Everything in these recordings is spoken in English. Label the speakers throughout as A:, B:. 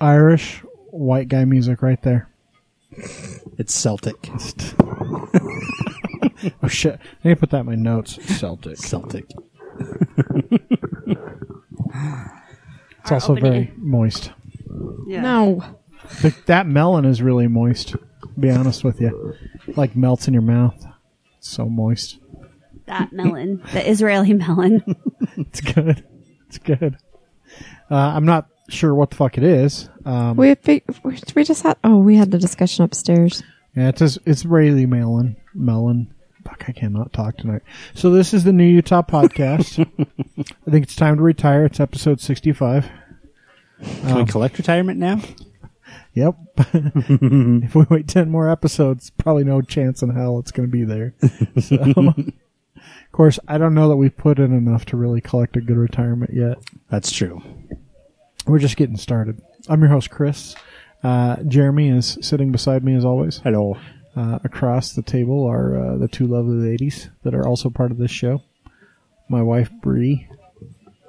A: Irish white guy music right there.
B: It's Celtic.
A: Oh shit! I need to put that in my notes. Celtic.
B: Celtic.
A: It's also very moist.
C: Yeah.
D: No.
A: The, that melon is really moist. To be honest with you, It, like melts in your mouth. It's so moist.
C: That melon. The Israeli melon.
A: It's good. It's good. Uh, I'm not sure what the fuck it is. Um,
D: We fi- we just had oh we had the discussion upstairs.
A: Yeah, it's it's Rayleigh Melon. Melon. Fuck, I cannot talk tonight. So this is the new Utah podcast. I think it's time to retire. It's episode sixty-five.
B: Can we collect retirement now?
A: Yep. if we wait ten more episodes, probably no chance in hell it's going to be there. So, of course, I don't know that we've put in enough to really collect a good retirement yet.
B: That's true.
A: We're just getting started. I'm your host, Chris. Uh, Jeremy is sitting beside me as always.
B: Hello.
A: Uh, across the table are uh, the two lovely ladies that are also part of this show. My wife Bree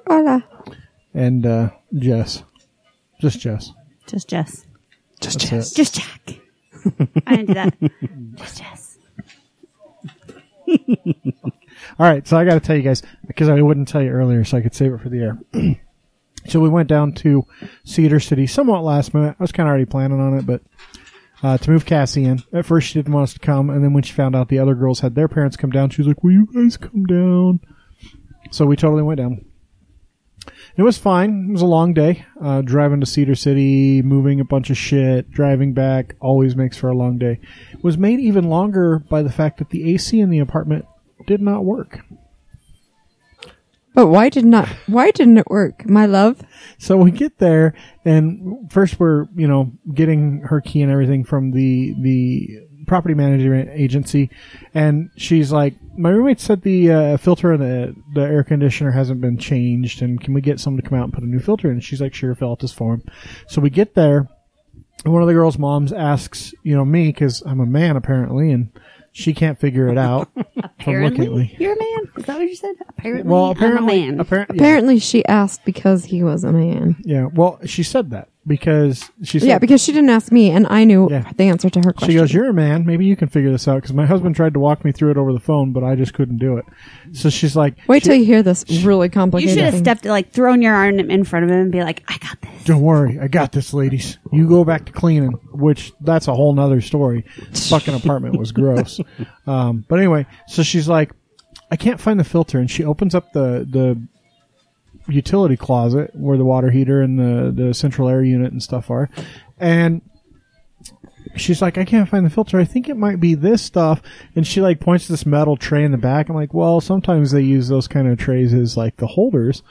D: Hola.
A: and uh, Jess, just Jess.
C: Just Jess.
B: Just
A: That's
B: Jess.
A: it.
C: Just Jack. I didn't do that. Just Jess.
A: All right, so I got to tell you guys because I wouldn't tell you earlier, so I could save it for the air. so we went down to Cedar City somewhat last minute. I was kind of already planning on it, but uh, to move Cassie in. At first, she didn't want us to come, and then when she found out the other girls had their parents come down, she was like, "Will you guys come down?" So we totally went down. It was fine. It was a long day. Uh, driving to Cedar City, moving a bunch of shit, driving back always makes for a long day. It was made even longer by the fact that the AC in the apartment did not work.
D: But why did not why didn't it work, my love?
A: So we get there, and first we're you know getting her key and everything from the the property management agency, and she's like, "My roommate said the uh, filter in the the air conditioner hasn't been changed, and can we get someone to come out and put a new filter in?" And she's like, "Sure, fill out this form." So we get there, and one of the girls' moms asks, you know, me because I'm a man apparently, and she can't figure it out. from looking at
C: Apparently.
A: me.
C: You're a man. Is that what you said? Apparently.
A: Well, apparently,
C: I'm a man.
A: apparently, yeah.
D: Apparently she asked because he was a man.
A: Yeah, well, she said that because she said,
D: yeah, because she didn't ask me and I knew
A: Yeah.
D: the answer to her question.
A: she goes, "You're a man. Maybe you can figure this out." Because my husband tried to walk me through it over the phone, but I just couldn't do it. So she's like,
D: Wait
A: she-
D: till you hear this really
C: you
D: complicated
C: should have
D: thing.
C: stepped, like, thrown your arm in front of him and be like, I got this.
A: Don't worry, I got this, ladies. You go back to cleaning, which that's a whole nother story. Fucking apartment was gross. Um, but anyway, so she's like, I can't find the filter, and she opens up the the utility closet where the water heater and the the central air unit and stuff are, and. She's like, I can't find the filter. I think it might be this stuff. And she like points to this metal tray in the back. I'm like, well, sometimes they use those kind of trays as like the holders.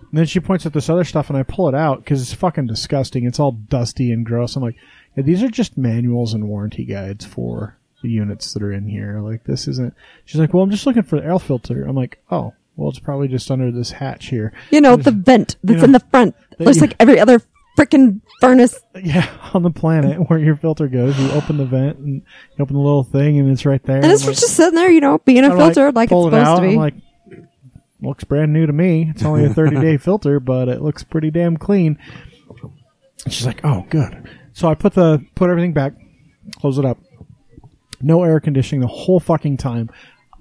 A: And then she points at this other stuff, and I pull it out because it's fucking disgusting. It's all dusty and gross. I'm like, yeah, these are just manuals and warranty guides for the units that are in here. Like, this isn't. She's like, well, I'm just looking for the air filter. I'm like, oh, well, it's probably just under this hatch here.
D: You know, the vent that's
A: know,
D: in the front. Looks
A: you-
D: like every other freaking furnace.
A: Yeah, on the planet where your filter goes, you open the vent and you open the little thing, and it's right there.
D: And it's
A: I'm like-
D: just sitting there, you know, being a
A: I, like,
D: filter like, it's
A: pull it
D: supposed
A: out,
D: to be.
A: I'm like, looks brand new to me. It's only a 30 day filter, but it looks pretty damn clean. And she's like, oh, good. So I put the put everything back, close it up. No air conditioning the whole fucking time.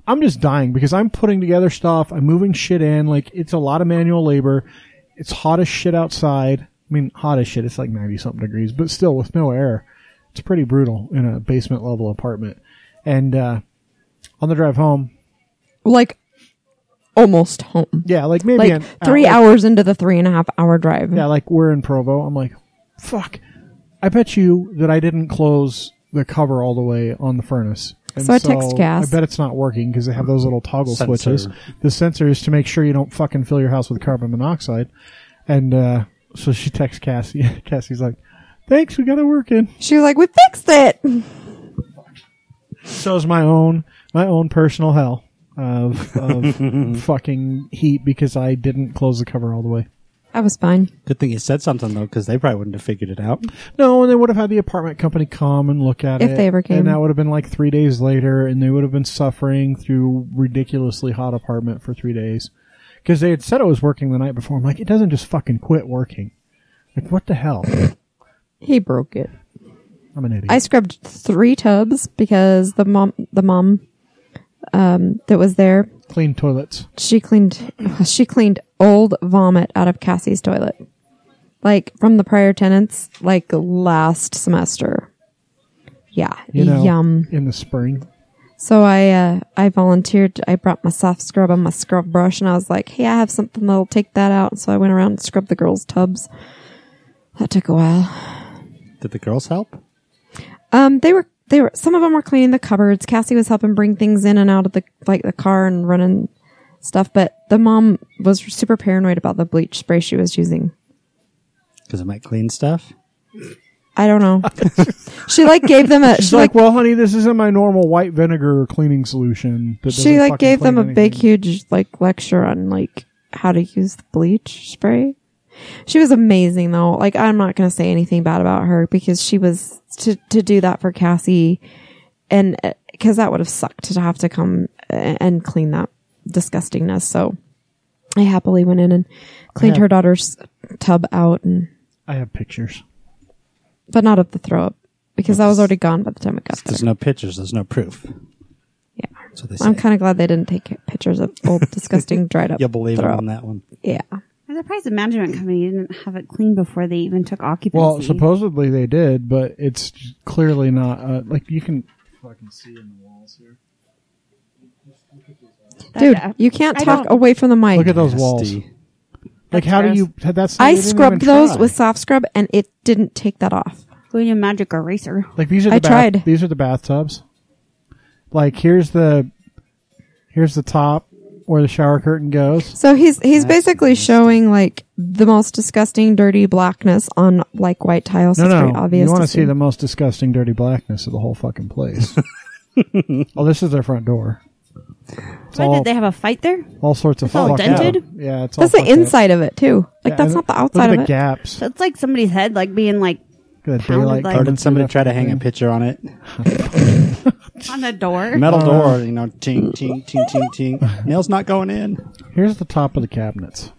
A: I'm just dying because I'm putting together stuff. I'm moving shit in. Like it's a lot of manual labor. It's hot as shit outside. I mean, hot as shit. It's like 90 something degrees, but still with no air. It's pretty brutal in a basement level apartment. And uh, on the drive home,
D: like almost home.
A: yeah, like maybe
D: Like
A: an
D: three
A: hour-
D: hours into the three and a half hour drive.
A: Yeah, like we're in Provo. I'm like, fuck. I bet you that I didn't close the cover all the way on the furnace. And
D: So I text Cass.
A: I bet it's not working because they have those little toggle
B: Sensor.
A: switches. The sensors to make sure you don't fucking fill your house with carbon monoxide. And uh, so she texts Cassie. Cassie's like, thanks, we got it working.
D: She was like, "We fixed it."
A: So is my own my own personal hell of, of fucking heat because I didn't close the cover all the way.
D: I was fine.
B: Good thing you said something though, because they probably wouldn't have figured it out.
A: No, and they would have had the apartment company come and look at it
D: If they ever came.
A: and that would have been like three days later, and they would have been suffering through ridiculously hot apartment for three days because they had said it was working the night before. I'm like, it doesn't just fucking quit working. Like, what the hell?
D: He broke it.
A: I'm an idiot.
D: I scrubbed three tubs because the mom, the mom, um, that was there,
A: Clean toilets.
D: she cleaned, she cleaned old vomit out of Cassie's toilet, like from the prior tenants, like last semester. Yeah,
A: You know,
D: yum.
A: in the spring.
D: So I uh, I volunteered. I brought my soft scrub and my scrub brush, and I was like, "Hey, I have something that'll take that out." So I went around and scrubbed the girls' tubs. That took a while.
B: Did the girls help?
D: Um, they were they were some of them were cleaning the cupboards. Cassie was helping bring things in and out of the like the car and running stuff. But the mom was super paranoid about the bleach spray she was using.
B: Because it might clean stuff.
D: I don't know. she like gave them a
A: She's
D: she like,
A: like, well, honey, this isn't my normal white vinegar cleaning solution. that
D: she
A: doesn't
D: like
A: fucking
D: gave them a
A: clean
D: big
A: anything."
D: huge like lecture on like how to use the bleach spray she was amazing though like i'm not gonna say anything bad about her because she was to to do that for cassie and because that would have sucked to have to come a- and clean that disgustingness so i happily went in and cleaned
A: Yeah.
D: her daughter's tub out and
A: I have pictures.
D: but not of the throw up because that was already gone by the time we got there
B: There's no pictures. There's no proof.
D: yeah
B: That's what they
D: i'm
B: say.
D: kind of glad they didn't take pictures of old disgusting dried up
B: You'll believe it
D: throw up.
B: on that one.
D: yeah
C: I'm surprised the management company didn't have it clean before they even took occupancy.
A: Well, supposedly they did, but it's clearly not. Uh, like you can
C: That-
D: Dude,
C: uh,
D: you can't
C: I
D: talk
C: don't-
D: away from the mic.
A: look at those walls.
B: Nasty.
A: Like
C: That's
A: how do
C: gross.
A: you? That's
D: I
A: you didn't
D: scrubbed
A: even
D: those
A: try.
D: with soft scrub and it didn't take that off.
C: We need a magic eraser.
A: Like these are the
D: I
A: bath,
D: tried.
A: These are the bathtubs. Like here's the here's the top where the shower curtain goes.
D: So he's he's basically showing like the most disgusting dirty blackness on like white tiles.
A: No,
D: it's
A: no,
D: very obvious.
A: you want to
D: to
A: see the most disgusting, dirty blackness of the whole fucking place. oh, this is their front door. It's
C: Why
A: all,
C: did they have a fight there?
A: all sorts of
C: It's all
A: fucked up.
C: dented?
A: Yeah, it's
D: That's
A: all
D: the
A: fucked up.
D: inside of it too. Like
A: Yeah,
D: that's
A: and
D: not the
A: look at
D: outside of
A: the
D: it.
A: gaps. Look
C: That's like somebody's head, like being like
A: at the
C: pounded
A: daylight
C: like-
B: Or
A: coming
B: did
A: through
B: somebody
A: that
B: try to
A: fucking
B: hang a
A: thing.
B: picture on it?
C: on the door.
B: Metal door, you know, ting, ting, ting, ting, ting. Nail's not going in.
A: Here's the top of the cabinets.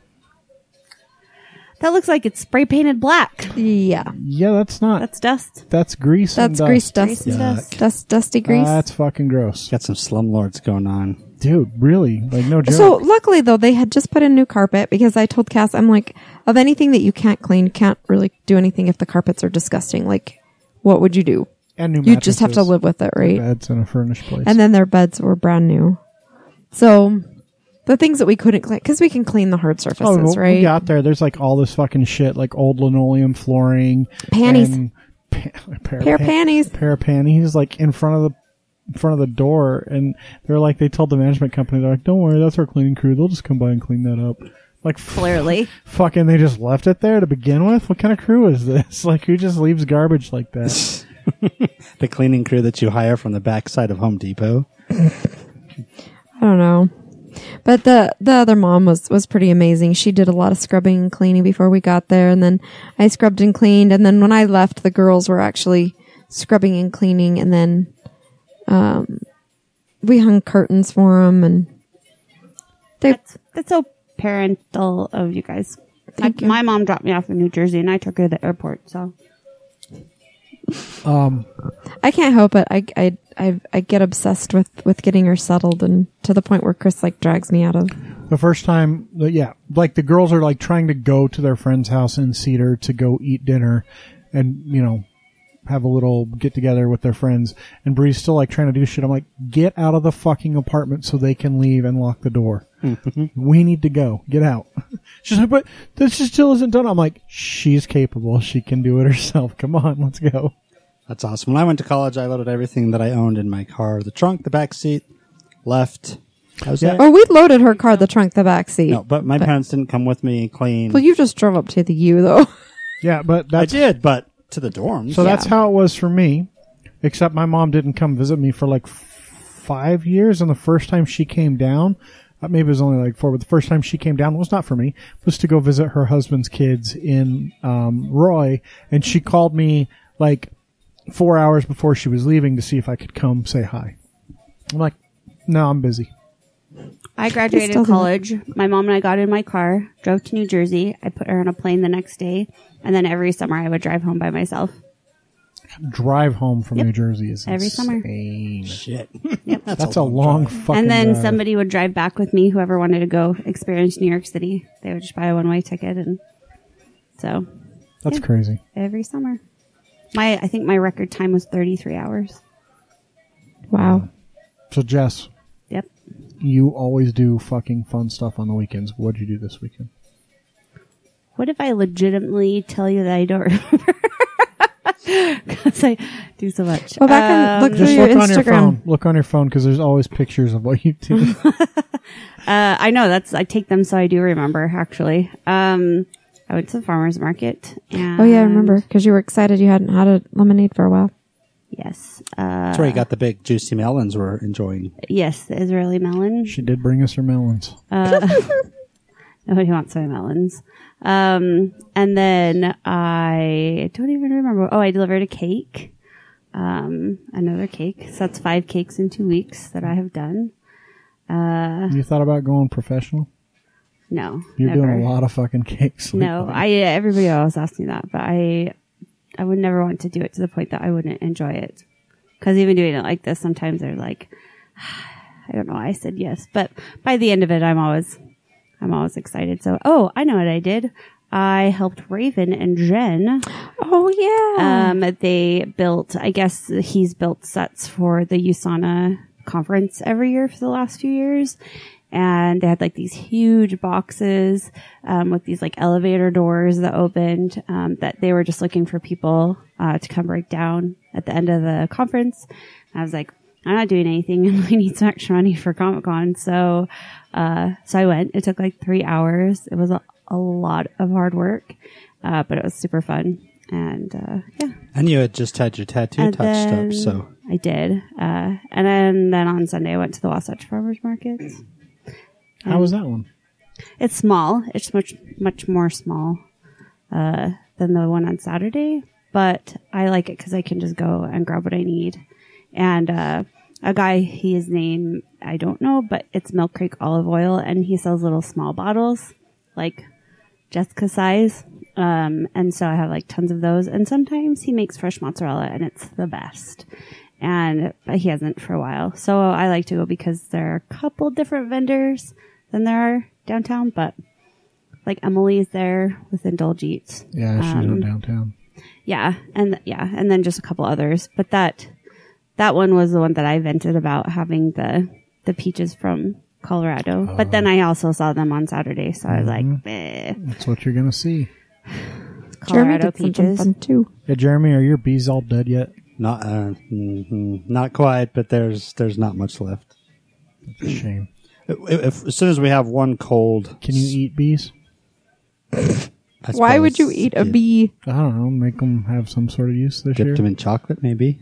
C: That looks like it's spray painted black.
D: Yeah,
A: Yeah, that's not. That's,
C: That's dust.
A: grease.
D: that's
A: and
D: grease
A: dust.
D: dust,
C: Grease and
D: dust.
C: dust.
D: dusty grease.
A: That's fucking gross,
B: Got some slumlords going on.
A: dude. Really, like no joke.
D: So luckily though, they had just put in new carpet because I told Cass, I'm like, of anything that you can't clean, you can't really do anything if the carpets are disgusting. Like, what would you do?
A: and new
D: You just have to
A: mattresses.
D: live with it, right?
A: Beds in a furnished place.
D: and then their beds were brand new. So the things that we couldn't clean because we can clean the hard surfaces,
A: Oh, when
D: right?
A: we got there, there's like all this fucking shit, like old linoleum flooring,
D: Panties.
A: and pa- a pair, of
D: Pair of
A: pan-
D: panties.
A: pair of panties, like in front of the in front of the door, and they're like, they told the management company, they're like, don't worry, that's our cleaning crew, they'll just come by and clean that up. Like, f-
C: Clearly,
A: fucking, they just left it there to begin with. What kind of crew is this? Like, who just leaves garbage like that?
B: The cleaning crew that you hire from the backside of Home Depot.
D: I don't know, but the the other mom was was pretty amazing. She did a lot of scrubbing and cleaning before we got there, and then I scrubbed and cleaned, and then when I left, the girls were actually scrubbing and cleaning, and then um, we hung curtains for them, and they
C: that's that's so parental of you guys. Like my mom dropped me off in New Jersey, and I took her to the airport. So
D: I can't help it. I I I, I get obsessed with with getting her settled, and to the point where Chris like drags me out of.
A: The first time, the- yeah, like the girls are like trying to go to their friend's house in Cedar to go eat dinner and, you know, have a little get together with their friends. And Bree's still like trying to do shit. I'm like, get out of the fucking apartment so they can leave and lock the door. we need to go. Get out. She's like, but this just still isn't done. I'm like, she's capable. She can do it herself. Come on, let's go.
B: That's awesome. When I went to college, I loaded everything that I owned in my car the trunk, the back seat, left. That was
A: Yeah.
B: it.
D: Oh, we loaded her car, the trunk, the back seat.
B: No, but my parents didn't come with me and clean.
D: Well, you just drove up to the U though.
A: Yeah, but
B: I
A: that's
B: did, but to the dorms.
A: So that's
D: Yeah.
A: how it was for me, except my mom didn't come visit me for like f- five years. And the first time she came down, uh, maybe it was only like four, but the first time she came down was not for me, was to go visit her husband's kids in um, Roy. And she called me like four hours before she was leaving to see if I could come say hi. I'm like, no, I'm busy.
C: I
D: still
C: graduated
D: do that.
C: college. My mom and I got in my car, drove to New Jersey. I put put her on a plane the next day. And then every summer I would drive home by myself.
A: Drive home from New Jersey is
C: Every summer.
A: insane.
B: Shit.
A: That's, a long fucking.
C: and then
A: drive.
C: somebody would drive back with me, whoever wanted to go experience New York City. They would just buy a one way ticket. And so
A: That's crazy.
C: every summer. My, I think my record time was 33 hours.
D: Wow.
A: So Jess,
C: Yep.
A: you always do fucking fun stuff on the weekends. What'd you do this weekend?
C: What if I legitimately tell you that I don't remember? Because I do so much.
D: Well, back and look
A: Just
D: through your
A: look on your
D: Instagram.
A: phone. Look on your phone because there's always pictures of what you do.
C: Uh, I know that's I take them so I do remember actually. Um, I went to the farmers market. And
D: Oh yeah, I remember because you were excited you hadn't had a lemonade for a while.
C: Yes, uh,
B: That's where you got the big juicy melons we're enjoying.
C: yes, the Israeli melon.
A: she did bring us her melons.
C: Nobody wants my melons. Um, and then I don't even remember. Oh, I delivered a cake. Um, another cake. So that's five cakes in two weeks that I have done.
A: you thought about going professional?
C: No,
A: You're
C: never.
A: doing a lot of fucking cakes.
C: No,
A: lately.
C: I everybody always asks me that, but I I would never want to do it to the point that I wouldn't enjoy it. Because even doing it like this, sometimes they're like, I don't know, why I said yes, but by the end of it, I'm always I'm always excited. So, oh, I know what I did. I helped Raven and Jen.
D: Oh yeah.
C: Um, they built, I guess he's built sets for the USANA conference every year for the last few years. And they had like these huge boxes, um, with these like elevator doors that opened, um, that they were just looking for people, uh, to come break down at the end of the conference. And I was like, I'm not doing anything and I need some extra money for Comic Con. So, uh, so I went. It took like three hours. It was a, a lot of hard work, uh, but it was super fun. And, uh, yeah.
B: And you had just had your tattoo
C: And
B: touched
C: then
B: up, so
C: I did. Uh, and then, then on Sunday, I went to the Wasatch Farmers Market.
A: How was that one?
C: It's small. It's much, much more small, uh, than the one on Saturday, but I like it because I can just go and grab what I need. And, uh, a guy, his name, I don't know, but it's Milk Creek Olive Oil, and he sells little small bottles, like Jessica size. Um, and so I have like tons of those. And sometimes he makes fresh mozzarella and it's the best. And but he hasn't for a while. So I like to go because there are a couple different vendors than there are downtown, but like Emily is there with Indulge Eats.
A: Yeah, she's
C: Um,
A: on downtown.
C: Yeah. And yeah. And then just a couple others. But that, that one was the one that I vented about having the, the peaches from Colorado. but
A: Oh.
C: then I also saw them on Saturday. So I was like,
A: Mm-hmm.
C: eh,
A: That's what you're gonna see.
D: Jeremy
C: Colorado
D: did something
C: peaches.
D: fun too.
A: Hey, Jeremy, are your bees all dead yet?
B: not uh, mhm, not quite, but there's there's not much left.
A: It's a shame.
B: If, if- as soon as we have one cold,
A: Can you eat bees?
B: I
D: Why would you
B: suppose
D: eat a bee?
A: I don't know. Make them have some sort of use this
B: Dipped
A: year.
B: them in chocolate, maybe.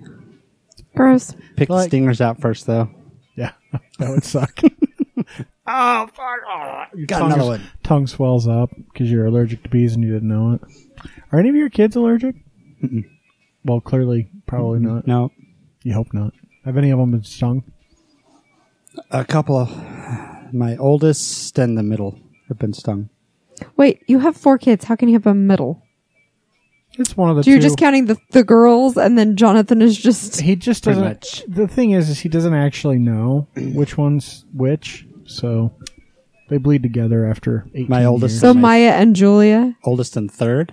D: Gross.
B: Pick the
A: Like-
B: stingers out first, though.
A: Yeah, that would suck. oh fuck! Oh, your
B: Got
A: tongue
B: another
A: is-
B: one.
A: Tongue swells up because you're allergic to bees and you didn't know it. Are any of your kids allergic? Well, clearly, probably not.
B: No,
A: You hope not. Have any of them been stung?
B: a couple of my oldest and the middle have been stung.
D: Wait, you have four kids. How can you have a middle?
A: It's one of the.
D: So you're
A: two.
D: just counting the, the girls, and then Jonathan is just
A: He just
B: Pretty
A: doesn't.
B: much.
A: The thing is, is he doesn't actually know which one's which, so they bleed together after eighteen.
B: My oldest-
A: years.
D: so
B: my-
D: Maya and Julia.
B: Oldest and third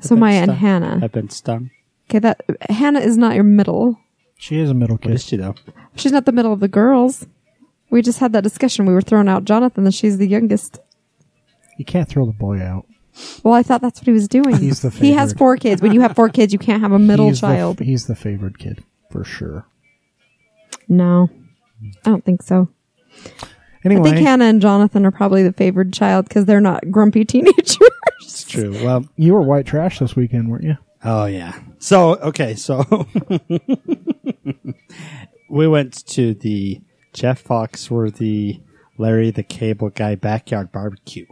D: So Maya and
B: stung.
D: Hannah.
B: have been stung.
D: Okay, that Hannah is not your middle.
A: she is a middle
B: What
A: kid.
B: is she though?
D: She's not the middle of the girls. We just had that discussion. We were throwing out Jonathan that she's the youngest.
A: You can't throw the boy out.
D: Well, I thought that's what he was doing.
A: He's the
D: he has
A: favorite.
D: four kids. When you have four kids, you can't have a middle
A: He's the-
D: child.
A: he's the favored kid for sure.
D: no, I don't think so. I
A: Anyway,
D: think Hannah and Jonathan are probably the favored child because they're not grumpy teenagers.
B: It's true. Well,
A: you were white trash this weekend, weren't you?
B: Oh yeah. So okay, so we went to the Jeff Foxworthy, Larry the Cable Guy backyard barbecue,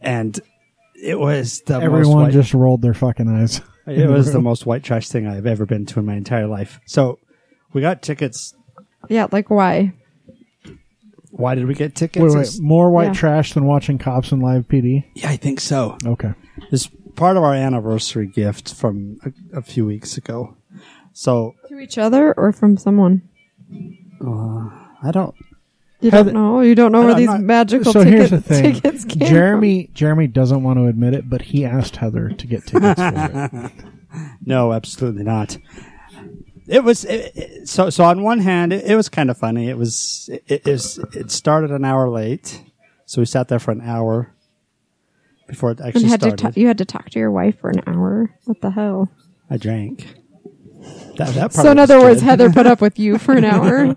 B: and it was the most
A: Everyone
B: white,
A: just rolled their fucking eyes.
B: it was the most white trash thing I've ever been to in my entire life. So we got tickets
D: yeah, like why?
B: Why did we get
A: Wait,
B: tickets?
A: wait. More white
D: Yeah.
A: trash than watching cops and live PD.
B: Yeah, I think so.
A: Okay.
B: It's part of our anniversary gift from a, a few weeks ago. So
D: To each other or from someone?
B: I don't.
D: You
A: Heather-
D: don't know. You don't know where
B: I'm
D: these
B: not-
D: magical
A: so
D: ticket,
A: here's the thing.
D: tickets came
A: Jeremy Jeremy doesn't want to admit it, but he asked Heather to get tickets for it.
B: No, absolutely not. It was it, it- so. So on one hand, it, it was kind of funny. It was it, it is it started an hour late, so we sat there for an hour before it
D: From.
B: actually
D: And had to
B: started.
D: ta- you had to talk to your wife for an hour. What the hell?
B: I drank. That, that part of
D: so in
B: it was
D: other words,
B: good.
D: Heather put up with you for an hour.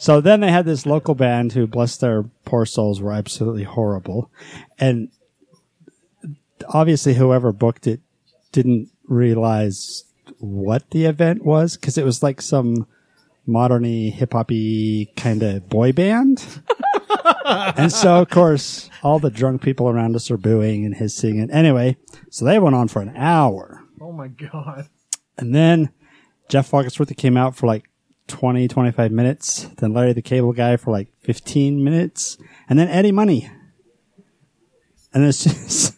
B: So then they had this local band who, bless their poor souls, were absolutely horrible. And obviously, whoever booked it didn't realize what the event was because it was like some moderny hip hoppy kind of boy band. and so, of course, all the drunk people around us are booing and hissing. And anyway, so they went on for an hour.
A: oh my god.
B: And then Jeff Foxworthy came out for like 20, 25 minutes. Then Larry the Cable Guy for like 15 minutes. And then Eddie Money. And as soon as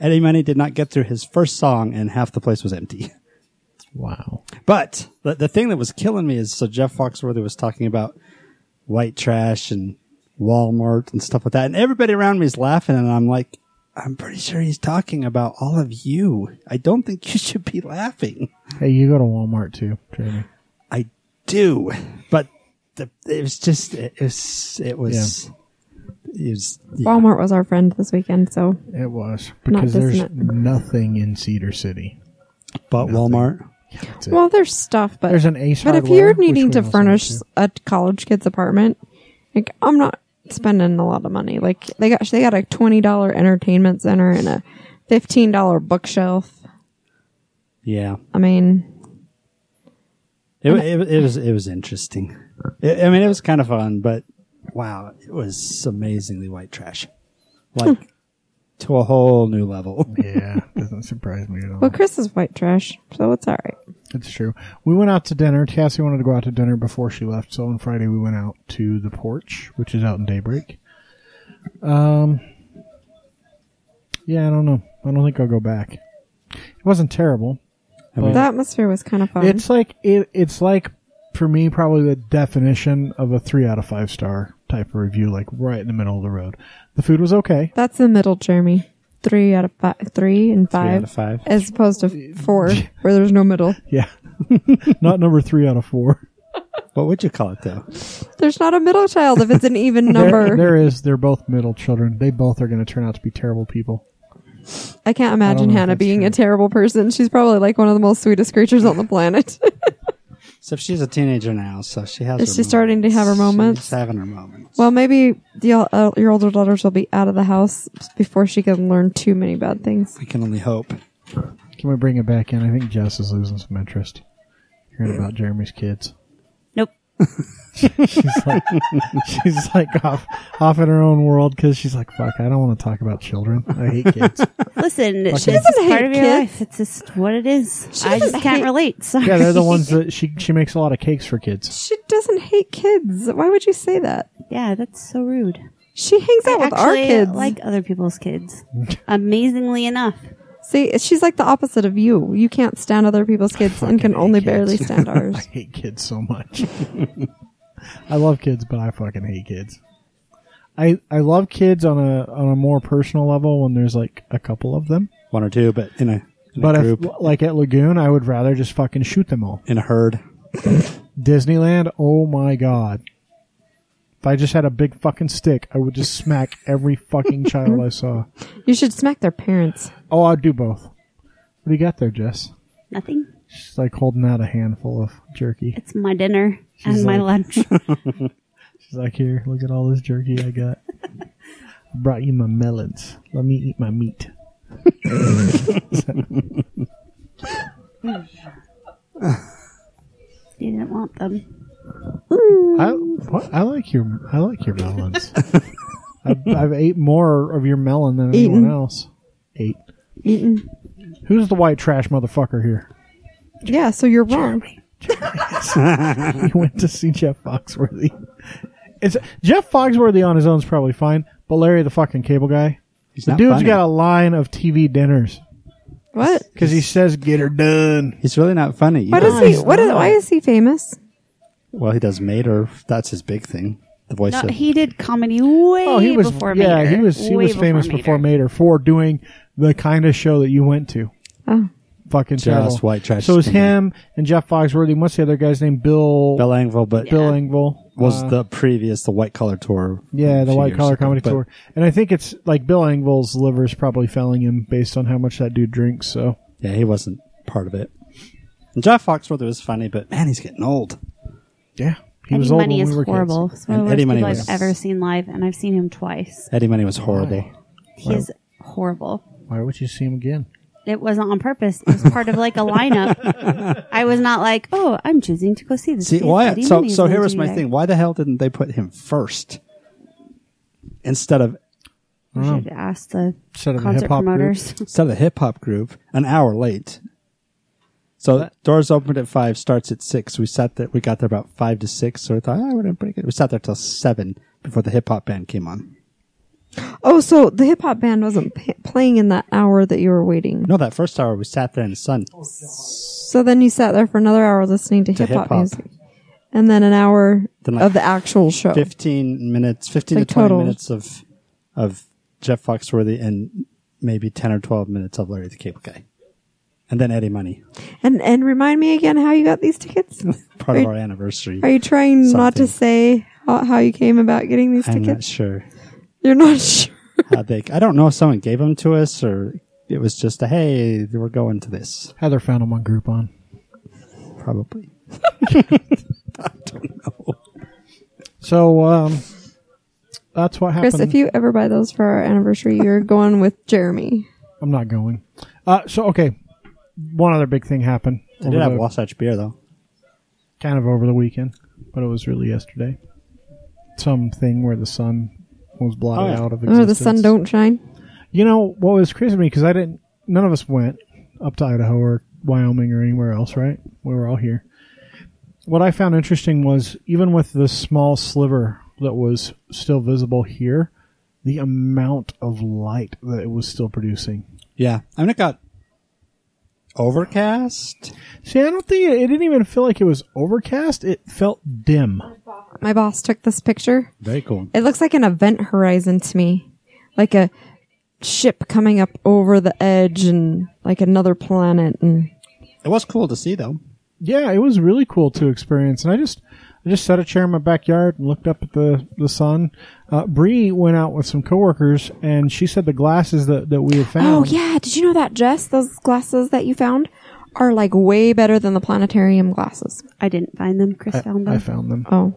B: Eddie Money did not get through his first song and half the place was empty.
A: Wow.
B: But the, the thing that was killing me is so Jeff Foxworthy was talking about white trash and Walmart and stuff like that. And everybody around me is laughing. And I'm like, I'm pretty sure he's talking about all of you. I don't think you should be laughing.
A: Hey, you go to Walmart too, Jeremy.
B: I do, but the, it was just it was it was it was yeah.
D: Walmart was our friend this weekend, so
A: It was
D: Not
A: because there's
D: dissonant.
A: nothing in Cedar City.
B: but Walmart.
A: That's it.
D: well, there's stuff, but
A: There's an Ace
D: But if
A: Hardware,
D: you're
A: which
D: needing
A: we
D: to
A: also
D: furnish
A: went
D: a college kid's apartment, like I'm not spending a lot of money. Like they got they got a twenty dollar entertainment center and a fifteen dollar bookshelf.
B: Yeah,
D: I mean,
B: it, wa- it, wa- it was it was interesting. It, I mean, it was kind of fun, but wow, it was amazingly white trash, like
D: Hmm.
B: to a whole new level.
A: yeah, doesn't surprise me at all.
D: well, Chris is white trash, so it's all right.
A: It's true. We went out to dinner. Cassie wanted to go out to dinner before she left, so on Friday we went out to the porch, which is out in Daybreak. Um, yeah, I don't know. I don't think I'll go back. It wasn't terrible.
D: the atmosphere was kind of fun.
A: It's like it. It's like for me probably the definition of a three out of five star type of review, like right in the middle of the road. The food was okay.
D: That's the middle, Jeremy. Three out of five, three and five,
B: out of five.
D: as opposed to four, where there's no middle.
A: Yeah, not number three out of four.
B: What would you call it though?
D: There's not a middle child if it's an even
A: There-
D: number.
A: there is. They're both middle children. They both are going to turn out to be terrible people.
D: I can't imagine
A: know if
D: Hannah
A: that's
D: being
A: true.
D: a terrible person. She's probably like one of the most sweetest creatures on the planet.
B: So if she's a teenager now, so she has.
D: Is
B: her
D: she starting to have her moments?
B: She's having her moments.
D: well, maybe the, uh, your older daughters will be out of the house before she can learn too many bad things.
B: I can only hope.
A: Can we bring it back in? I think Jess is losing some interest hearing about Jeremy's kids.
C: Nope.
A: She's like, she's like off, off in her own world because she's like, "Fuck, I don't want to talk about children. I hate kids."
C: Listen, it's
A: doesn't
C: just
D: hate
C: part of your
D: kids.
C: life. It's just what it is.
D: She
C: I just
D: doesn't
C: can't
D: hate-
C: relate. Sorry.
A: yeah, they're the ones that she she makes a lot of cakes for kids.
D: She doesn't hate kids. Why would you say that?
C: Yeah, that's so rude.
D: She hangs out
C: I
D: with our
C: actually
D: kids.
C: like other people's kids. Amazingly enough.
D: See, she's like the opposite of you. You can't stand other people's kids and can
A: hate
D: only
A: kids.
D: barely stand
A: I
D: ours.
A: hate kids so much. I love kids, but I fucking hate kids. I I love kids on a on a more personal level when there's like a couple of them.
B: One or two, but in a, in
A: But
B: a
A: if
B: group,
A: like at Lagoon, I would rather just fucking shoot them all.
B: in a herd.
A: Disneyland, oh my god. If I just had a big fucking stick, I would just smack every fucking child I saw.
D: you should smack their parents.
A: Oh, I'd do both. What do you got there, Jess?
C: Nothing.
A: She's like holding out a handful of jerky.
C: It's my dinner
A: She's
C: and my
A: like-
C: lunch.
A: She's like, here, look at all this jerky I got. I brought you my melons. Let me eat my meat.
C: you didn't want them.
A: I what? I like your I like your melons. I've, I've ate more of your melon than anyone
D: Eaten.
A: else. Ate. Eaten. Who's the white trash motherfucker here?
D: Yeah, so you're wrong.
A: You went to see Jeff Foxworthy It's Jeff Foxworthy on his own is probably fine, but Larry the fucking cable guy,
B: He's
A: the
B: not
A: dude's
B: funny.
A: got a line of TV dinners
D: What?
A: because he says "get her done."
B: He's really not funny.
D: What
B: either.
D: is he? What is? Why is he famous?
B: Well, he does Mater. That's his big thing. The voice
C: No,
B: of
C: he did comedy way
A: Oh, he was
C: before
A: yeah,
C: Mater.
A: he was he
C: Way
A: was famous before
C: Mater.
A: Mater for doing the kind of show that you went to.
D: Oh.
A: Fucking
B: Just
A: terrible.
B: white trash
A: So it was
B: comedy.
A: him and Jeff Foxworthy. and What's the other guy's name? Bill
B: Bill Engvall, but
A: Bill Engvall
B: was
A: Uh,
B: the previous the White Collar Tour.
A: yeah
B: a
A: the
B: few
A: White
B: years
A: Collar
B: ago,
A: Comedy
B: but
A: Tour. And I think it's like Bill Engvall's liver's probably failing him based on how much that dude drinks. So
B: Yeah, he wasn't part of it. And Jeff Foxworthy was funny, but man, he's getting old.
A: yeah, he
C: Eddie
A: was old
C: Money
A: when we
C: is
A: were
C: horrible. It's
B: And
C: one of the worst
B: Eddie Money
C: people
B: was-
C: I've ever seen live, and I've seen him twice.
B: Eddie Money was horrible.
C: He's horrible.
A: kids. Why would you see him again?
C: It wasn't on purpose. It was part of like a lineup. I was not like, oh, I'm choosing to go see this.
B: See
C: because
B: why?
C: Eddie
B: So
C: Money's
B: so
C: gonna
B: here
C: do
B: was my
C: that.
B: thing. Why the hell didn't they put him first instead of
C: We should ask the
A: Instead of the
C: concert
A: hip-hop group.
C: promoters.
B: instead of the hip hop group an hour late? So doors opened at five, starts at six. We sat there. We got there about five to six. So we thought, oh, we're doing pretty good. We sat there till seven before the hip hop band came on.
D: Oh, so the hip hop band wasn't p- playing in that hour that you were waiting.
B: No, that first hour we sat there in the sun.
D: So then you sat there for another hour listening to, hip hop
B: hip-hop.
D: music, and then an hour
B: Then, like,
D: of the actual show.
B: Fifteen minutes, fifteen
D: Like,
B: to twenty
D: total.
B: minutes of of Jeff Foxworthy and maybe ten or twelve minutes of Larry the Cable Guy, and then Eddie Money.
D: And and remind me again how you got these tickets.
B: Part
D: Right.
B: of our anniversary.
D: Are you trying not
B: Something.
D: to say how, how you came about getting these
B: I'm not
D: tickets?
B: sure
D: You're not sure.
B: how they. I don't know if someone gave them to us or it was just a hey, we're going to this.
A: Heather found him on Groupon.
B: Probably.
A: So um, that's what happened.
D: Chris, if you ever buy those for our anniversary, you're going with Jeremy.
A: I'm not going. Uh, so okay, one other big thing happened.
B: They did
A: over
B: have
A: the-
B: Wasatch beer though.
A: kind of over the weekend, but it was really yesterday. Something where the sun was blotted
B: Oh, yeah.
A: out of existence.
D: Oh, the sun don't shine.
A: You know what was crazy to me because I didn't. None of us went up to Idaho or Wyoming or anywhere else, right? We were all here. What I found interesting was even with the small sliver that was still visible here, the amount of light that it was still producing.
B: Yeah, I mean it got overcast.
A: See, I don't think it, it didn't even feel like it was overcast. It felt dim.
D: My boss took this picture.
B: Very cool.
D: It looks like an event horizon to me, like a ship coming up over the edge and like another planet. And
B: It was cool to see though.
A: yeah, it was really cool to experience. And I just, I just set a chair in my backyard and looked up at the the sun. Uh, Bree went out with some coworkers, and she said the glasses that that we had
D: oh
A: found.
D: yeah, did you know that Jess? Those glasses that you found are like way better than the planetarium glasses.
C: I didn't find them. Chris found them.
A: I found them.
D: Oh,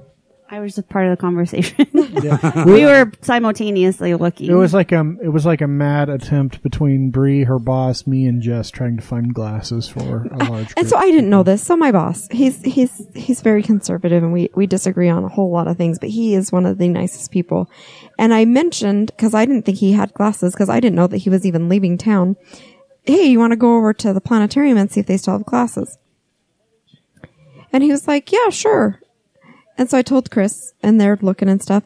C: I was just part of the conversation. we were simultaneously looking.
A: It was like um, it was like a mad attempt between Bree, her boss, me, and Jess trying to find glasses for a large.
D: and
A: group.
D: so I didn't know this. So my boss, he's he's he's very conservative, and we we disagree on a whole lot of things. But he is one of the nicest people. And I mentioned because I didn't think he had glasses because I didn't know that he was even leaving town. Hey, you want to go over to the planetarium and see if they still have glasses? And he was like, Yeah, sure. And so I told Chris, and they're looking and stuff.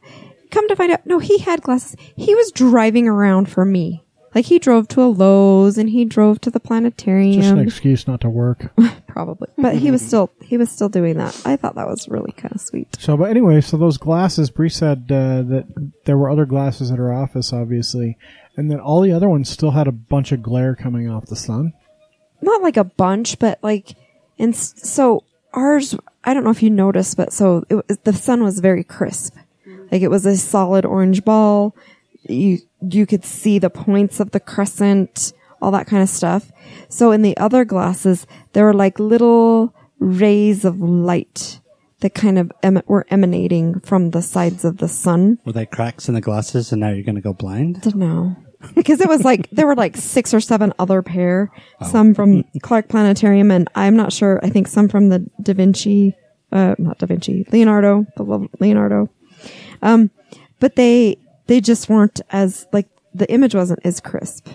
D: Come to find out, no, he had glasses. He was driving around for me. Like he drove to a Lowe's and he drove to the planetarium
A: just an excuse not to work.
D: probably. But he was still he was still doing that. I thought that was really kind of sweet.
A: So, but anyway, so those glasses, Bree said uh, that there were other glasses at her office, obviously, and then all the other ones still had a bunch of glare coming off the sun.
D: Not like a bunch, but like and s- so ours. I don't know if you noticed, but so it, was- the sun was very crisp. Like it was a solid orange ball. You you could see the points of the crescent, all that kind of stuff. So in the other glasses, there were like little rays of light that kind of em- were emanating from the sides of the sun.
B: Were they cracks in the glasses, and now you're going to go blind?
D: don't know because it was like there were like six or seven other pair some from clark planetarium and i'm not sure i think some from the da vinci uh not da vinci leonardo the lo- leonardo um but they they just weren't as like the image wasn't as crisp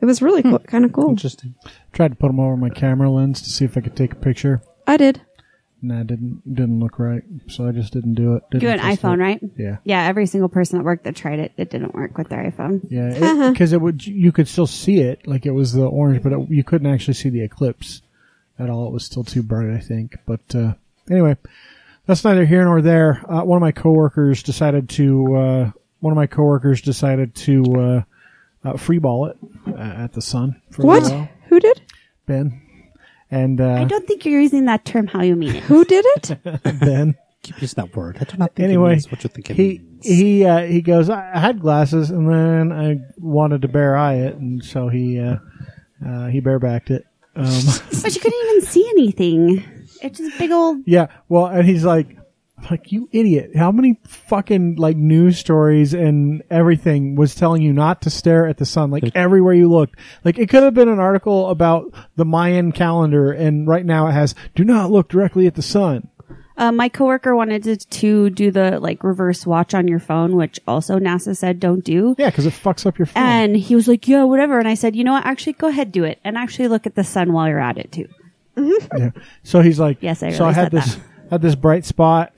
D: it was really
C: Hmm.
D: cool, kind of cool
B: Interesting.
A: Tried to put them over my camera lens to see if I could take a picture.
D: i did
A: nah, didn't didn't look right, so I just didn't do it. Didn't
C: Do an
A: test
C: iPhone,
A: it.
C: right?
A: Yeah.
C: Yeah, every single person that worked that tried it, it didn't work with their iPhone.
A: Yeah, because it, would you could still see it, like it was the orange, but it, you couldn't actually see the eclipse at all. It was still too bright, I think. But uh, anyway, that's neither here nor there. Uh, one of my coworkers decided to. Uh, one of my coworkers decided to uh, uh, freeball it uh, at the sun for a little
D: What?
A: while.
D: Who did?
A: Ben and uh,
C: I don't think you're using that term how you mean it.
D: Who did it?
A: Ben.
B: Keep using that word. I do not think
A: anyway,
B: it means what you're thinking.
A: he he uh, he goes. I I had glasses, and then I wanted to bare eye it, and so he uh, uh, he barebacked it. Um,
C: But you couldn't even see anything. It's just big old.
A: yeah, well, and he's like, I'm like you idiot! How many fucking like news stories and everything was telling you not to stare at the sun? Like everywhere you looked, like it could have been an article about the Mayan calendar, and right now it has do not look directly at the sun.
C: Uh, my coworker wanted to, to do the like reverse watch on your phone, which also NASA said don't do.
A: Yeah, because it fucks up your phone.
C: And he was like, yeah, whatever. And I said, you know what? Actually, go ahead, do it. And actually look at the sun while you're at it too.
A: Yeah. So he's like,
C: Yes, I
A: So I
C: really
A: had
C: said
A: this
C: that.
A: had this bright spot.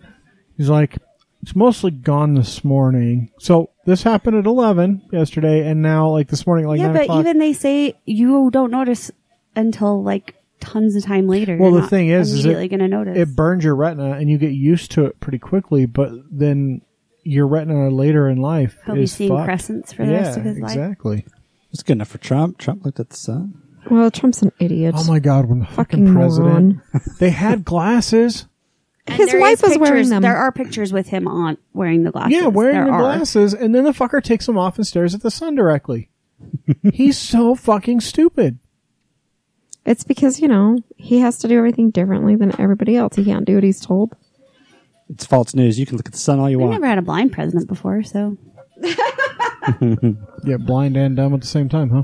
A: He's like, it's mostly gone this morning. So this happened at eleven yesterday, and now like this morning, like
C: yeah,
A: nine
C: but
A: o'clock.
C: even they say you don't notice until like tons of time later.
A: well,
C: You're
A: the
C: not
A: thing is, is
C: immediately
A: it,
C: going to notice.
A: it burns your retina, and you get used to it pretty quickly. But then your retina later in life
C: He'll be
A: is
C: seeing
A: fucked.
C: crescents for the
A: yeah,
C: rest of his life.
A: exactly.
B: it's good enough for Trump. Trump looked at the sun.
D: Well, Trump's an idiot.
A: Oh my god, when the fucking,
D: Fucking
A: president,
D: moron.
A: they had glasses.
C: And
D: His
C: there
D: wife
C: is
D: was
C: pictures-
D: wearing them.
C: There are pictures with him on wearing the glasses.
A: Yeah, wearing
C: There
A: the
C: are.
A: glasses, and then the fucker takes them off and stares at the sun directly. He's so fucking stupid.
D: It's because, you know, he has to do everything differently than everybody else. He can't do what he's told.
B: It's false news. You can look at the sun all you
C: I've
B: want.
C: never had a blind president before, so
A: Yeah, blind and dumb at the same time, huh?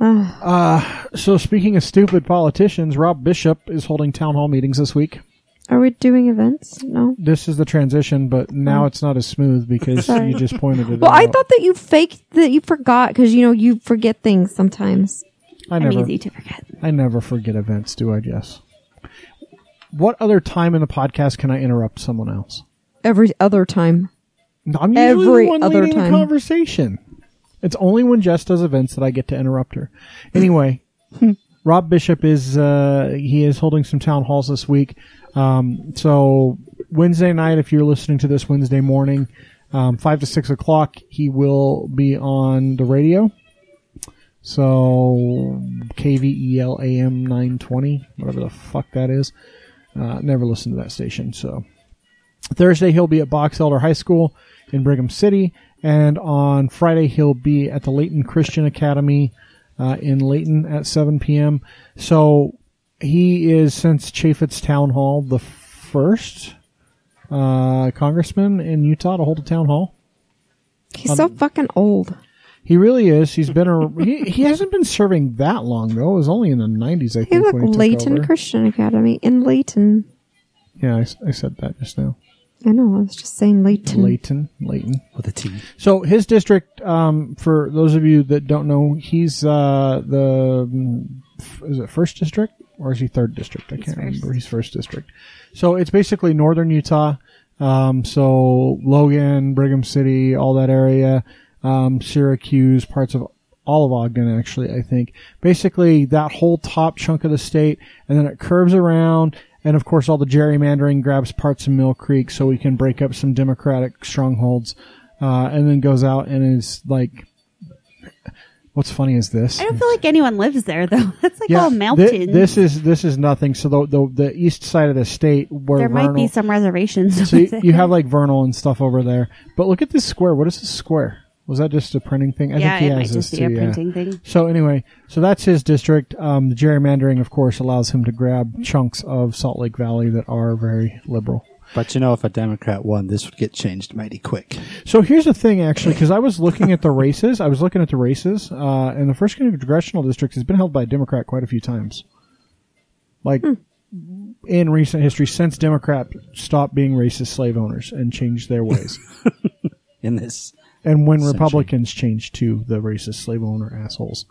D: Ah.
A: uh, so speaking of stupid politicians, Rob Bishop is holding town hall meetings this week.
D: Are we doing events? No.
A: This is the transition, but now it's not as smooth because
D: Oh. Sorry.
A: you just pointed it
D: Well,
A: out.
D: I thought that you faked that you forgot because, you know, you forget things sometimes.
A: I
C: I'm
A: never,
C: easy to forget.
A: I never forget events, do I, Jess? What other time in the podcast can I interrupt someone else?
D: Every other time.
A: I'm usually
D: Every
A: the one
D: other
A: leading
D: time.
A: the conversation. It's only when Jess does events that I get to interrupt her. Anyway, Rob Bishop is uh, he is holding some town halls this week. Um, so Wednesday night, if you're listening to this Wednesday morning, um, five to six o'clock, he will be on the radio. So E KVEL AM nine twenty, whatever the fuck that is. Uh, never listened to that station, so Thursday he'll be at Box Elder High School in Brigham City, and on Friday he'll be at the Layton Christian Academy uh, in Layton at 7 p.m. So he is since Chaffetz Town Hall the first uh, congressman in Utah to hold a town hall.
D: He's
A: Um,
D: so fucking old.
A: He really is. He's been a he, he hasn't been serving that long though. It was only in the 90s I think
D: He's like
A: when he took
D: Layton
A: over.
D: Christian Academy in Layton.
A: yeah, I, s- I said that just now.
D: I know, I was just saying Layton.
A: Layton, Layton.
B: With a T.
A: So his district, um, for those of you that don't know, he's uh, the mm, f- is it first district or is he third district? I can't remember. He's first district. So it's basically northern Utah. Um, so Logan, Brigham City, all that area, um, Syracuse, parts of all of Ogden, actually, I think. Basically, that whole top chunk of the state, and then it curves around, and of course, all the gerrymandering grabs parts of Mill Creek so we can break up some Democratic strongholds, uh, and then goes out and is like, what's funny is this?
C: I don't feel like anyone lives there though. That's like all
A: thi-
C: mountains.
A: this is this is nothing. So the, the the east side of the state where
C: there might
A: Vernal-
C: be some reservations.
A: so you, you have like Vernal and stuff over there. But look at this square. What is this square? Was that just a printing thing? I
C: yeah,
A: think he
C: it
A: has
C: might
A: this
C: just be
A: too,
C: a
A: yeah.
C: printing thing.
A: So anyway, so that's his district. Um, the gerrymandering, of course, allows him to grab chunks of Salt Lake Valley that are very liberal.
B: But you know, if a Democrat won, this would get changed mighty quick.
A: So here's the thing, actually, because I was looking at the races. I was looking at the races, uh, and the first congressional district has been held by a Democrat quite a few times, like in recent history, since Democrats stopped being racist slave owners and changed their ways.
B: In this,
A: and when
B: Essentially.
A: Republicans change to the racist slave owner assholes.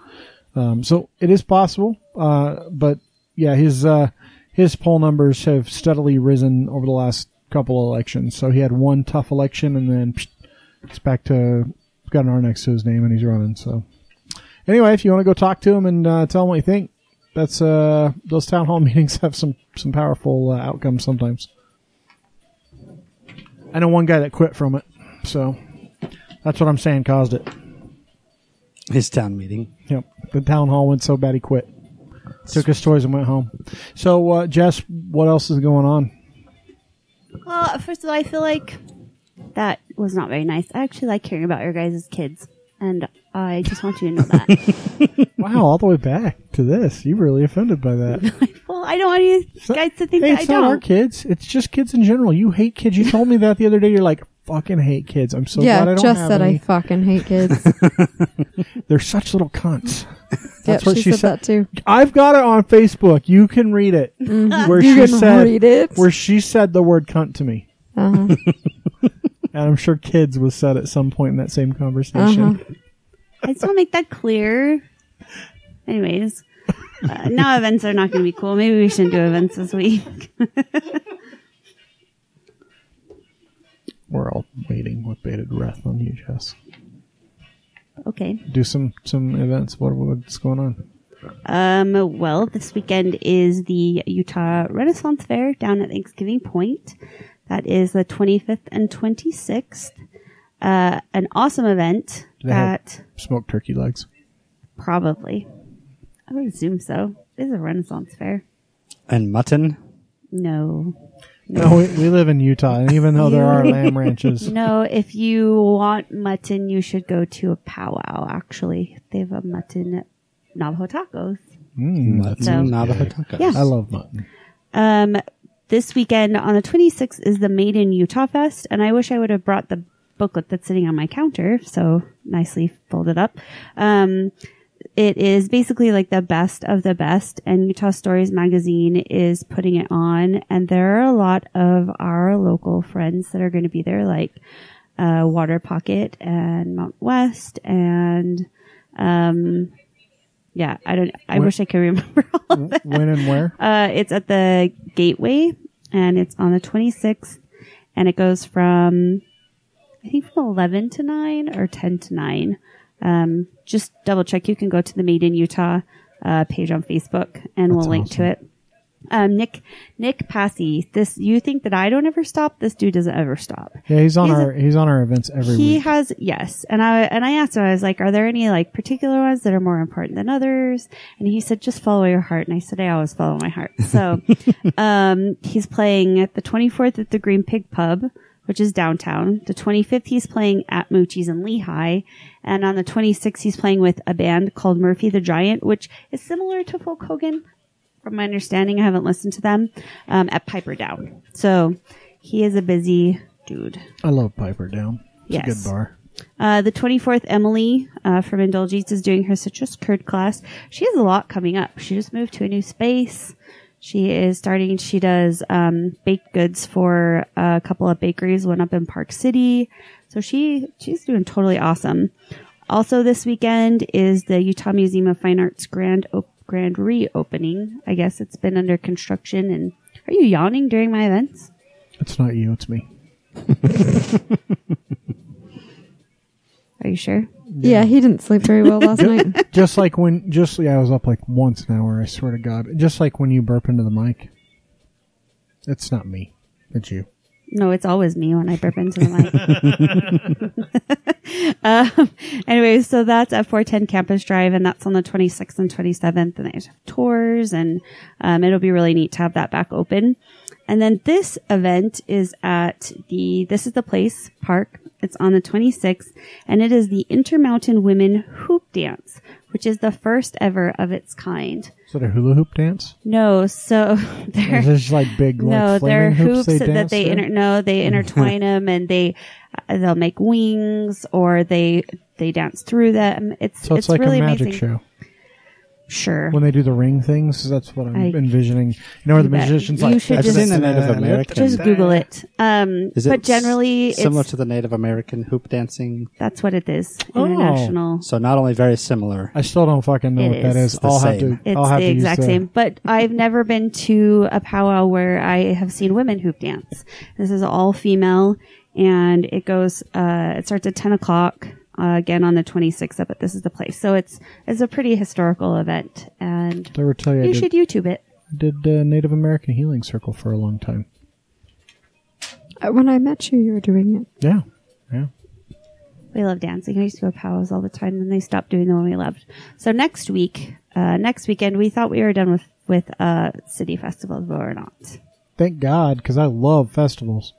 A: Um, so it is possible, uh, but yeah, his uh, his poll numbers have steadily risen over the last couple elections. So he had one tough election, and then psh, he's back to got an R next to his name, and he's running. So anyway, if you want to go talk to him and uh, tell him what you think, that's uh, those town hall meetings have some some powerful uh, outcomes sometimes. I know one guy that quit from it, so that's what I'm saying caused it.
B: His town meeting.
A: Yep. The town hall went so bad he quit. Took his toys and went home. So, uh, Jess, what else is going on?
C: Well, first of all, I feel like that was not very nice. I actually like hearing about your guys' kids, and I just want you to know that.
A: Wow, all the way back to this. You really offended by that.
C: well, I don't want you guys to think
A: hey,
C: that I
A: it's not our
C: don't.
A: kids. It's just kids in general. You hate kids. You told me that the other day. You're like, fucking hate kids. I'm so glad I
D: yeah,
A: don't
D: just
A: have
D: said I
A: any.
D: fucking hate kids.
A: They're such little cunts.
D: yep,
A: what
D: she,
A: she
D: said,
A: said.
D: that too.
A: I've got it on Facebook. You can read it. Where
D: You
A: she
D: can
A: said,
D: read it?
A: Where she said the word cunt to me.
D: Uh-huh.
A: And I'm sure kids was said at some point in that same conversation.
C: I just want to make that clear. Anyways, uh, now events are not going to be cool. Maybe we shouldn't do events this week.
A: We're all waiting with bated breath on you, Jess.
C: Okay.
A: do some some events. What what's going on?
C: Um, well, this weekend is the Utah Renaissance Fair down at Thanksgiving Point. That is the 25th and 26th. Uh, an awesome event
A: they have-
C: that
A: Smoked turkey legs.
C: probably, I would assume so, is a Renaissance Fair.
B: And mutton.
C: No.
A: No, we, we live in Utah, and even though there are lamb ranches,
C: No, if you want mutton, you should go to a powwow, actually. They have a mutton Navajo tacos.
B: Mutton.
C: So-
B: Navajo tacos.
C: Yeah.
A: I love mutton.
C: Um, this weekend on the 26th is the Made in Utah Fest, and I wish I would have brought the booklet that's sitting on my counter, so nicely folded up. Um, it is basically like the best of the best, and Utah Stories magazine is putting it on, and there are a lot of our local friends that are going to be there, like uh, Water Pocket and Mount West, and um, yeah, I don't. I
A: Where-
C: wish I could remember all of them.
A: When and where?
C: Uh, it's at the Gateway, and it's on the 26th, and it goes from I think from 11 to 9 or 10 to 9. Um, just double check. You can go to the Made in Utah uh, page on Facebook, and we'll
A: That's
C: link to it. Um, Nick Nick Passy, this you think that I don't ever stop? This dude doesn't ever stop.
A: Yeah, he's on
C: He's a-
A: our he's on our events every
C: he
A: week.
C: has yes, and I and I asked him. I was like, "Are there any like particular ones that are more important than others?" And he said, "Just follow your heart." And I said, "I always follow my heart." So, um, he's playing at the 24th at the Green Pig Pub, which is downtown. The 25th, he's playing at Moochie's in Lehigh, and on the 26th, he's playing with a band called Murphy the Giant, which is similar to Folk Hogan, from my understanding. I haven't listened to them um, at Piper Down. So, he is a busy dude.
A: I love Piper Down. It's a
C: Yes.
A: good bar.
C: Uh, the 24th, Emily uh, from Indulgeats is doing her citrus curd class. She has a lot coming up. She just moved to a new space. She is starting, she does um, baked goods for a couple of bakeries, one up in Park City. So she she's doing totally awesome. Also, this weekend is the Utah Museum of Fine Arts grand op- grand reopening. I guess it's been under construction. And are you yawning during my events?
A: It's not you, it's me.
C: Are you sure?
D: Yeah, he didn't sleep very well last night.
A: Just like when, just yeah, I was up like once an hour. I swear to God. Just like when you burp into the mic. It's not me. It's you.
C: No, it's always me when I burp into the mic. um, anyway, so that's at 410 Campus Drive, and that's on the 26th and 27th, and they have tours, and um, it'll be really neat to have that back open. And then this event is at the This is the Place Park. It's on the 26th, and it is the Intermountain Women Hoop Dance, which is the first ever of its kind.
A: Is that a hula hoop dance?
C: No, so there.
A: Is this like big like
C: No,
A: flaming
C: they're
A: hoops,
C: hoops
A: they
C: that
A: dance
C: they
A: to?
C: inter- no they intertwine them and they uh, they'll make wings or they they dance through them. It's
A: so it's, like
C: really
A: a magic
C: amazing.
A: show.
C: Sure.
A: when they do the ring things. So that's what I'm
C: I-
A: envisioning. You know, where the
C: You bet.
A: musicians
C: You
A: like.
C: should
B: I've
C: just-
B: seen a Native American.
C: Just Google it. Um,
B: Is it
C: but generally,
B: s- similar
C: it's,
B: to the Native American hoop dancing?
C: that's what it is.
A: Oh.
C: International.
B: So not only very similar.
A: I still don't fucking know
C: It
A: what that is.
C: is.
B: It's the
A: I'll have
B: same.
A: to.
C: It's
A: I'll have
C: the
A: to use
C: exact
A: the-
C: same. But I've never been to a powwow where I have seen women hoop dance. This is all female, and it goes. Uh, it starts at ten o'clock uh, again on the twenty sixth. But this is the place, so it's it's a pretty historical event, and
A: Did I ever tell you I
C: you
A: did,
C: should YouTube it.
A: did uh, Native American Healing Circle for a long time?
D: Uh, When I met you, you were doing it.
A: Yeah, yeah.
C: We love dancing. I used to go to powwows all the time, and they stopped doing the one we loved. So next week, uh, next weekend, we thought we were done with with uh, city festivals, but we're not.
A: Thank God, because I love festivals.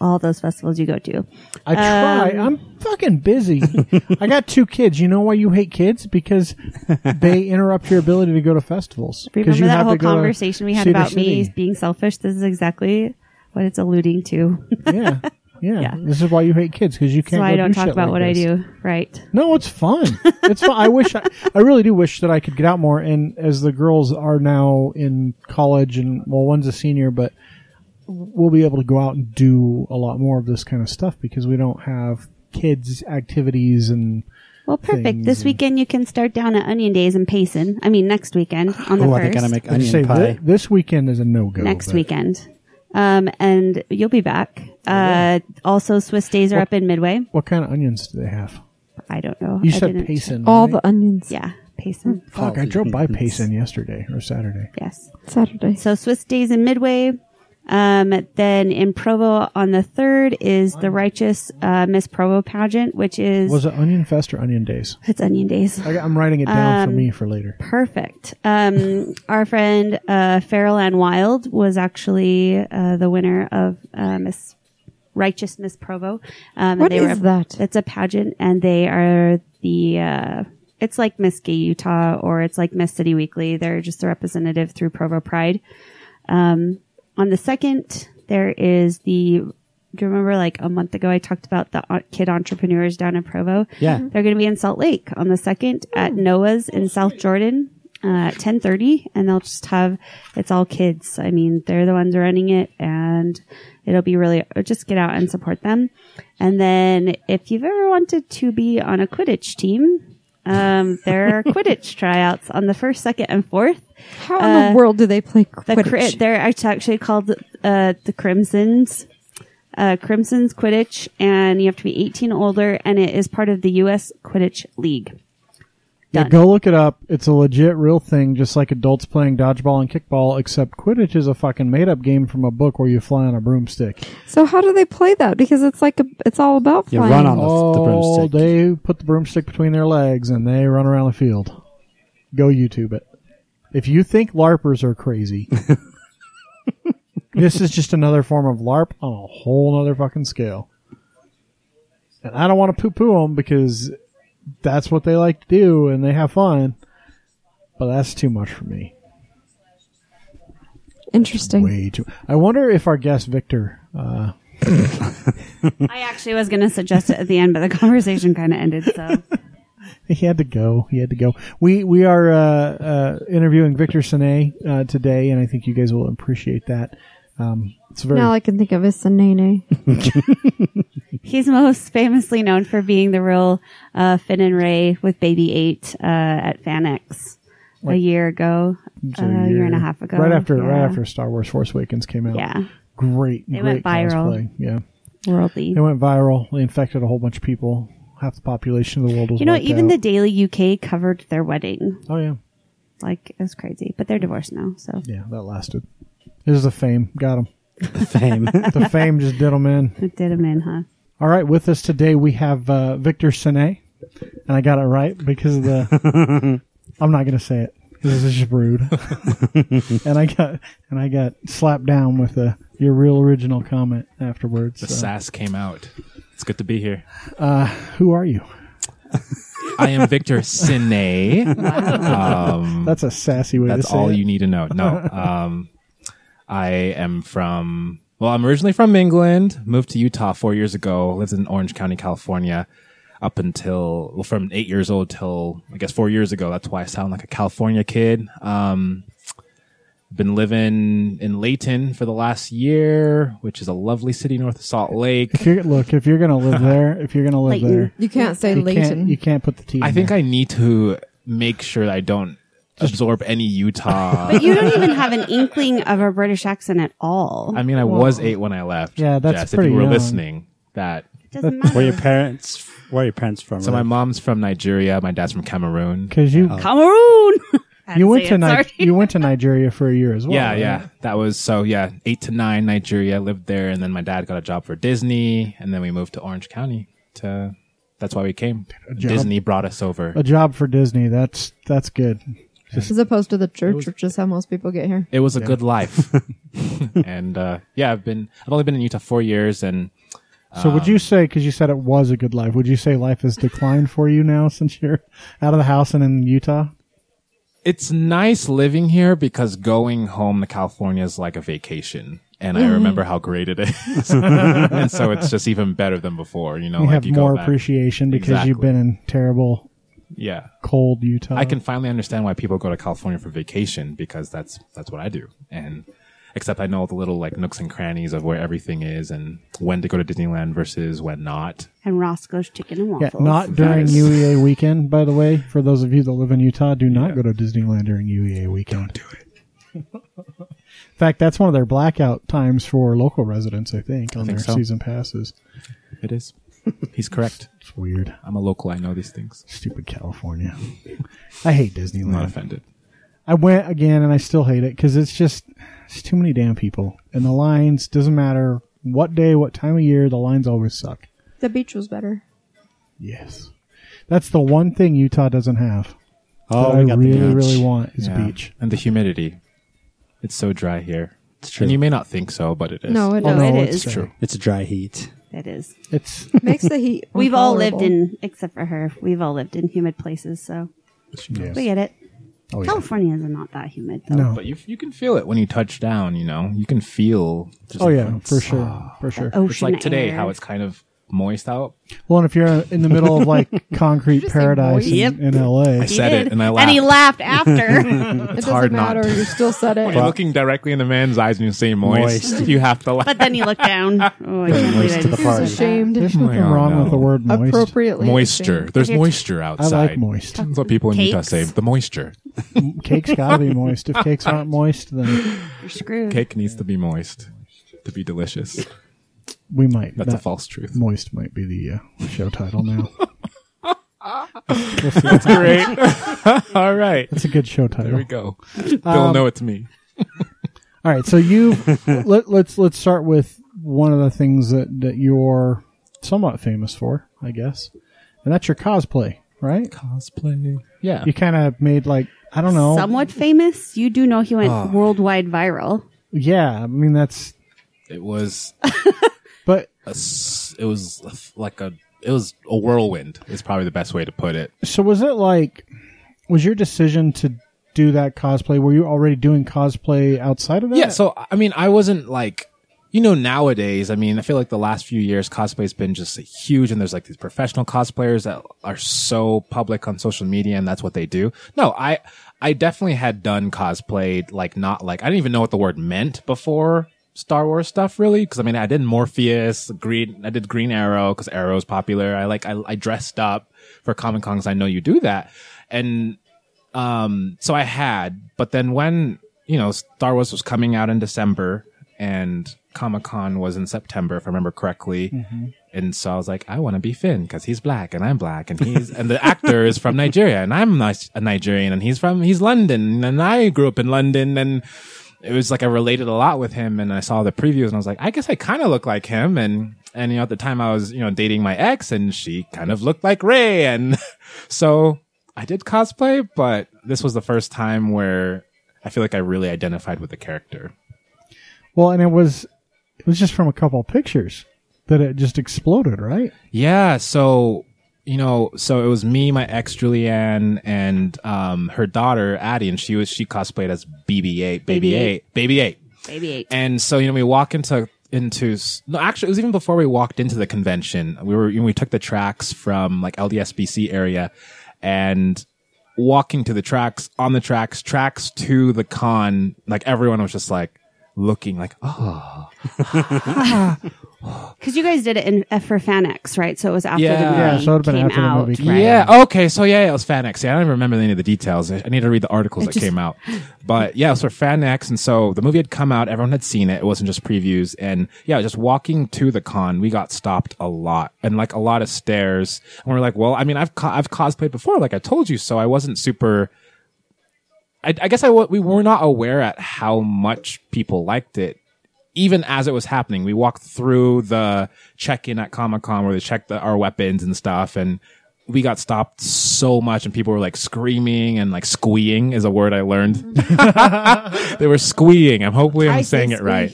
C: All those festivals you go to.
A: I
C: Um,
A: try. I'm fucking busy. I got two kids. You know why you hate kids? Because they interrupt your ability to go to festivals. 'Cause
C: Remember
A: you
C: that
A: have to
C: whole
A: go to
C: conversation we had
A: Cedar
C: about me
A: City.
C: being selfish? This is exactly what it's alluding to.
A: yeah, yeah, This is why you hate kids because you can't.
C: so
A: go
C: I don't
A: do
C: talk
A: shit
C: about
A: like
C: what
A: this.
C: I do. Right.
A: No, it's fun. It's fun. I wish, I, I really do wish that I could get out more. And as the girls are now in college, and well, one's a senior, but we'll be able to go out and do a lot more of this kind of stuff because we don't have kids' activities and
C: Well, perfect.
A: Things
C: This
A: and-
C: weekend you can start down at Onion Days in Payson. I mean, next weekend on the
B: Oh, I think
C: first.
B: I'm gonna make
A: I'd say
B: onion
A: thi-
B: pie.
A: this weekend is a no go.
C: next weekend. Um, and you'll be back. Uh, also, Swiss Days are up in Midway.
A: What kind of onions do they have?
C: I don't know.
A: You
C: I
A: said
C: didn't-
A: Payson. Hmm.
D: All
A: right?
D: the onions.
C: Yeah, Payson.
A: fuck. I drove by Payson yesterday or Saturday.
C: Yes.
D: Saturday.
C: So Swiss Days in Midway. Um, then in Provo on the third is the Righteous uh, Miss Provo pageant, which is
A: Was it Onion Fest or Onion Days?
C: it's Onion Days.
A: I, I'm writing it down
C: Um,
A: for me for later.
C: Perfect. Um, our friend uh, Farrell Ann Wild was actually uh, the winner of uh, Miss Righteous Miss Provo. Um,
D: What is that?
C: It's a pageant, and they are the. Uh, it's like Miss Gay Utah, or it's like Miss City Weekly. They're just a representative through Provo Pride. Um, on the second, there is the. Do you remember, like a month ago, I talked about the uh, kid entrepreneurs down in Provo?
B: Yeah.
C: They're going to be in Salt Lake on the second at Noah's in South Jordan uh, at ten thirty, and they'll just have it's all kids. I mean, they're the ones running it, and it'll be really uh, just get out and support them. And then, if you've ever wanted to be on a Quidditch team, um, there are Quidditch tryouts on the first, second, and fourth.
D: How in uh, the world do they play
C: The
D: Quidditch?
C: cri- they're act- actually called uh, the Crimsons. Uh, Crimson's Quidditch, and you have to be 18 older, and it is part of the U.S. Quidditch League.
A: Yeah,
C: Done.
A: go look it up. It's a legit, real thing, just like adults playing dodgeball and kickball, except Quidditch is a fucking made-up game from a book where you fly on a broomstick.
D: so how do they play that? Because it's like a, it's all about
B: You
D: flying.
B: run on the, the
A: Oh,
B: broomstick.
A: they put the broomstick between their legs and they run around the field. Go YouTube it. If you think LARPers are crazy, this is just another form of LARP on a whole other fucking scale. And I don't want to poo-poo them because that's what they like to do and they have fun. But that's too much for me.
D: Interesting.
A: Way too. I wonder if our guest Victor. Uh,
C: I actually was going to suggest it at the end, but the conversation kind of ended. So
A: he had to go. He had to go. We we are uh, uh, interviewing Victor Sine uh, today, and I think you guys will appreciate that. Um, it's very
E: Hmm.
D: Now all I can think of is Sanene.
C: he's most famously known for being the real uh, Finn and Ray with Baby Eight uh, at Fanex a year ago, uh,
A: it's
C: a year, and a half ago,
A: right after right
C: Yeah.
A: after Star Wars Force Awakens came out.
C: Yeah.
A: great.
C: They
A: great
C: went viral.
A: cosplay. Yeah,
C: worldly.
A: it went viral. They infected a whole bunch of people. Half the population of the world was.
C: You know,
A: wiped
C: even
A: out.
C: the Daily UK covered their wedding.
A: oh yeah
C: Like it was crazy, but they're divorced now. So
A: yeah that lasted. This is the fame. Got him.
B: The fame.
A: The fame just did him in.
C: it did him in, huh?
A: All right, with us today we have uh, Victor Sine, and I got it right because of the. I'm not going to say it. This is just rude. and I got and I got slapped down with a your real original comment afterwards.
E: The
A: so.
E: sass came out. It's good to be here.
A: Who are you?
E: I am Victor Sine.
A: That's a sassy way to
E: Hmm. That's
A: say
E: all
A: it.
E: you need to know. No, um, I am from. Well, I'm originally from England. Moved to Utah four years ago. Lives in Orange County, California. up until well, from eight years old till I guess four years ago. That's why I sound like a California kid. Um, been living in Layton for the last year, which is a lovely city north of Salt Lake.
A: If you're, look, if you're gonna live there, if you're gonna live
C: Layton.
A: there,
D: You can't say
A: you can't, you
D: Leighton.
A: can't put the T.
E: I
A: in
E: think
A: there.
E: I need to make sure that I don't absorb any Utah.
C: But you don't even have an inkling of a British accent at all.
E: I mean, I was eight when I left.
A: Yeah, that's
E: Jess, If
A: pretty
E: you were
A: young.
E: listening, that.
C: It doesn't
B: Where your
C: matter.
B: parents? Where are your parents from?
E: So my mom's from Nigeria. My dad's from Cameroon.
A: because you
C: Cameroon. I
A: you
C: had
A: went
C: say
A: to
C: it,
A: Ni-
C: sorry.
A: you went to Nigeria for a year as well.
E: yeah,
A: right?
E: yeah. That was so. Yeah, eight to nine, Nigeria. Lived there, and then my dad got a job for Disney, and then we moved to Orange County. To that's why we came. Disney brought us over.
A: A job for Disney. That's that's good.
D: As opposed to the church, which is how most people get here.
E: It was a good life. and uh, yeah, I've been. I've only been in Utah four years, and
A: So
E: Um,
A: would you say because you said it was a good life? Would you say life has declined for you now since you're out of the house and in Utah?
E: it's nice living here because going home to California is like a vacation. And
A: Mm-hmm.
E: I remember how great it is. and so it's just even better than before, you know,
A: You
E: like
A: have
E: you
A: more
E: go back.
A: appreciation because you've
E: Exactly.
A: been in terrible
E: Yeah.
A: cold Utah.
E: I can finally understand why people go to California for vacation because that's that's what I do. And except I know the little like nooks and crannies of where everything is and when to go to Disneyland versus when not.
C: and Roscoe's chicken and
A: Yeah,
C: waffles.
A: not during
E: Nice.
A: UEA weekend, by the way. For those of you that live in Utah, do not go to Disneyland during UEA weekend. Don't do it. in fact, that's one of their blackout times for local residents, I think, on
E: think
A: their
E: so.
A: season passes.
E: It is. He's correct.
A: It's weird.
E: I'm a local. I know these things.
A: Stupid California. I hate
E: I'm not
A: Disneyland.
E: offended.
A: I went again and I still hate it because it's just it's too many damn people. And the lines, doesn't matter what day, what time of year, the lines always suck.
D: The beach was better.
A: Yes. That's the one thing Utah doesn't have
B: oh,
A: that I
B: we got
A: really,
B: the beach.
A: really want is
E: Yeah.
A: a beach.
E: and the humidity. It's so dry here. It's
B: true.
E: And you may not think so, but it is.
D: No, it
A: Oh,
D: does.
A: no,
C: it
A: it's
C: is.
A: true.
B: It's a dry heat.
C: It is.
A: It's
D: Makes the heat.
C: We've all lived
D: intolerable.
C: in, except for her, we've all lived in humid places, so
A: yes.
C: we get it.
A: Oh, yeah.
C: Californians are not that humid, though.
A: no.
E: But you you can feel it when you touch down. You know, you can feel. Just
A: Oh
E: like
A: yeah,
E: it's-
A: for sure, for sure.
C: Ocean
E: It's like today,
C: air.
E: how it's kind of moist out.
A: Well, and if you're in the middle of like concrete
D: Just say
A: paradise
D: moist.
A: in,
C: Yep.
A: in LA,
C: He
E: said it,
C: did,
E: and I
C: And he laughed after.
D: It doesn't
E: hard not
D: matter.
E: to.
D: You still said it.
E: You're looking directly in the man's eyes and you say moist.
B: Moist.
E: you have to laugh.
C: but then he looked down. Oh, I can't believe I
B: to the
C: just
D: He was
B: party.
C: said that.
D: ashamed.
A: there's nothing
E: God,
A: wrong
E: no.
A: with the word moist.
D: Appropriately.
E: moisture. There's moisture
A: I
E: outside.
A: like moist.
E: That's what people in Utah
C: Cakes.
E: say. The moisture.
A: Cake's gotta be moist. If cakes aren't moist, then
C: You're screwed.
E: Cake needs to be moist to be delicious.
A: we might.
E: That's a
A: not-
E: false truth.
A: Moist might be the uh, show title now.
E: That's great. All right.
A: It's a good show
E: There we
A: title.
E: go.
A: Um,
E: They'll know it's me.
A: All right, so you let, let's let's start with one of the things that that you're somewhat famous for, I guess, and that's your cosplay, right?
E: Cosplay. Yeah.
A: You kind of made like I don't know,
C: Somewhat famous. You do know he went
A: Ah.
C: worldwide viral.
A: Yeah, I mean that's
E: It was
A: but
E: a s- it was a f- like a it was a whirlwind is probably the best way to put it
A: so was it like was your decision to do that cosplay? Were you already doing cosplay outside of that?
E: yeah so i mean i wasn't like you know nowadays i mean i feel like the last few years cosplay's been just huge and there's like these professional cosplayers that are so public on social media and that's what they do no i i definitely had done cosplay like not like i didn't even know what the word meant before star wars stuff really because i mean i did morpheus green i did green arrow because arrow is popular i like I, I dressed up for comic cons i know you do that and um so i had but then when you know star wars was coming out in december and comic-con was in september if i remember correctly and so i was like i want to be finn because he's black and i'm black and he's and the actor is from nigeria and i'm Ni- a nigerian and he's from he's london and i grew up in london and it was like I related a lot with him and I saw the previews and I was like, I guess I kind of look like him. And, and, you know, at the time I was, you know, dating my ex and she kind of looked like Ray. And so I did cosplay, but this was the first time where I feel like I really identified with the character.
A: Well, and it was it was just from a couple of pictures that it just exploded, right?
E: Yeah. So, you know, so it was me, my ex Julianne, and um, her daughter Addie, and she was she cosplayed as BB-8, Baby Eight, Baby Eight,
C: Baby eight.
E: And so, you know, we walk into into s- no actually it was even before we walked into the convention we were we took the tracks from like ldsbc area and walking to the tracks on the tracks tracks to the con like everyone was just like looking like oh
C: Because you guys did it in F for Fanex, right? So it was after the
E: Yeah.
C: movie
A: Yeah, so it would've been
C: came
A: after the
C: out.
A: movie came
C: right?
E: yeah okay so yeah it was fanex yeah i don't remember any of the details i I need to read the articles that came out but yeah it was for fanex and so the movie had come out everyone had seen it it wasn't just previews and yeah just walking to the con we got stopped a lot and like a lot of stares and we are like well i mean i've co- i've cosplayed before like i told you so i wasn't super I, I guess I wa- we were not aware at how much people liked it, even as it was happening. We walked through the check-in at Comic Con where they checked the, our weapons and stuff, and we got stopped so much, and people were like screaming and like squeeing is a word I learned. they were squeeing. I'm hopefully I'm
D: I say
E: saying it right.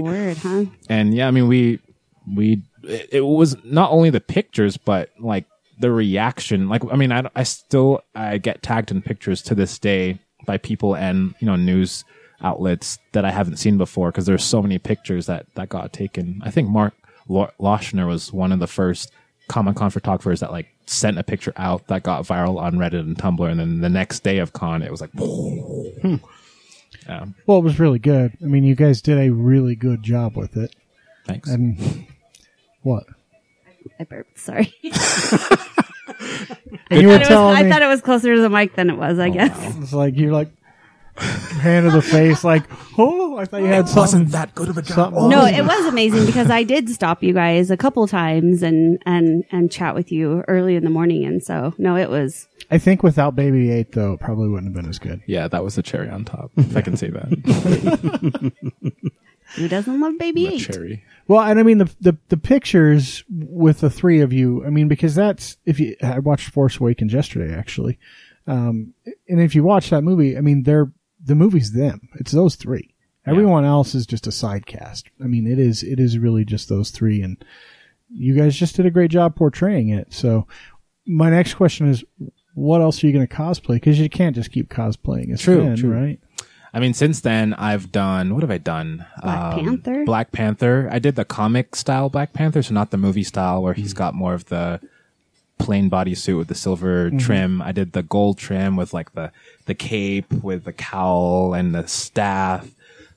C: That's a word, huh?
E: And yeah, I mean, we, we, it, it was not only the pictures, but like the reaction. Like, I mean, I, I still, I get tagged in pictures to this day by people and, you know, news outlets that I haven't seen before because there's so many pictures that, that got taken. I think Mark Lo- Lochner was one of the first Comic Con photographers that like sent a picture out that got viral on Reddit and Tumblr. And then the next day of con, it was like,
A: Well, it was really good. I mean, you guys did a really good job with it.
E: thanks.
A: And what?
C: I burped. Sorry.
A: And you were
C: I, thought
A: telling
C: it was, I
A: me Oh,
C: thought it was closer to the mic than it was. I guess.
A: it's like you're like hand to the face, like oh, I thought you had something.
E: Wasn't that good of a job?
A: something
C: No,
A: else."
C: it was amazing because I did stop you guys a couple times and and and chat with you early in the morning, and so no, it was
A: I think without Baby Eight, though, it probably wouldn't have been as good.
E: Yeah, that was the cherry on top, if I can say that.
C: who doesn't love Baby
E: a
C: Eight?
E: cherry.
A: Well, and I mean the, the the pictures with the three of you. I mean because that's if you I watched Force Awakens yesterday actually, um, and if you watch that movie, I mean they're the movie's them. It's those three. Everyone else is just a side cast. I mean it is it is really just those three, and you guys just did a great job portraying it. So my next question is, what else are you going to cosplay? Because you can't just keep cosplaying as
E: True,
A: Finn,
E: true.
A: right?
E: I mean, since then I've done what have I done? Um,
C: Black Panther?
E: Black Panther. I did the comic style Black Panther, so not the movie style where he's got more of the plain bodysuit with the silver trim. I did the gold trim with like the the cape with the cowl and the staff.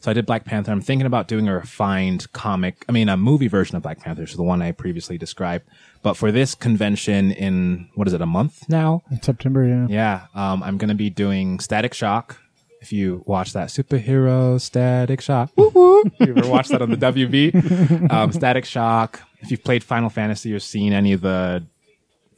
E: So I did Black Panther. I'm thinking about doing a refined comic, I mean a movie version of Black Panther, so the one I previously described. But for this convention in what is it, a month now?
A: In September, yeah.
E: Yeah, um, I'm gonna be doing Static Shock. If you watch that superhero Static Shock, woo woo. If you ever watched that on the WB, um, Static Shock. If you've played Final Fantasy or seen any of the,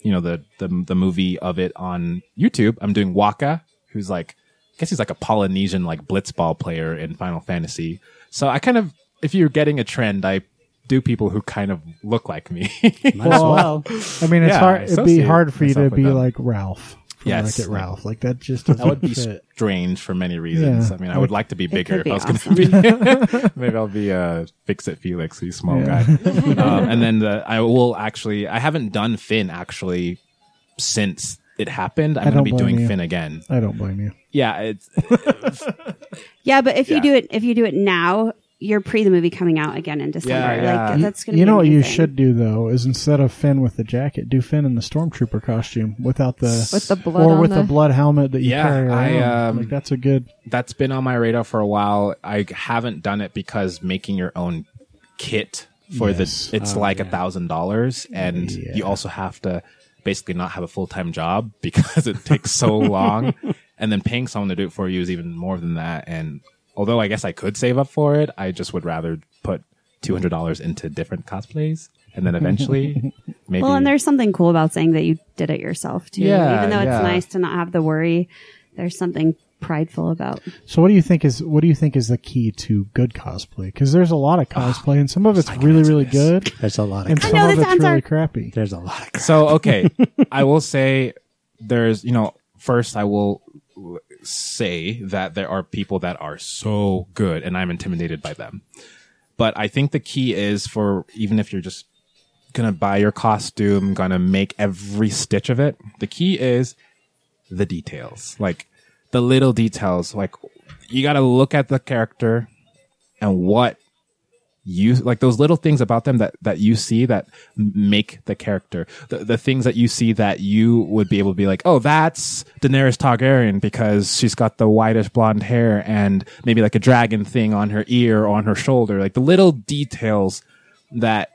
E: you know the the the movie of it on YouTube, I'm doing Waka, who's like, I guess he's like a Polynesian like blitzball player in Final Fantasy. So I kind of, if you're getting a trend, I do people who kind of look like me.
B: Might as well.
A: I mean, it's
E: Yeah, I
A: hard. It'd be
E: associate
A: hard for you to
E: myself with
A: be
E: them.
A: like Ralph. From
E: Yes.
A: Wreck-It Ralph. Like that just doesn't
E: That would be
A: fit.
E: strange for many reasons.
A: Yeah.
E: I mean, I would like to be bigger
C: could
E: if
C: be
E: I was going to be. maybe I'll be a fix it Felix, he's a small guy. um, and then the, I will actually. I haven't done Finn actually since it happened. I'm going to
A: don't
E: be
A: blame
E: doing
A: you.
E: Finn again.
A: I don't blame you.
E: Yeah, it's
C: Yeah, but if
E: Yeah.
C: you do it, if you do it now, you're pre the movie coming out again in December.
E: Yeah, yeah.
C: Like that's gonna.
A: You
C: be
A: know what you
C: amazing.
A: should do though is instead of Finn with the jacket, do Finn in the stormtrooper costume without the
D: With the blood
A: or
D: on
A: with
D: the-
A: the, blood helmet that you
E: Yeah,
A: carry around.
E: I, um,
A: like that's a good.
E: that's been on my radar for a while. I haven't done it because making your own kit for
A: Yes.
E: this it's like a thousand dollars and you also have to basically not have a full time job because it takes so long. And then paying someone to do it for you is even more than that. And although I guess I could save up for it, I just would rather put two hundred dollars into different cosplays and then eventually maybe
C: Well, and there's something cool about saying that you did it yourself too.
E: Yeah,
C: Even though it's
E: yeah.
C: nice to not have the worry, there's something prideful about.
A: So what do you think is what do you think is the key to good cosplay? Because there's a lot of
E: Ah,
A: cosplay and some of it's really really good
B: There's a lot of
A: and
B: co-
A: some
C: know
A: of
C: this
A: it's
C: sounds
A: really
C: hard.
A: crappy.
B: there's a lot of co-
E: So okay, I will say there's you know first I will say that there are people that are so good and I'm intimidated by them. But I think the key is for even if you're just gonna buy your costume, gonna make every stitch of it, the key is the details. Like the little details. Like you gotta look at the character and what you like those little things about them that that you see that m- make the character the, the things that you see that you would be able to be like oh that's daenerys targaryen because she's got the whitish blonde hair and maybe like a dragon thing on her ear or on her shoulder like the little details that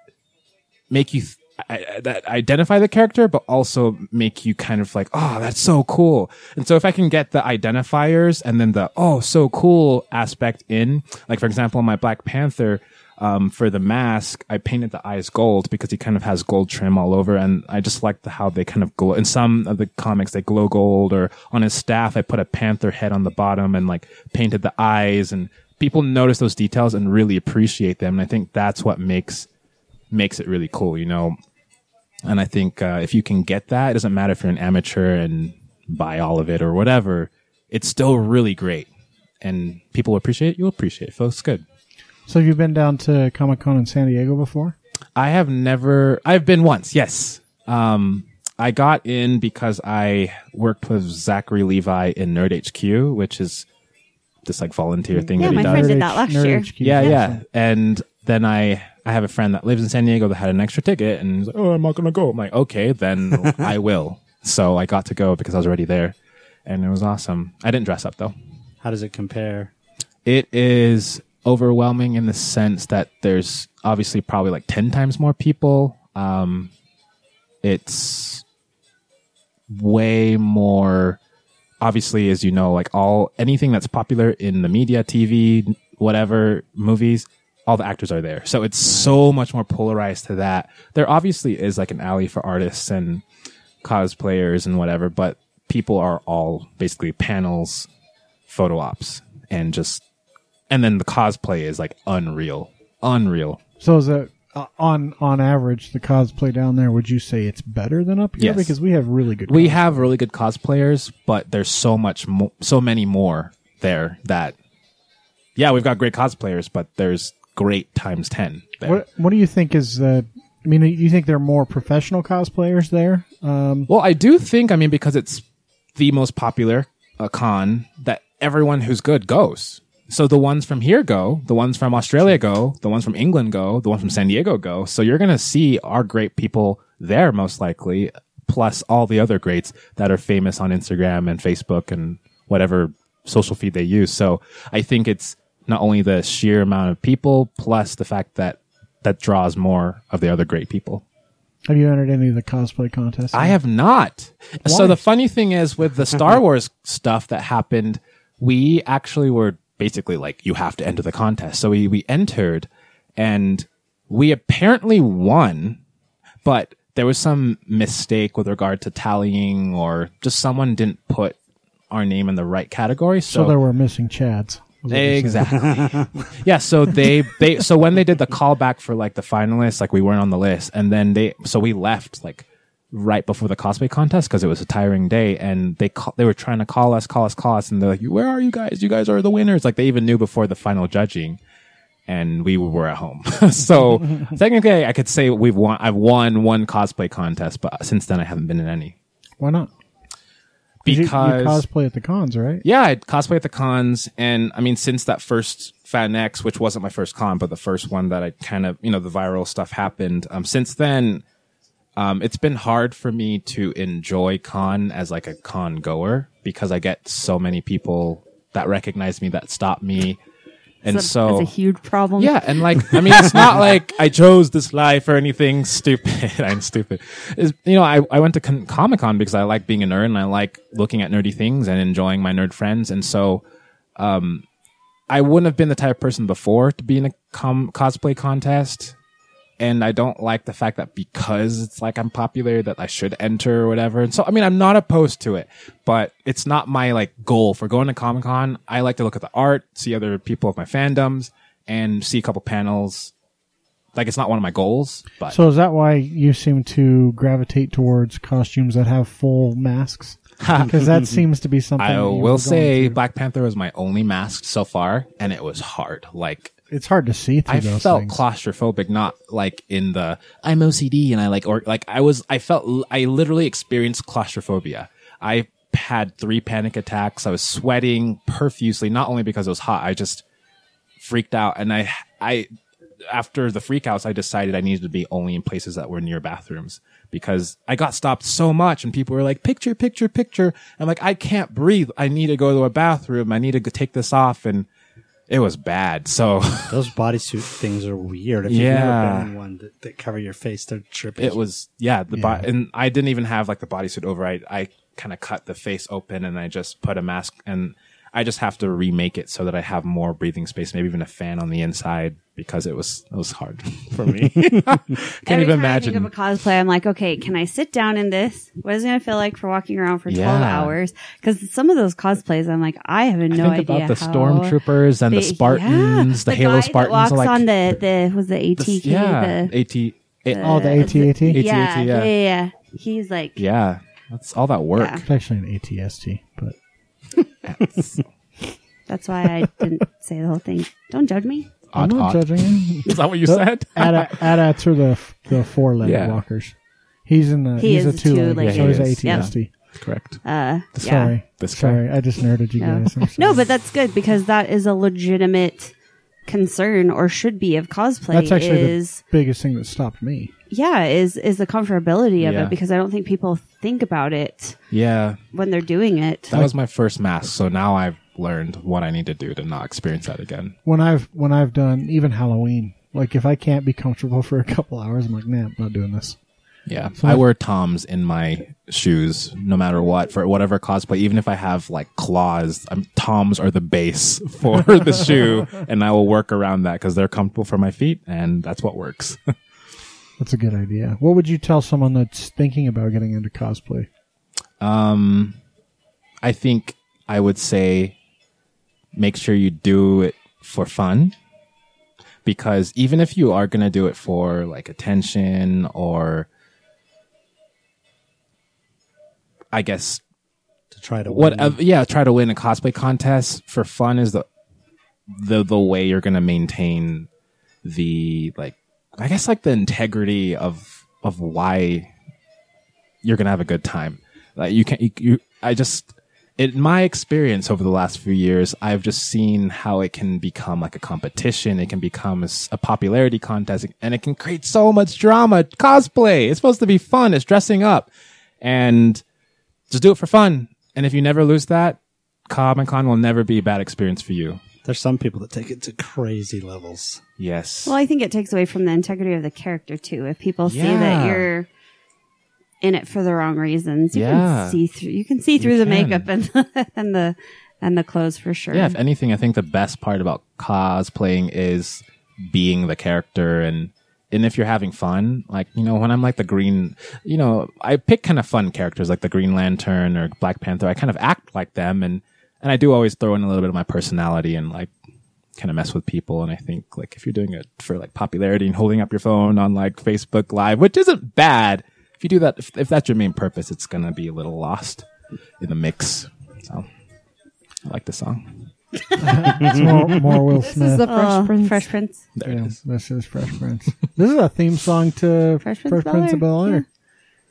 E: make you th- I, I- that identify the character, but also make you kind of like, oh, that's so cool. And so if I can get the identifiers and then the oh, so cool aspect in, like for example, in my Black Panther. Um, for the mask, I painted the eyes gold because he kind of has gold trim all over, and I just like the, how they kind of glow. In some of the comics, they glow gold, or on his staff, I put a panther head on the bottom and like painted the eyes, and people notice those details and really appreciate them. And I think that's what makes makes it really cool, you know. And I think uh, if you can get that, it doesn't matter if you're an amateur and buy all of it or whatever, it's still really great. And people appreciate it, you'll appreciate it. So it's good.
A: So have you been down to Comic Con in San Diego before?
E: I have never, I've been once, yes. Um, I got in because I worked with Zachary Levi in Nerd HQ, which is this like volunteer thing
C: Yeah,
E: that he
C: my
E: does.
C: friend did
A: Nerd
C: that
A: H-
C: last
A: Nerd
C: year.
A: HQ.
E: Yeah, yeah. And then I I have a friend that lives in San Diego that had an extra ticket and he's like, Oh, I'm not gonna go. I'm like, okay, then I will. So I got to go because I was already there and it was awesome. I didn't dress up though.
B: How does it compare?
E: It is overwhelming in the sense that there's obviously probably like ten times more people. Um it's way more obviously as you know like all anything that's popular in the media tv whatever movies all the actors are there so it's so much more polarized to that there obviously is like an alley for artists and cosplayers and whatever but people are all basically panels photo ops and just and then the cosplay is like unreal unreal
A: So is it uh, on on average the cosplay down there? Would you say it's better than up here
E: Yes.
A: because we have really good.
E: we have really good cosplayers, but there's so much, mo- so many more there that, yeah, we've got great cosplayers, but there's great times ten. There.
A: What What do you think is the? I mean, you think there are more professional cosplayers there? Um,
E: Well, I do think, I mean, because it's the most popular uh, con that everyone who's good goes. So the ones from here go, the ones from Australia go, the ones from England go, the ones from San Diego go. So you're going to see our great people there most likely, plus all the other greats that are famous on Instagram and Facebook and whatever social feed they use. So I think it's not only the sheer amount of people, plus the fact that that draws more of the other great people.
A: have you entered any of the cosplay contests?
E: I have not. So the funny thing is with the Star Wars stuff that happened, we actually were basically like, you have to enter the contest. So we, we entered and we apparently won, but there was some mistake with regard to tallying or just someone didn't put our name in the right category. So,
A: so there were missing Chads. is what you're saying.
E: Exactly. yeah. So they they so when they did the callback for like the finalists, like we weren't on the list, and then they so we left like right before the cosplay contest because it was a tiring day, and they call, they were trying to call us, call us, call us, and they're like, "Where are you guys? You guys are the winners!" Like they even knew before the final judging, and we were at home. so technically, I could say we've won. I've won one cosplay contest, but since then I haven't been in any
A: Why not? You, you
E: because
A: cosplay at the cons, right?
E: yeah, I cosplay at the cons, and I mean, since that first Fan X, which wasn't my first con, but the first one that I kind of, you know, the viral stuff happened. Um, since then, um, it's been hard for me to enjoy con as like a con goer because I get so many people that recognize me that stop me, and
C: That's a-
E: so
C: that's a huge problem.
E: yeah, and like I mean, it's not like I chose this life or anything stupid. I'm stupid. It's, you know, I, I went to con- Comic Con because I like being a nerd and I like looking at nerdy things and enjoying my nerd friends. And so, um, I wouldn't have been the type of person before to be in a com- cosplay contest. And I don't like the fact that because it's like I'm popular that I should enter or whatever. And so, I mean, I'm not opposed to it, but it's not my like goal for going to Comic Con. I like to look at the art, see other people of my fandoms, and see a couple panels. Like it's not one of my goals, but
A: So is that why you seem to gravitate towards costumes that have full masks? Because that seems to be something.
E: I
A: that you were
E: will
A: going
E: say
A: through.
E: Black Panther was my only mask so far, and it was hard. Like
A: it's hard to see through
E: I
A: those
E: felt
A: things.
E: claustrophobic, not like in the I'm OCD and I like or like I was I felt I literally experienced claustrophobia. I had three panic attacks. I was sweating profusely, not only because it was hot. I just freaked out, and I I after the freakouts, I decided I needed to be only in places that were near bathrooms because I got stopped so much and people were like, picture, picture, picture. I'm like, I can't breathe. I need to go to a bathroom. I need to go take this off. And it was bad. So
B: Those bodysuit things are weird. If you've
E: Yeah.
B: never been in one that, that cover your face, they're trippy.
E: it was, yeah, the bo- and I didn't even have like the bodysuit over. I, I kind of cut the face open and I just put a mask and I just have to remake it so that I have more breathing space, maybe even a fan on the inside because it was, it was hard for me. Can't
C: Every
E: even
C: time I
E: imagine.
C: think of a cosplay, I'm like, okay, can I sit down in this? What is it going to feel like for walking around for 12
E: Yeah.
C: hours? Because some of those cosplays, I'm like, I have no
E: think
C: idea.
E: about the
C: how
E: stormtroopers and the,
C: they- yeah.
E: Spartans, the, Halo
C: guy
E: Spartans,
C: That walks
E: are like
C: on the, the was the
E: the-
C: ATK.
E: yeah,
C: the,
E: AT, eh,
A: Oh, the ATAT?
E: AT-AT,
C: yeah,
E: yeah.
C: yeah, yeah, yeah. He's like,
E: yeah, that's all that work.
C: Yeah.
A: It's actually an ATST, but
C: that's why I didn't say the whole thing. Don't judge me.
A: I'm
E: Odd,
A: not
E: odd.
A: judging him.
E: Is that what you said?
A: Ada- Adats are the the four legged
E: Yeah.
A: walkers. He's in the
C: He
A: he's
C: is
A: a
C: a
A: two legged,
C: two-legged.
A: so he's
E: Yeah, he
A: ATST.
E: is. Yep.
A: TST.
E: Correct.
C: Uh, yeah.
A: Sorry,
E: This guy.
A: sorry, I just nerded you
C: No.
A: guys. I'm sorry.
C: No, but that's good because that is a legitimate concern or should be of cosplay
A: that's actually
C: is
A: the biggest thing that stopped me.
C: yeah is is the comfortability of
E: Yeah.
C: it because i don't think people think about it
E: Yeah,
C: when they're doing it
E: that was my first mask, so now I've learned what I need to do to not experience that again.
A: When I've when I've done even Halloween, like if I can't be comfortable for a couple hours, I'm like, nah, I'm not doing this.
E: Yeah, I wear toms in my shoes no matter what for whatever cosplay. Even if I have like claws, i toms are the base for the shoe, and I will work around that because they're comfortable for my feet, and that's what works.
A: That's a good idea. What would you tell someone that's thinking about getting into cosplay?
E: Um, I think I would say make sure you do it for fun because even if you are going to do it for like attention or I guess
B: to try to
E: what
B: win.
E: uh, yeah, try to win a cosplay contest for fun is the the the way you're going to maintain the like I guess like the integrity of of why you're gonna have a good time. Like you can't. You, you I just in my experience over the last few years, I've just seen how it can become like a competition. It can become a, s- a popularity contest, and it can create so much drama. Cosplay. It's supposed to be fun. It's dressing up, and just do it for fun. And if you never lose that, Comic Con will never be a bad experience for you.
B: There's some people that take it to crazy levels.
E: Yes.
C: well i think it takes away from the integrity of the character too if people see
E: Yeah.
C: that you're in it for the wrong reasons you
E: Yeah.
C: can see through you can see through the
E: can.
C: makeup and the, and the and the clothes for sure
E: Yeah, if anything, I think the best part about cosplaying is being the character and and if you're having fun, like you know, when I'm like the green, you know, I pick kind of fun characters like the Green Lantern or Black Panther. I kind of act like them, and and I do always throw in a little bit of my personality and like kind of mess with people. And I think like if you're doing it for like popularity and holding up your phone on like Facebook Live, which isn't bad, if you do that, if, if that's your main purpose, it's gonna be a little lost in the mix. So I like the song.
A: It's more, more Will
D: This is
A: Smith.
D: the Uh, Fresh
C: Oh,
D: Prince.
C: fresh prince
E: There
A: Yeah, this is Fresh Prince. this is a theme song to Fresh
C: Fresh
A: Prince,
C: Prince of
A: of Bel Air.
C: Bel-Air.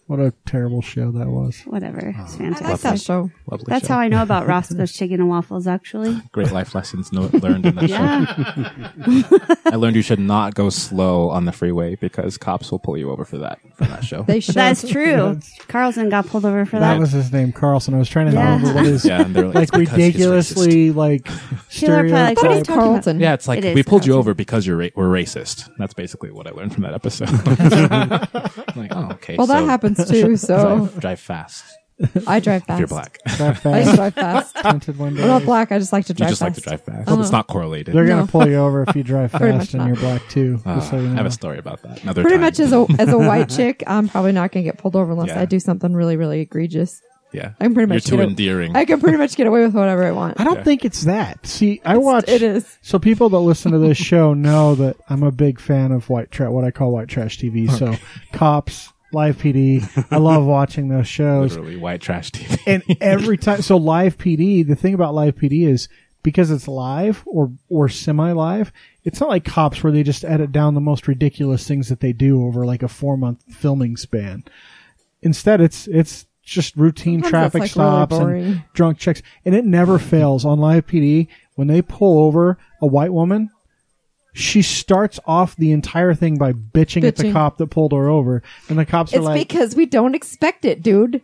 A: What a terrible show that was.
C: whatever it's
D: I
C: fantastic
D: like that show.
E: Lovely
C: that's
E: show.
C: how i know about roscoe's chicken and waffles actually
E: Great life lessons no- learned in that show.
C: yeah
E: I learned you should not go slow on the freeway because cops will pull you over for that for that show.
D: They should.
C: that's true carlson got pulled over for
A: That
C: that,
A: was his name, Carlson. I was trying to
C: Yeah.
A: remember what his
E: yeah, and they're like,
A: like
E: "It's because he's racist."
A: ridiculously like
C: Sheila probably like, what are
A: stereotype.
C: you talking about?
D: Carlton.
E: Yeah, it's like
C: It is
E: we pulled you
D: Carlton.
E: over because you're ra- we're racist. That's basically what I learned from that episode. I'm like, oh, okay.
D: Well, that
E: so
D: happens too. So
E: Drive, drive fast.
D: I drive fast.
E: If you're black, you
A: Drive
D: I
A: fast,
D: just drive fast.
A: tinted windows.
D: I'm not black. I just like to drive
E: just
D: fast.
E: like to drive
A: Oh.
E: fast. It's not correlated. Uh,
A: They're
D: No.
A: gonna pull you over if you drive
D: Pretty
A: fast
D: much
A: and you're
D: not.
A: black too. just so you
E: I have
A: know.
E: a story about that. Another
D: Pretty
E: time.
D: much as a as a white chick, I'm probably not going to get pulled over unless
E: Yeah.
D: I do something really really egregious.
E: yeah.
D: I'm pretty much
E: you're too
D: gonna-
E: endearing.
D: I can pretty much get away with whatever I want.
A: I don't think it's that. See, I watch
D: it is.
A: So people that listen to this show know that I'm a big fan of white tra- what I call white trash TV. So cops, live PD, I love watching those shows.
E: Literally white trash TV.
A: and every time so live pd the thing about live pd is because it's live or or semi live it's not like cops where they just edit down the most ridiculous things that they do over like a four month filming span instead it's it's just routine
D: Sometimes
A: traffic
D: it's, like, really
A: stops
D: boring.
A: and drunk checks and it never fails on live pd when they pull over a white woman she starts off the entire thing by bitching, at the
D: Bitching.
A: cop that pulled her over, and the cops are
D: It's
A: like,
D: because we don't expect it, dude.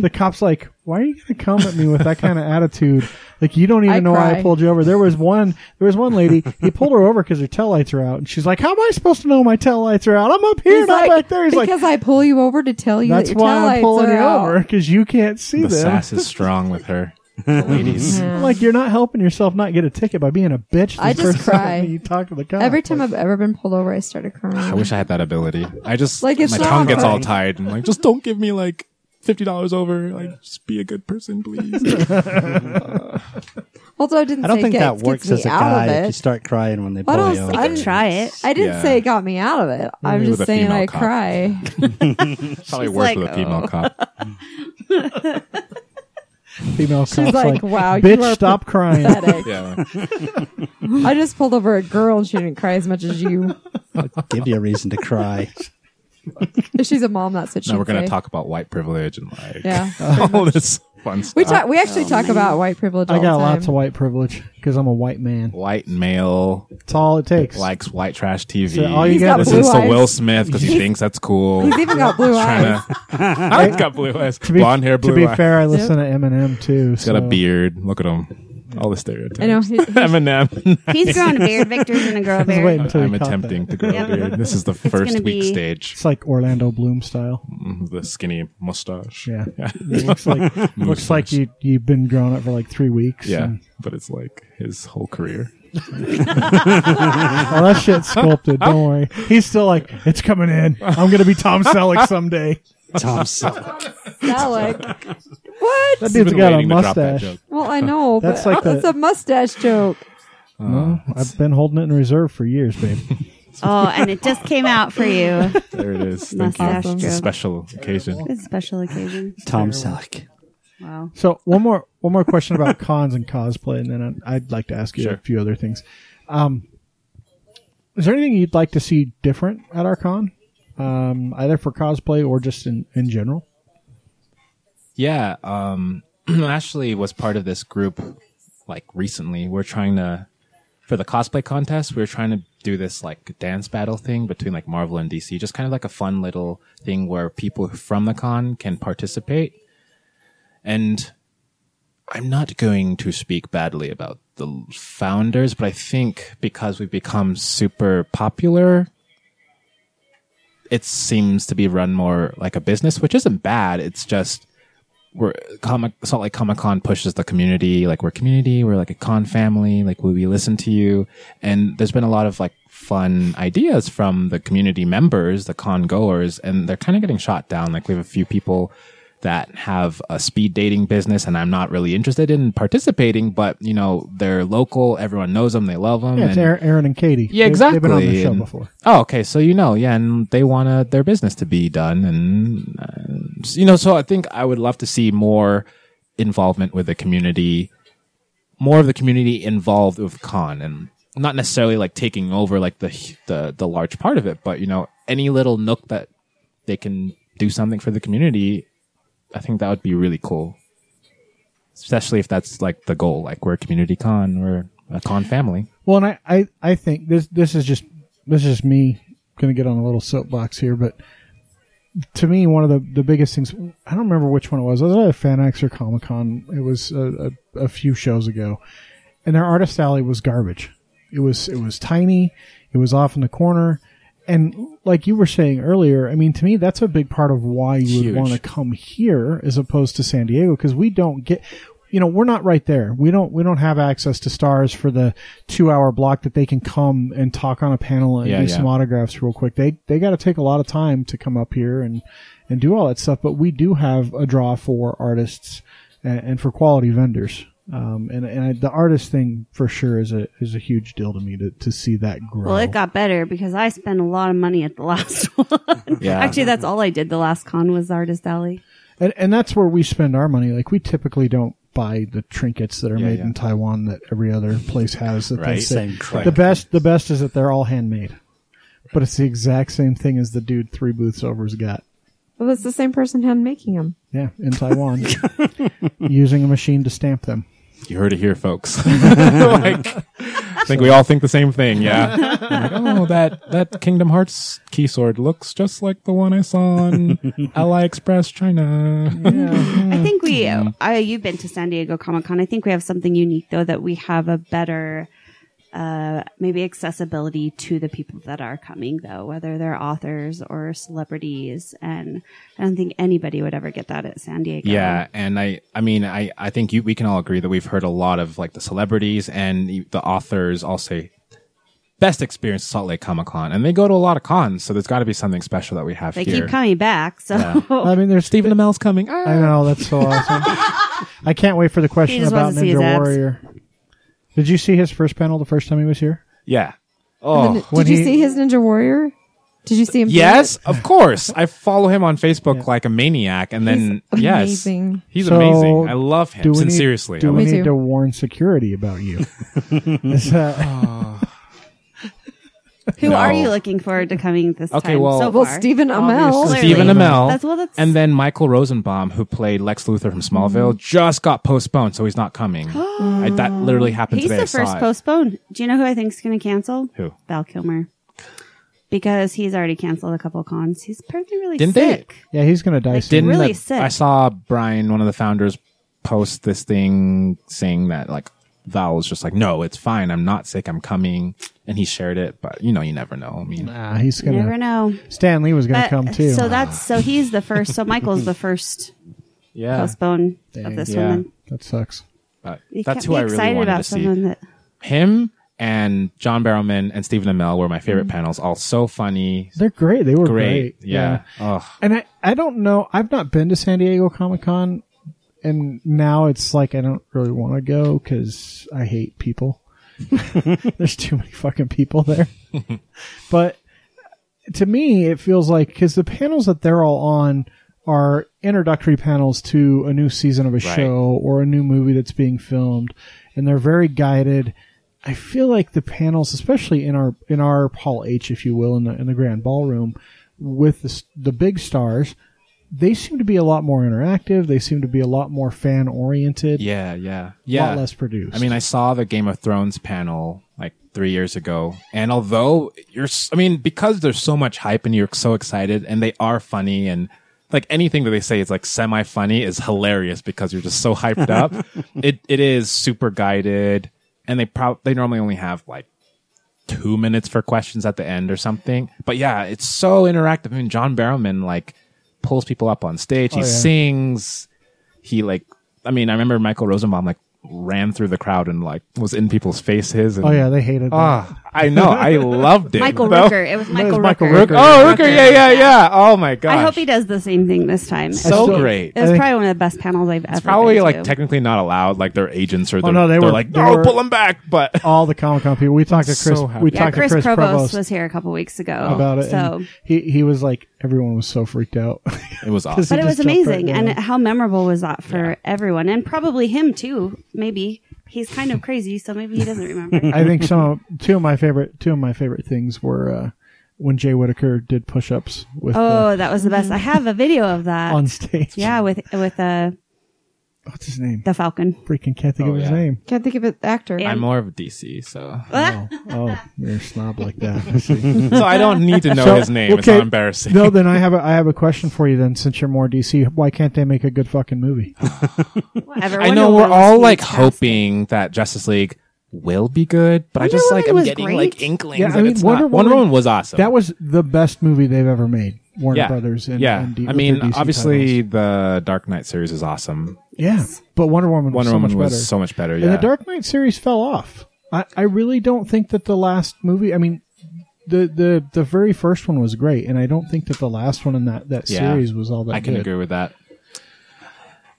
A: the cop's like, why are you gonna come at me with that kind of attitude? Like you don't even
D: I
A: know why I
D: cry.
A: pulled you over. There was one, there was one lady. He pulled her over because her tail lights are out, and she's like, "How am I supposed to know my tail lights are out? I'm up here,
D: He's
A: not
D: like,
A: back there." He's like,
D: because I pull you over to tell you that
A: "That's
D: your
A: why I'm
D: taillights
A: pulling
D: are
A: you
D: out.
A: over because you can't see
E: The
A: them."
E: sass is strong with her. Ladies.
D: Yeah.
A: Like you're not helping yourself not get a ticket by being a bitch.
D: I
A: the
D: just
A: first time
D: cry.
A: you talk to the cop.
D: Every time I've ever been pulled over, I started crying.
E: I wish I had that ability. I just
D: Like, it's
E: my
D: not
E: tongue gets all
D: hard.
E: tied. I'm like, just don't give me like fifty dollars over. Like, just be a good person, please.
D: Although I didn't
B: I don't
D: say
B: think
D: get,
B: that works
D: gets me
B: as a
D: out
B: guy
D: of
B: if you
D: it.
B: start crying when they
D: Why
B: pull
D: don't
B: you
D: I-
B: over.
C: can try it.
D: I didn't
E: Yeah.
D: say it got me out of it. I'm
E: Maybe with
D: just
E: a
D: saying
E: female
D: I
E: cop.
D: cry.
E: Probably
C: She's like,
E: worse with a female
C: "Oh."
E: cop.
A: female cop's like,
D: like, "Wow, you
A: bitch,
D: are
A: stop crying."
D: Pathetic.
E: Yeah.
D: I just pulled over a girl and she didn't cry as much as you.
B: Give you a reason to cry.
D: If she's a mom, that's what she.
E: Now we're gonna talk about white privilege and like
D: Yeah,
E: all this fun stuff.
D: We talk. We actually talk about white privilege.
A: I
D: all
A: got
D: the time.
A: lots of white privilege because I'm a white man.
E: white male
A: That's all it takes.
E: likes white trash TV.
A: So all you He's
D: got blue
E: listens to
D: eyes.
E: Will Smith because he
D: He's-
E: thinks that's cool.
D: He's even got blue eyes.
E: Tryna- I got blue eyes,
A: to be,
E: blonde hair, blue
A: To be
E: eyes.
A: fair, I listen to Eminem too.
E: He's got a beard. Look at him. All the stereotypes.
D: I know. He, he-
E: Eminem.
C: He's grown a beard. Victor's gonna grow
A: I
C: a
A: was waiting
C: beard.
A: until
E: I'm
A: you caught
E: attempting
A: that.
E: to grow a
C: Yep.
E: beard. This is the first
C: gonna
E: week
C: be-
E: stage. mm,
A: It's like Orlando Bloom style.
E: the skinny mustache.
A: Yeah, it looks like looks like you you've been growing up for like three weeks.
E: Yeah.
A: and-
E: But it's like his whole career.
A: oh, that shit's sculpted. Don't worry. He's still like, it's coming in. I'm gonna be Tom Selleck someday.
B: Tom Selleck.
D: now, like, what?
A: That
E: He's
A: dude's
E: been
A: got a
E: waiting to drop that
A: mustache.
E: joke.
D: Well, I know.
A: That's
D: That's
A: like
D: like
A: the-
D: that's a mustache joke.
A: No, I've been holding it in reserve for years, babe.
C: Oh, and it just came out for you.
E: There it is. Thank you.
C: Mustache
E: It's a
C: joke.
E: special occasion.
C: It's a special occasion.
B: Tom Selleck.
C: Wow.
A: So one more one more question about cons and cosplay, and then I- I'd like to ask you a
E: Sure.
A: few other things. Um, is there anything you'd like to see different at our con, um, either for cosplay or just in in general?
E: Yeah, um, Ashley was part of this group like recently. We're trying to for the cosplay contest. We were trying to do this like dance battle thing between like Marvel and DC, just kind of like a fun little thing where people from the con can participate. And I'm not going to speak badly about the founders, but I think because we've become super popular, it seems to be run more like a business, which isn't bad. It's just we're comic Salt Lake Comic Con pushes the community. Like we're a community. We're like a con family. Like we, we listen to you. And there's been a lot of like fun ideas from the community members, the con goers, and they're kind of getting shot down. Like we have a few people that have a speed dating business and I'm not really interested in participating, but you know, they're local. Everyone knows them. They love them.
A: Yeah, it's
E: and-
A: Aaron, Aaron and Katie.
E: yeah,
A: They-
E: exactly.
A: They've been on the show
E: And-
A: before.
E: Oh, okay. So you know, yeah, and they want to their business to be done, and uh, s- you know, so I think I would love to see more involvement with the community, more of the community involved with con, and not necessarily like taking over like the h- the the large part of it, but you know, any little nook that they can do something for the community, I think that would be really cool. Especially if that's like the goal, like we're a community con, we're a con family.
A: Well, and I, I, I think this this is just this is just me going to get on a little soapbox here, but to me, one of the, the biggest things I don't remember which one it was. It was either FanX or Comic Con. It was a, a, a few shows ago, and their artist alley was garbage. It was it was tiny. It was off in the corner, and like you were saying earlier, I mean, to me, that's a big part of why you would
E: Huge.
A: want to come here as opposed to San Diego because we don't get. You know, we're not right there. We don't we don't have access to stars for the two hour block that they can come and talk on a panel and
E: Yeah,
A: do
E: yeah.
A: some autographs real quick. They they got to take a lot of time to come up here and and do all that stuff. But we do have a draw for artists and, and for quality vendors. Um, and and I, the artist thing for sure is a is a huge deal to me to, to see that grow.
C: Well, it got better because I spent a lot of money at the last one.
E: Yeah.
C: Actually, that's all I did. The last con was Artist Alley.
A: and, and that's where we spend our money. Like we typically don't buy the trinkets that are
E: Yeah,
A: made
E: yeah.
A: in Taiwan that every other place has. That they
E: Right.
A: say.
B: Same crap.
A: The best the best is that they're all handmade, but it's the exact same thing as the dude three booths over's got.
D: Well, it's the same person hand making them.
A: Yeah, in Taiwan, using a machine to stamp them.
E: You heard it here, folks. like, think we all think the same thing. Yeah. like, oh, that that Kingdom Hearts key sword looks just like the one I saw on AliExpress China.
C: I think we,
E: Mm-hmm.
C: uh, you've been to San Diego Comic Con. I think we have something unique though that we have a better, uh, maybe accessibility to the people that are coming though, whether they're authors or celebrities. And I don't think anybody would ever get that at San Diego.
E: Yeah, and I, I mean, I, I think you, we can all agree that we've heard a lot of like the celebrities and e, the authors all say best experience at Salt Lake Comic Con, and they go to a lot of cons, so there's got to be something special that we have
C: They
E: here.
C: keep coming back. So
A: I mean, there's
E: Stephen Amell's coming. Ah.
A: I know that's so awesome. I can't wait for the question
C: just
A: about
C: wants to see his
A: Ninja
C: abs.
A: Warrior. Did you see his first panel the first time he was here?
E: Yeah. Oh.
A: when
D: Did you
A: he-
D: see his Ninja Warrior? Did you see him? do
E: Yes,
D: it?
E: of course. I follow him on Facebook like a maniac, and then
D: He's
E: yes,
D: amazing.
E: he's
A: So,
E: amazing. I love him.
A: do we
E: Sin-
A: need-
E: seriously, I
A: do
E: love
A: we
D: Me
A: need
D: too.
A: to warn security about you? Is that- oh,
C: who
E: No.
C: are you looking forward to coming this
E: Okay,
C: time
E: well-
C: so
D: Well,
C: far?
D: Stephen
C: All these
D: Amell.
C: celebrities.
E: Stephen Amell.
C: That's well, that's
E: and then Michael Rosenbaum, who played Lex Luthor from
A: Mm-hmm.
E: Smallville, just got postponed, so he's not coming. I, that literally happened
C: He's
E: today. I
C: the
E: saw
C: first
E: it.
C: postponed. Do you know who I think's going to cancel?
E: Who?
C: Val Kilmer. Because he's already canceled a couple cons. He's apparently really
E: Didn't they-
C: sick.
A: yeah, he's going to die. soon.
E: Didn't
C: really
E: the-
C: sick.
E: I saw Brian, one of the founders, post this thing saying that like Val was just like, "No, it's fine. I'm not sick. I'm coming," and he shared it. But you know, you never know. I mean,
A: Nah, Uh,
E: uh,
A: he's going
C: Never
A: to.
C: know.
A: Stan Lee was going to
C: But- uh,
A: come too.
C: So that's so he's the first. So Michael's the first
E: yeah,
C: postponed of this
E: yeah.
C: one. And
A: that sucks.
E: But
C: You can't
E: that's who
C: be
E: I really
C: excited
E: wanted
C: about
E: to see.
C: someone that
E: Him and John Barrowman and Stephen Amell were my favorite panels. All so funny,
A: They're great. They were
E: great.
A: Mm. great.
E: Yeah. Ugh.
A: And I, I don't know. I've not been to San Diego Comic Con, and now it's like I don't really want to go because I hate people. There's too many fucking people there. but to me, it feels like because the panels that they're all on are introductory panels to a new season of a show or a new movie that's being filmed, and they're very guided. I feel like the panels, especially in our in our Hall H, if you will, in the in the grand ballroom, with the, s- the big stars, they seem to be a lot more interactive. They seem to be a lot more fan oriented.
E: Yeah, yeah,
A: a
E: yeah.
A: lot less produced.
E: I mean, I saw the Game of Thrones panel like three years ago, and although you're, s- I mean, because there's so much hype and you're so excited, and they are funny, and like anything that they say is like semi funny is hilarious because you're just so hyped up. it it is super guided, and they probably they normally only have like two minutes for questions at the end or something. But yeah, it's so interactive. I mean, John Barrowman like pulls people up on stage. he
A: Oh, yeah.
E: sings. He like, I mean, I remember Michael Rosenbaum like ran through the crowd and like was in people's faces. And,
A: oh yeah, they hated. that.
E: Ah, I know. I loved it.
C: Michael
E: though.
C: Rooker. It was Michael,
A: Michael
E: Rook-
A: Rooker.
E: Oh, Rooker. Yeah, yeah, yeah. Oh my gosh.
C: I hope he does the same thing this time.
A: I
E: So great.
C: it was
A: I think-
C: probably one of the best panels I've ever.
E: Probably
C: been
E: like
C: to.
E: technically not allowed. Like their agents or their,
A: Oh, no, they
E: they're
A: were-
E: like,
A: they
E: no,
A: were-
E: pull them back. But
A: all the Comic Con people. We talked to
E: so
A: Chris.
E: happy.
A: we
C: Yeah,
A: talked
C: Chris,
A: to Chris
C: Provost,
A: Provost
C: was here a couple weeks ago
A: about it.
C: So
A: and he he was like everyone was so freaked out.
E: it was awesome.
A: He
C: but it
A: just
C: was
A: jumped right
C: amazing
A: down.
C: and how memorable was that for everyone and probably him too maybe he's kind of crazy so maybe he doesn't remember
A: I think some of, two of my favorite two of my favorite things were uh, when Jay Whitaker did push ups with
C: oh
A: uh,
C: that was the best i have a video of that
A: on stage.
C: yeah with with uh
A: what's his name?
C: the falcon
A: Freaking can't think
E: Oh,
A: of his
E: yeah.
A: name.
D: Can't think of it. Actor.
C: Yeah.
E: I'm more of a DC, so
A: Oh, you're a snob like that. I see.
E: so I don't need to know
A: So,
E: his name. It's
A: okay.
E: not embarrassing.
A: no, then I have a I have a question for you. Then since you're more DC, why can't they make a good fucking movie?
C: Everyone
E: I know we're
C: knows
E: all
C: he's
E: like
C: cast.
E: hoping that Justice League will be good, but I
C: Wonder
E: just like
C: Woman
E: I'm
C: was
E: getting
C: great.
E: like inklings.
A: Yeah,
E: that
A: I mean,
E: it's
A: Wonder
E: not- Wonder
A: Woman-
E: Woman was awesome.
A: That was the best movie they've ever made. Warner
E: yeah.
A: Brothers and
E: yeah.
A: and D-
E: I
A: with
E: mean,
A: their DC
E: obviously
A: titles.
E: the Dark Knight series is awesome.
A: yeah. But Wonder Woman was
E: Wonder
A: so
E: Woman
A: much
E: was
A: better.
E: so much better. Yeah,
A: And the Dark Knight series fell off. I, I really don't think that the last movie. I mean, the, the the very first one was great, and I don't think that the last one in that that
E: Yeah.
A: series was all that.
E: I can
A: good.
E: agree with that.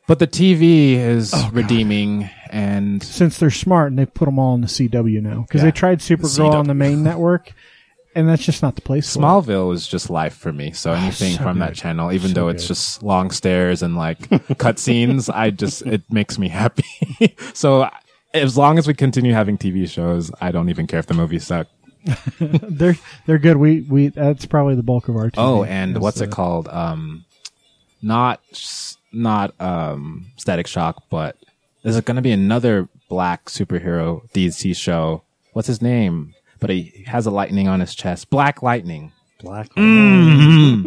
E: But the TV is
A: Oh,
E: redeeming, and
A: Since they're smart and they put them all in the CW now, because
E: Yeah.
A: they tried Supergirl
E: CW.
A: on the main network, and that's just not the place. for it.
E: Smallville was just life for me. So anything
A: Ah, so
E: from that
A: good.
E: channel, even though it's just long stairs and like cutscenes, I just it makes me happy. so as long as we continue having TV shows, I don't even care if the movies suck.
A: They're they're good. We we that's probably the bulk of our. TV.
E: Oh, and
A: That's
E: what's
A: the-
E: it called? Um, not s- not um Static Shock, but there's going to be another black superhero DC show what's his name? But he has a lightning on his chest. Black lightning.
B: Black.
E: You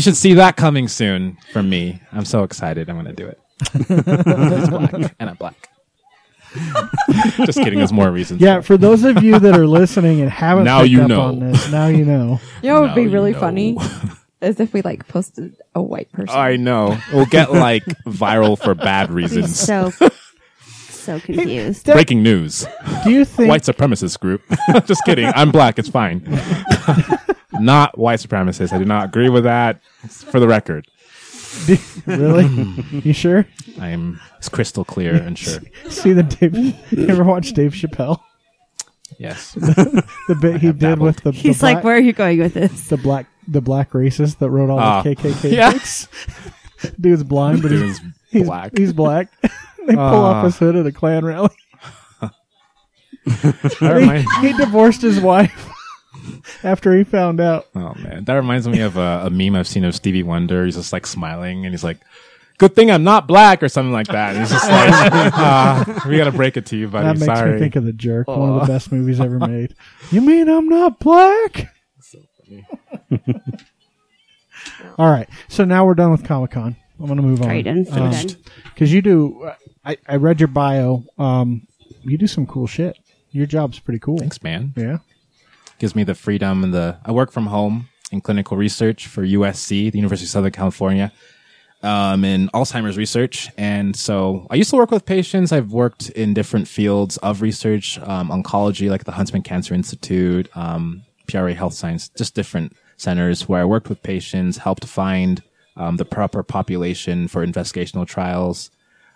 E: should see that coming soon from me. I'm so excited. I'm going to do it. it's black, and I'm black. Just kidding. There's more reasons.
A: Yeah, for those of you that are listening and haven't
E: Now
A: picked
E: you
A: up
E: know.
A: on this, now you know.
D: You know, it would
E: Now
D: be
E: you
D: really
E: know.
D: funny is if we like posted a white person.
E: I know. We'll get like viral for bad
C: Be
E: reasons.
C: so so confused.
E: Breaking news.
A: Do you think
E: White supremacist group. Just kidding. I'm black. It's fine. not white supremacist. I do not agree with that. For the record,
A: really? you sure?
E: I'm it's crystal clear and sure.
A: See the Dave? You ever watch Dave Chappelle?
E: Yes.
A: The bit he
E: have
A: did
E: dabbled.
A: with the, the
C: He's
A: black,
C: like, where are you going with this?
A: the black the black racist that wrote all
E: Ah.
A: the KKK.
E: Yes.
A: Dude's blind, but he's,
E: Dude's
A: he's
E: black. Ah.
A: He's black. they pull off his hood at a Klan rally.
E: That
A: he,
E: reminds,
A: he divorced his wife after he found out.
E: oh man, that reminds me of a, a meme I've seen of Stevie Wonder. He's just like smiling and he's like, "Good thing I'm not black" or something like that. And he's just like, "Ah, "We gotta break it to you, buddy.
A: That makes
E: Sorry."
A: me think of The Jerk, one of the best movies ever made. You mean I'm not black? All right, so now we're done with Comic Con. I'm going to move on.
C: Right, and so
A: Um,
C: done.
A: because you do. I, I read your bio. Um, you do some cool shit. Your job's pretty cool.
E: Thanks, man.
A: Yeah.
E: gives me the freedom and the I work from home in clinical research for USC, the University of Southern California, um, in Alzheimer's research. And so I used to work with patients. I've worked in different fields of research, um, oncology, like the Huntsman Cancer Institute, um, PRA Health Science, just different centers where I worked with patients, helped find um, the proper population for investigational trials.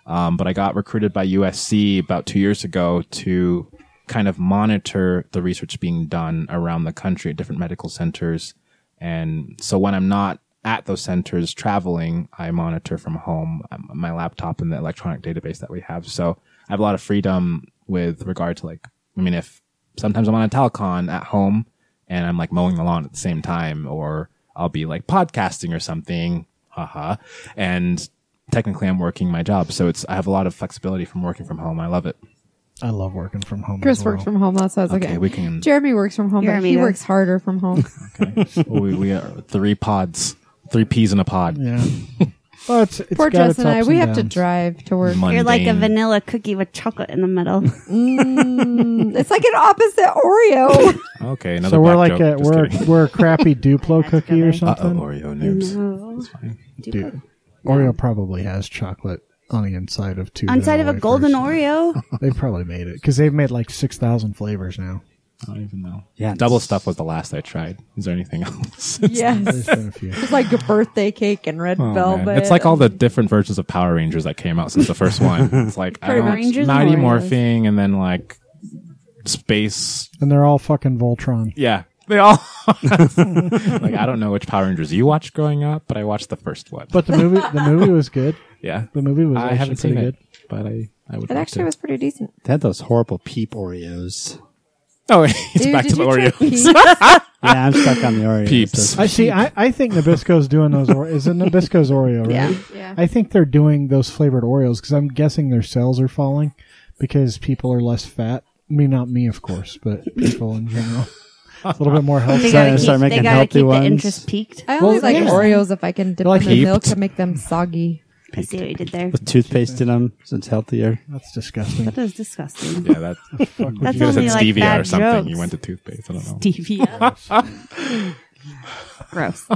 E: Um, but I got recruited by USC about two years ago to kind of monitor the research being done around the country at different medical centers. And so when I'm not at those centers traveling, I monitor from home um, my laptop and the electronic database that we have. So I have a lot of freedom with regard to like, I mean, if sometimes I'm on a telecon at home and I'm like mowing the lawn at the same time, or I'll be like podcasting or something, haha. And technically, I'm working my job, so it's I have a lot of flexibility from working from home. I love it.
A: I love working from home.
D: Chris
A: as well.
D: works from home. That's sounds okay.
E: Okay, we can-
D: Jeremy works from home,
C: Jeremy
D: but he
C: does.
D: works harder from home.
E: Well, we, we are three pods, three peas in a pod.
A: Yeah. Well, it's, it's
D: Poor
A: got
D: Jess
A: its
D: and I,
A: ups
D: we
A: and
D: have to
A: downs.
D: drive to work.
E: Mundane.
C: You're like a vanilla cookie with chocolate in the middle.
D: It's like an opposite Oreo.
E: Okay, another
A: So we're
E: black
A: like a
E: joke. Just
A: we're
E: kidding.
A: we're a crappy Duplo cookie or
E: Uh-oh,
A: something.
E: Oreo noobs.
C: No.
A: Dude, Oreo probably has chocolate on the inside of two.
C: Inside of a
A: vanilla
C: golden
A: wafers.
C: Oreo.
A: They probably made it because they've made like six thousand flavors now.
E: I don't even know.
B: Yeah.
E: double stuff was the last I tried. Is there anything else?
D: yes.
A: There's been a few.
D: It's like a birthday cake and red
E: Oh, man.
D: velvet.
E: It's like all the different versions of Power Rangers that came out since the first one. It's like I
C: Power
E: don't,
C: Rangers and
E: Mighty
C: Oreos.
E: Morphing and then like space.
A: and they're all fucking Voltron.
E: Yeah, they all like I don't know which Power Rangers you watched growing up, but I watched the first one.
A: But the movie the movie was good.
E: yeah,
A: The movie was
E: I
A: actually
E: haven't seen
A: pretty
E: it, but I I would.
D: It
E: like
D: actually
E: to.
D: was pretty decent.
B: They had those horrible peep Oreos.
E: Oh, it's
D: Dude,
E: back
D: did
E: to the
D: you try
E: Oreo.
D: peas?
B: Yeah, I'm stuck on the Oreos.
E: Peeps.
A: I see. I, I think Nabisco's doing those. Or- is it Nabisco's Oreo? Right?
C: Yeah.
D: Yeah.
A: I think they're doing those flavored Oreos because I'm guessing their sales are falling because people are less fat. I mean, not me, of course, but people in general. A little bit more health.
C: They
B: Sorry,
C: gotta
B: start
C: keep, they
B: making
C: gotta
B: healthy
C: keep
B: ones.
C: the interest peaked.
D: I
A: Well,
D: only like
A: yeah.
D: Oreos if I can dip
A: Like
D: them in
A: heaped.
D: milk and make them soggy.
C: I see what you did there.
B: With toothpaste in them, so it's healthier.
A: That's disgusting.
C: That is disgusting.
E: yeah, that. you could
C: That's
E: have said
C: only like
E: stevia
C: bad
E: or something.
C: jokes.
E: You went to toothpaste. I don't know.
C: Stevia. Gross.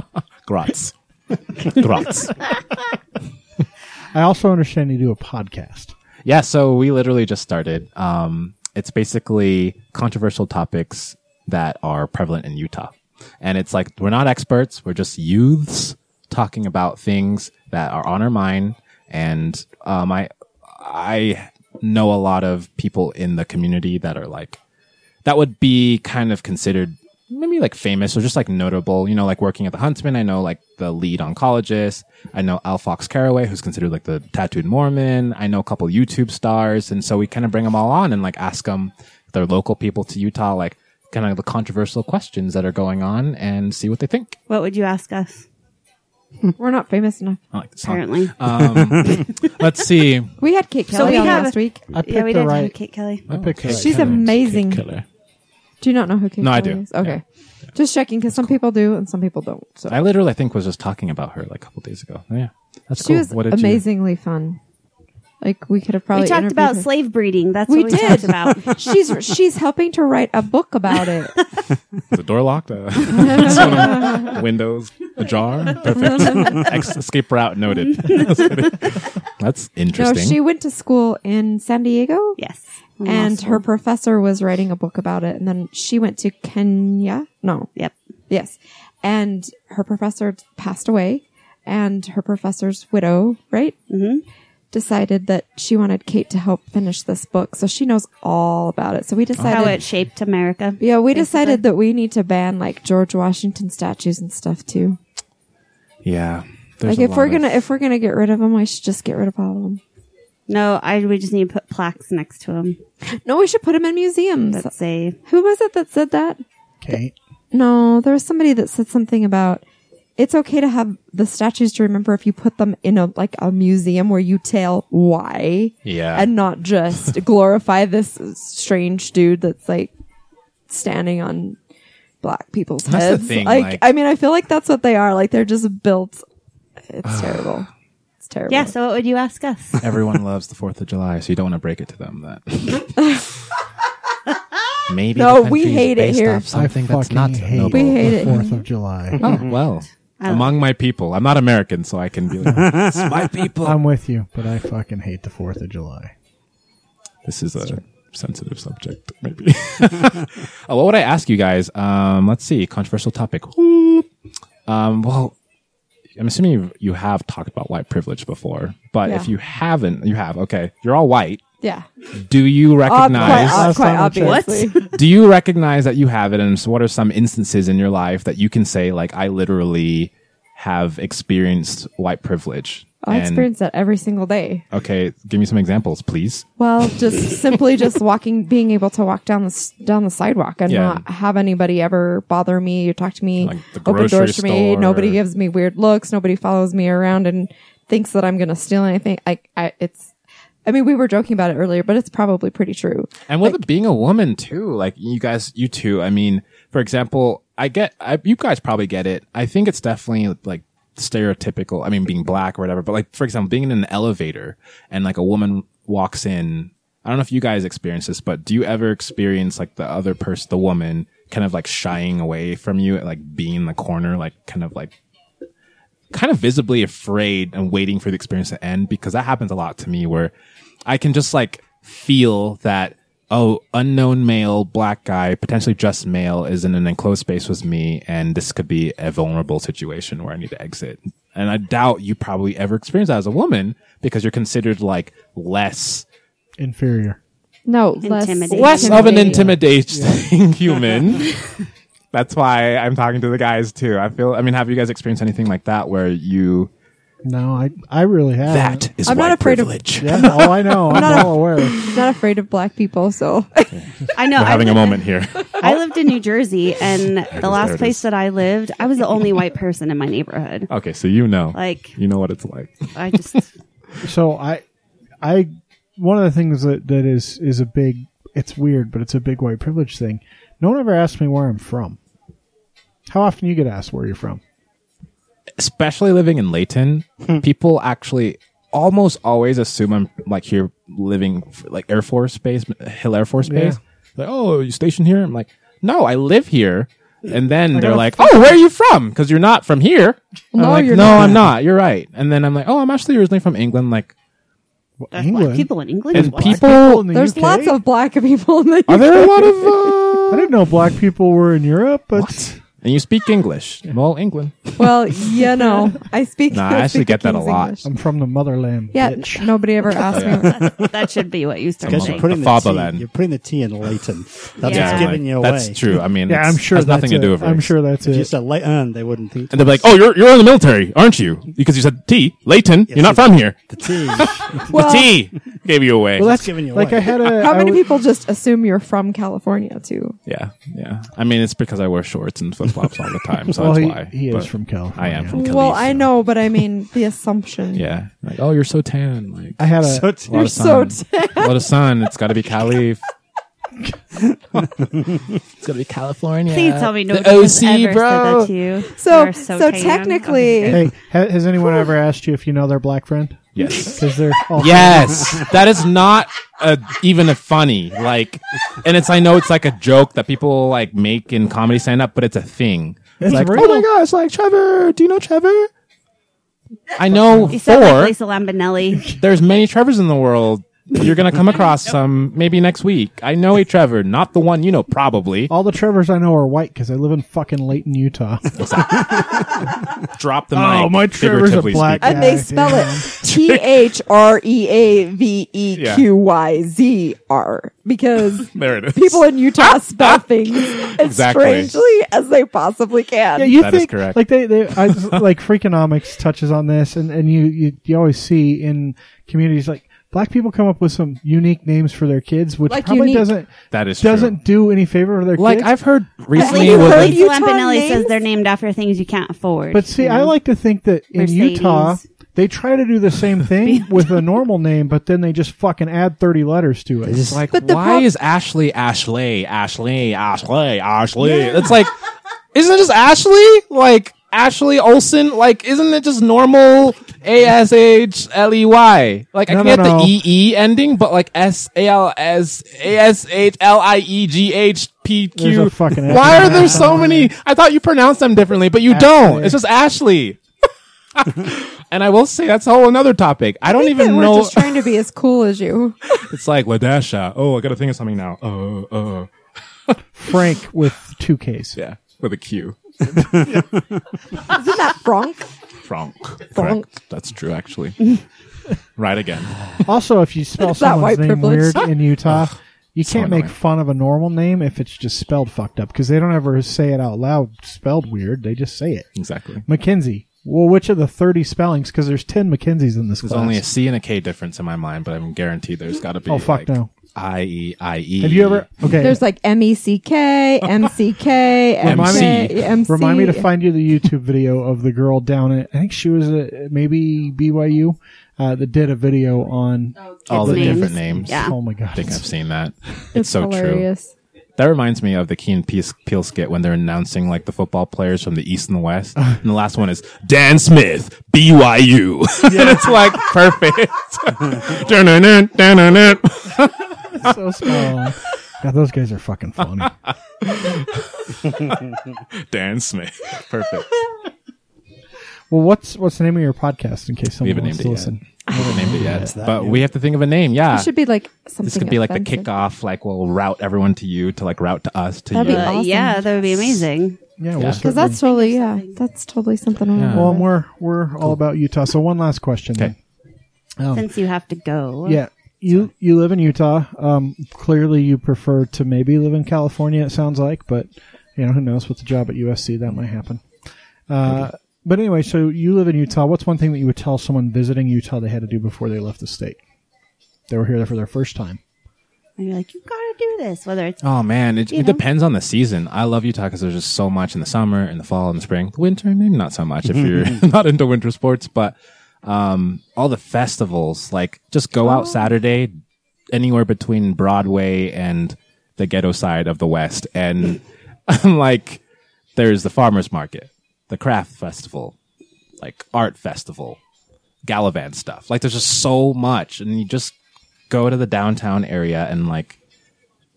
E: Grotz. Grotz.
A: I also understand you do a podcast.
E: Yeah, so we literally just started. Um, it's basically controversial topics that are prevalent in Utah. And it's like, we're not experts, we're just youths talking about things that are on our mind. And um, I, I know a lot of people in the community that are like, that would be kind of considered maybe like famous or just like notable. You know, like working at the Huntsman, I know like the lead oncologist. I know Al Fox Caraway, who's considered like the tattooed Mormon. I know a couple YouTube stars, and so we kind of bring them all on and like ask them their local people to Utah, like kind of the controversial questions that are going on, and see what they think.
C: What would you ask us?
D: We're not famous enough.
E: I like the song.
C: Apparently.
E: Let's see.
D: We had Kate Kelly
C: we
D: on
C: have-
D: last week.
A: I picked
C: yeah, we
A: the
C: did
A: right.
C: have Kate Kelly.
A: I picked the right.
D: She's amazing.
E: Killer.
D: Do you not know who Kate
E: No, I
D: Kelly
E: do.
D: is? Okay. Just checking because some people do and some people don't. So
E: I literally, I think, was just talking about her like a couple days ago. Yeah, that's
D: she
E: cool.
D: was
E: what did
D: amazingly fun. Like we could have probably
C: we talked
D: interviewed
C: about
D: her.
C: slave breeding. That's
D: We
C: what we
D: did.
C: talked about.
D: she's she's helping to write a book about it.
E: You, the door locked. Uh, windows ajar. Perfect. Ex- escape route noted. that's
D: no,
E: interesting.
D: she went to school in San Diego.
C: Yes.
D: And her professor was writing a book about it, and then she went to Kenya. No,
C: Yep.
D: Yes. And her professor passed away, and her professor's widow, right? Mm-hmm. Decided that she wanted Kate to help finish this book. So she knows all about it. So we
C: How
D: decided.
C: it shaped America.
D: yeah, we decided that we need to ban like George Washington statues and stuff too.
E: yeah. There's
D: Like
E: a
D: if
E: lot
D: we're
E: of-
D: gonna if we're gonna get rid of them, I should just get rid of all of them.
C: No, I we just need to put plaques next to him
D: No, we should put them in museums.
C: that say
D: Who was it that said that?
A: Kate.
D: No, there was somebody that said something about it's okay to have the statues to remember if you put them in a like a museum where you tell why.
E: Yeah.
D: And not just glorify this strange dude that's like standing on black people's
E: That's the
D: heads.
E: thing,
D: like,
E: like-
D: I mean I feel like that's what they are. Like they're just built it's terrible. It's terrible.
C: Yeah, so what would you ask us?
E: everyone loves the Fourth of July, so you don't want to break it to them that. Maybe
D: No,
E: the
D: we
E: country is
D: hate it
E: based
D: here.
E: off Something
A: I
E: that's
A: fucking
E: not
A: hate
E: noble.
D: We hate
A: the
D: it.
A: Fourth of July.
E: Oh well, among my people, I'm not American, so I can be like, it's my people.
A: I'm with you, but I fucking hate the Fourth of July.
E: this is a sensitive subject, maybe. oh, what would I ask you guys? Um, let's see, controversial topic. Um, well, I'm assuming you you have talked about white privilege before, but if
D: Yeah.
E: you haven't, you have. Okay, you're all white.
D: Yeah.
E: Do you
D: Ob-
E: recognize?
D: Quite, ob-
A: Last
D: quite
A: time I checked.
D: obviously.
E: do you recognize that you have it and so what are some instances in your life that you can say like i literally have experienced white privilege
D: I
E: And-
D: experience that every single day.
E: okay give me some examples please
D: Well, just simply just walking, being able to walk down the s- down the sidewalk and
E: Yeah.
D: not have anybody ever bother me or talk to me,
E: Like the
D: open
E: grocery
D: doors to me.
E: store.
D: Nobody gives me weird looks. Nobody follows me around and thinks that I'm going to steal anything. I, I, it's. I mean, we were joking about it earlier, but it's probably pretty true.
E: and with it being a woman too like you guys you two i mean for example i get I, you guys probably get it i think it's definitely like stereotypical i mean being black or whatever but like for example being in an elevator and like a woman walks in i don't know if you guys experience this but do you ever experience like the other person the woman kind of like shying away from you like being in the corner like kind of like kind of visibly afraid and waiting for the experience to end because that happens a lot to me where I can just like feel that oh unknown male black guy potentially just male is in an enclosed space with me and this could be a vulnerable situation where I need to exit and I doubt you probably ever experienced that as a woman because you're considered like less
A: Inferior.
D: No,
C: Intimidating.
D: less,
E: less of an
D: intimidating.
E: intimidating human. That's why I'm talking to the guys too. I feel. I mean, have you guys experienced anything like that where you
A: No, I I really have
E: that is
D: I'm not
E: white
D: afraid of-
E: privilege.
A: Yeah, all I know. I'm all aware.
D: Not afraid of black people, so
C: I know.
E: We're
C: I
E: having a
C: lived-
E: moment here.
C: I lived in New Jersey, and the
E: there
C: last
E: it is.
C: place that I lived, I was the only white person in my neighborhood.
E: okay, so you know,
C: Like-
E: you know what it's like.
C: I just
A: so I, I, one of the things that that is is a big. It's weird, but it's a big white privilege thing. No one ever asked me where I'm from. How often you get asked where you're from?
E: Especially living in Layton, people actually almost always assume I'm like here living f- like Air Force Base, Hill Air Force Base. Like, oh, are you stationed here? I'm like, no, I live here. And then they're
A: gotta
E: like, oh, where are you from? Because you're not from here. I'm
D: No,
E: like,
D: you're
E: no,
D: not."
E: I'm not. You're right. And then I'm like, oh, I'm actually originally from England. Like,
C: there's
A: England?
C: black people in England.
E: and
C: Black.
E: people,
A: in the
D: there's
A: UK?
D: lots of black people. In the
E: are there a lot of,
A: I
E: uh,
A: didn't know black people were in Europe, but
E: and you speak English. Well, England.
D: well, you know, I speak.
E: Nah, I actually
D: speak the
E: get that a
D: King's
E: lot.
D: English.
A: I'm from the motherland.
D: Yeah,
A: bitch.
D: n- nobody ever asked me.
C: that should be what you start
E: Guess
B: Because
E: you
B: you're
C: saying.
E: Among put-
B: putting
E: the
B: the,
E: fatherland.
B: T, you're putting the T in Layton. That's
C: Yeah.
B: what's giving you away.
E: That's true. I mean,
A: Yeah,
E: it's-
A: I'm sure
E: has nothing
A: that's
E: to
A: it.
E: do with. Race.
A: I'm sure that's
B: If you
A: it.
B: said Layton, they wouldn't think.
E: And they'll be like, "Oh, you're you're in the military, aren't you? Because you said T, Layton. you're not
B: it's-
E: from here.
B: the T.
D: Well,
E: the T
D: Oh.
E: gave you away.
B: that's giving you
A: like
B: away.
A: I had a.
D: How
A: I
D: many
A: w-
D: people just assume you're from California too?
E: yeah, yeah. I mean, it's because I wear shorts and flip flops all the time, so
A: Well,
E: that's
A: he-
E: why.
A: he is
E: But
A: from
E: I
A: California.
E: am from Cali.
D: well, I
E: so-
D: know, but I mean the assumption.
E: Yeah, like oh, you're so tan. Like
A: I had a.
B: So t-
E: a lot
D: You're
E: of
D: so tan.
E: sun. a lot of sun. It's got to be Cali. It's gonna be California.
C: Please tell me no
E: The
C: one has
E: OC,
C: ever said
E: bro.
C: that to you. You
D: So
C: are
D: so,
C: tan.
D: technically,
A: Hey, ha- has anyone ever asked you if you know their black friend?
E: Yes.
A: Because they're all
E: Yes, that is not a, even a funny like, and it's I know it's like a joke that people like make in comedy stand up, but it's a thing.
A: It's
E: like,
A: real.
E: oh my gosh, like Trevor, do you know Trevor? I know
C: You sound like
E: four.
C: Lisa Lambanelli.
E: There's many Trevors in the world. You're gonna come across some maybe next week. I know a Trevor, not the one you know, probably.
A: All the Trevors I know are white because I live in fucking Layton, Utah.
E: Drop the mic.
A: Oh, my Trevor's a
E: figuratively
A: black
E: speaking.
D: and uh, they spell it T H R E A V E Q Y Z R because
E: There it is.
D: people in Utah spell things as
E: Exactly.
D: strangely as they possibly can.
A: Yeah, you
E: That is
A: think
E: correct.
A: like they, they I, like Freakonomics touches on this, and and you, you you always see in communities like black people come up with some unique names for their kids, which
D: Like
A: probably
D: unique.
A: doesn't
E: That is true.
A: doesn't do any favor for their
E: Like
A: kids.
E: I've heard recently
D: you
E: with
D: heard
E: a-
D: you-
C: Lisa
D: Utah
C: Lambanelli says
D: names?
C: they're named after things you can't afford.
A: But see,
C: you
A: I
C: know?
A: like to think that in
C: Mercedes.
A: Utah they try to do the same thing with a normal name, but then they just fucking add thirty letters to it.
B: Just
E: Like,
D: But the
E: why
D: prob-
E: is Ashley Ashley Ashley Ashley Ashley? It's like, isn't it just Ashley? Like Ashley Olson? Like, isn't it just normal A S H L E Y? Like,
A: No,
E: I can
A: no,
E: get
A: no.
E: the E E ending, but like S A L S A S H L I E G H P
A: There's a
E: Q.
A: fucking
E: Why
A: acronym.
E: are there so many? I thought you pronounced them differently, but you
A: Ashley.
E: don't. It's just Ashley. and I will say that's a whole another topic. I don't even
D: we're
E: know.
D: just trying to be as cool as you.
E: It's like Ladasha. Oh, I got to think of something now. Uh, uh.
A: Frank with two K's.
E: Yeah, with a Q.
D: Isn't that Frank?
E: Frank.
D: Frank.
E: That's true, actually. right again.
A: Also, if you spell
D: It's that
A: someone's
D: white
A: name
D: privilege.
A: weird in Utah, you
E: so
A: can't make
E: annoying.
A: fun of a normal name if it's just spelled fucked up because they don't ever say it out loud spelled weird. They just say it.
E: Exactly.
A: Mackenzie. Well, which of the 30 spellings? Because there's 10 Mackenzies in this
E: There's
A: class.
E: only a C and a K difference in my mind, but I'm guaranteed there's got to be.
A: Oh, fuck
E: like,
A: no.
E: I E I E.
A: Have you ever? Okay.
D: There's like M E C K, M C K, M
E: Remind
D: C
E: me-
D: M C.
A: Remind me to find you the YouTube video of the girl down at, I think she was at maybe BYU, uh, that did a video on,
D: Oh,
E: all
C: Kids'
E: the
C: names.
E: different names?
C: Yeah.
A: oh my
E: I
A: God.
E: think I've
A: it's-
E: seen that. It's,
D: It's
E: so true.
D: hilarious.
E: That reminds me of the Keen Peace Peel skit when they're announcing like the football players from the East and the West.
A: Uh.
E: and the last one is Dan Smith, BYU. and it's like perfect. Dun-dun-dun, dun-dun-dun.
A: it's so small. God, those guys are fucking funny.
E: Dan Smith. Perfect.
A: Well, what's what's the name of your podcast in case
E: We
A: someone
E: haven't
A: wants
E: named
A: to
E: it yet.
A: listen?
E: We haven't named it yet.
B: that
E: But
B: yet.
E: we have to think of a name. Yeah.
D: It should be like something.
E: this could be like the
D: offensive.
E: kickoff. Like we'll route everyone to you to like route to us to
D: That'd
E: you.
D: be
C: Uh, yeah, that would be amazing.
A: Yeah, we'll
D: Because
A: start doing-
D: that's totally yeah, that's totally something. I
A: Well,
D: well,
A: and we're we're all about Utah. So one last question. then.
E: Okay. Oh.
C: Since you have to go,
A: Yeah. You you live in Utah. Um, clearly, you prefer to maybe live in California. It sounds like, but you know who knows with the job at USC that might happen. Uh, but anyway, so you live in Utah. What's one thing that you would tell someone visiting Utah they had to do before they left the state? They were here for their first time.
C: and you're like, you gotta do this. Whether it's
E: Oh man, it,
C: You
E: it
C: know?
E: depends on the season. I love Utah because there's just so much in the summer, in the fall, in the spring, winter. Maybe not so much if you're not into winter sports, but um, all the festivals. Like just go
C: Oh.
E: out Saturday, anywhere between Broadway and the ghetto side of the West, and I'm like, there's the farmers market, the craft festival, like art festival, Galavan stuff. Like there's just so much, and you just go to the downtown area and like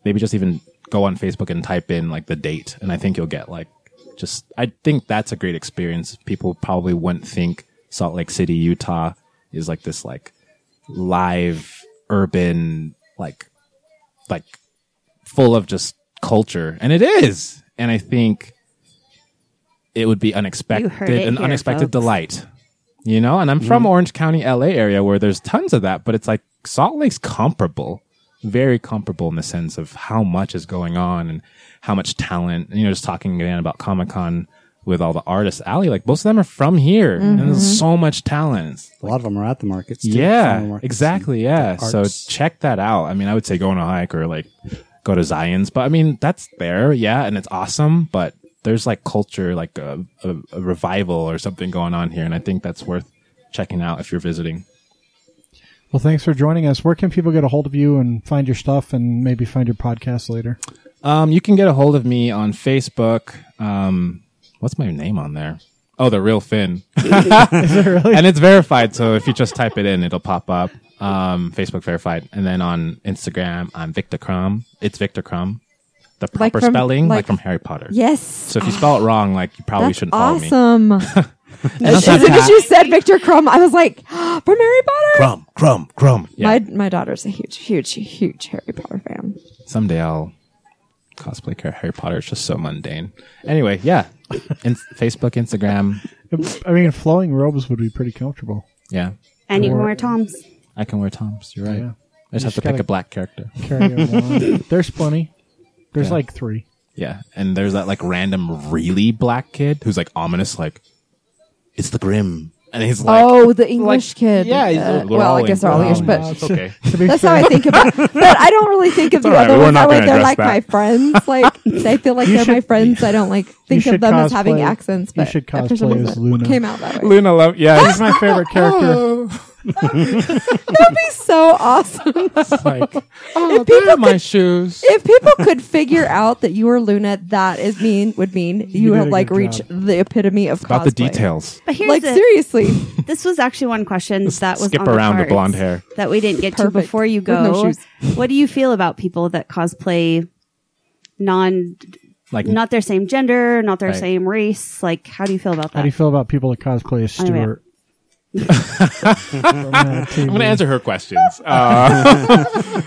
E: maybe just even go on Facebook and type in like the date, and I think you'll get like just. I think that's a great experience. People probably wouldn't think Salt Lake City, Utah, is like this like live urban like like full of just culture, and it is. And I think it would be unexpected,
C: heard it
E: an
C: here,
E: unexpected
C: folks.
E: delight. You know, and I'm from Orange County, LA area where there's tons of that, but it's like Salt Lake's comparable, very comparable in the sense of how much is going on and how much talent. And, you know, just talking again about Comic Con with all the artists, Ali, like most of them are from here and
C: Mm-hmm.
E: there's so much talent. It's
B: A lot of them are at the markets. too. Farmer
E: yeah,
B: markets
E: exactly. Yeah. So
B: arts.
E: check that out. I mean, I would say go on a hike or like go to Zion's, but I mean, that's there. Yeah. And it's awesome, but there's like culture, like a, a, a revival or something going on here. And I think that's worth checking out if you're visiting.
A: Well, thanks for joining us. Where can people get a hold of you and find your stuff and maybe find your podcast later?
E: Um, you can get a hold of me on Facebook. Um, what's my name on there? Oh, the real Finn. And it's verified, so if you just type it in, it'll pop up. Um, Facebook verified, and then on Instagram, I'm Victor Crumb. It's Victor Crumb. The proper
D: Like from-
E: spelling, like,
D: like-
E: from Harry Potter.
D: Yes.
E: So if you spell it wrong, like you probably
D: That's
E: shouldn't follow me.
D: awesome. As soon
E: Sometimes-
D: as you said Victor Crumb, I was like, from Harry Potter.
E: Crumb, crumb, crumb. Yeah.
D: My my daughter's a huge, huge, huge Harry Potter fan.
E: Someday I'll cosplay Car- Harry Potter. It's just so mundane. Anyway, yeah. In- Facebook, Instagram.
A: I mean, flowing robes would be pretty comfortable.
E: Yeah.
C: And you can wear Tom's.
E: I can wear Toms. You're right.
A: Yeah.
E: I just
A: just
E: have to pick
A: gotta-
E: a black character.
A: Carry it along. There's plenty. There's
E: Yeah.
A: like three.
E: Yeah. And there's that like random really black kid who's like ominous, like, it's the Grim. And he's like,
D: oh, the English kid.
E: Yeah. He's,
D: Uh,
E: we're
D: well, I
E: all
D: guess they're all English,
E: English.
D: but
E: It's okay.
A: To be
D: that's
A: fair,
D: how I think about. But I don't really think of the
E: all right.
D: other
E: We're
D: ones.
E: not
D: I like
E: gonna
D: they're
E: address
D: like my
E: that.
D: friends. Like they feel like they're my
A: should-
D: friends. I don't like think
A: should
D: of them as having
A: cosplay-
D: accents.
A: you
D: But
A: should
D: that person
A: cosplay
D: doesn't-
A: as Luna.
D: Came out that way.
E: Luna love, yeah.
A: he's my favorite character.
E: Oh.
D: That'd be so awesome.
E: like,
D: if Oh, people
E: my shoes.
D: if people could figure out that you were Luna, that is mean would mean you,
A: did a
D: have like
A: good
D: reached
A: job.
D: the epitome of
E: About
D: cosplay.
E: the details.
C: But here's
D: Like
C: the,
D: seriously,
C: this was actually one question that was
E: skip
C: on the
E: around the
C: cards
E: blonde hair.
C: that we didn't get
D: Perfect.
C: to before you
D: With no
C: go.
D: shoes.
C: what do you feel about people that cosplay non
E: Like,
C: not their same gender, not their
E: Right.
C: same race? Like, how do you feel about
A: How
C: that?
A: do you feel about people that cosplay as
C: Oh, yeah.
A: Stuart?
E: I'm going to answer her questions. Uh,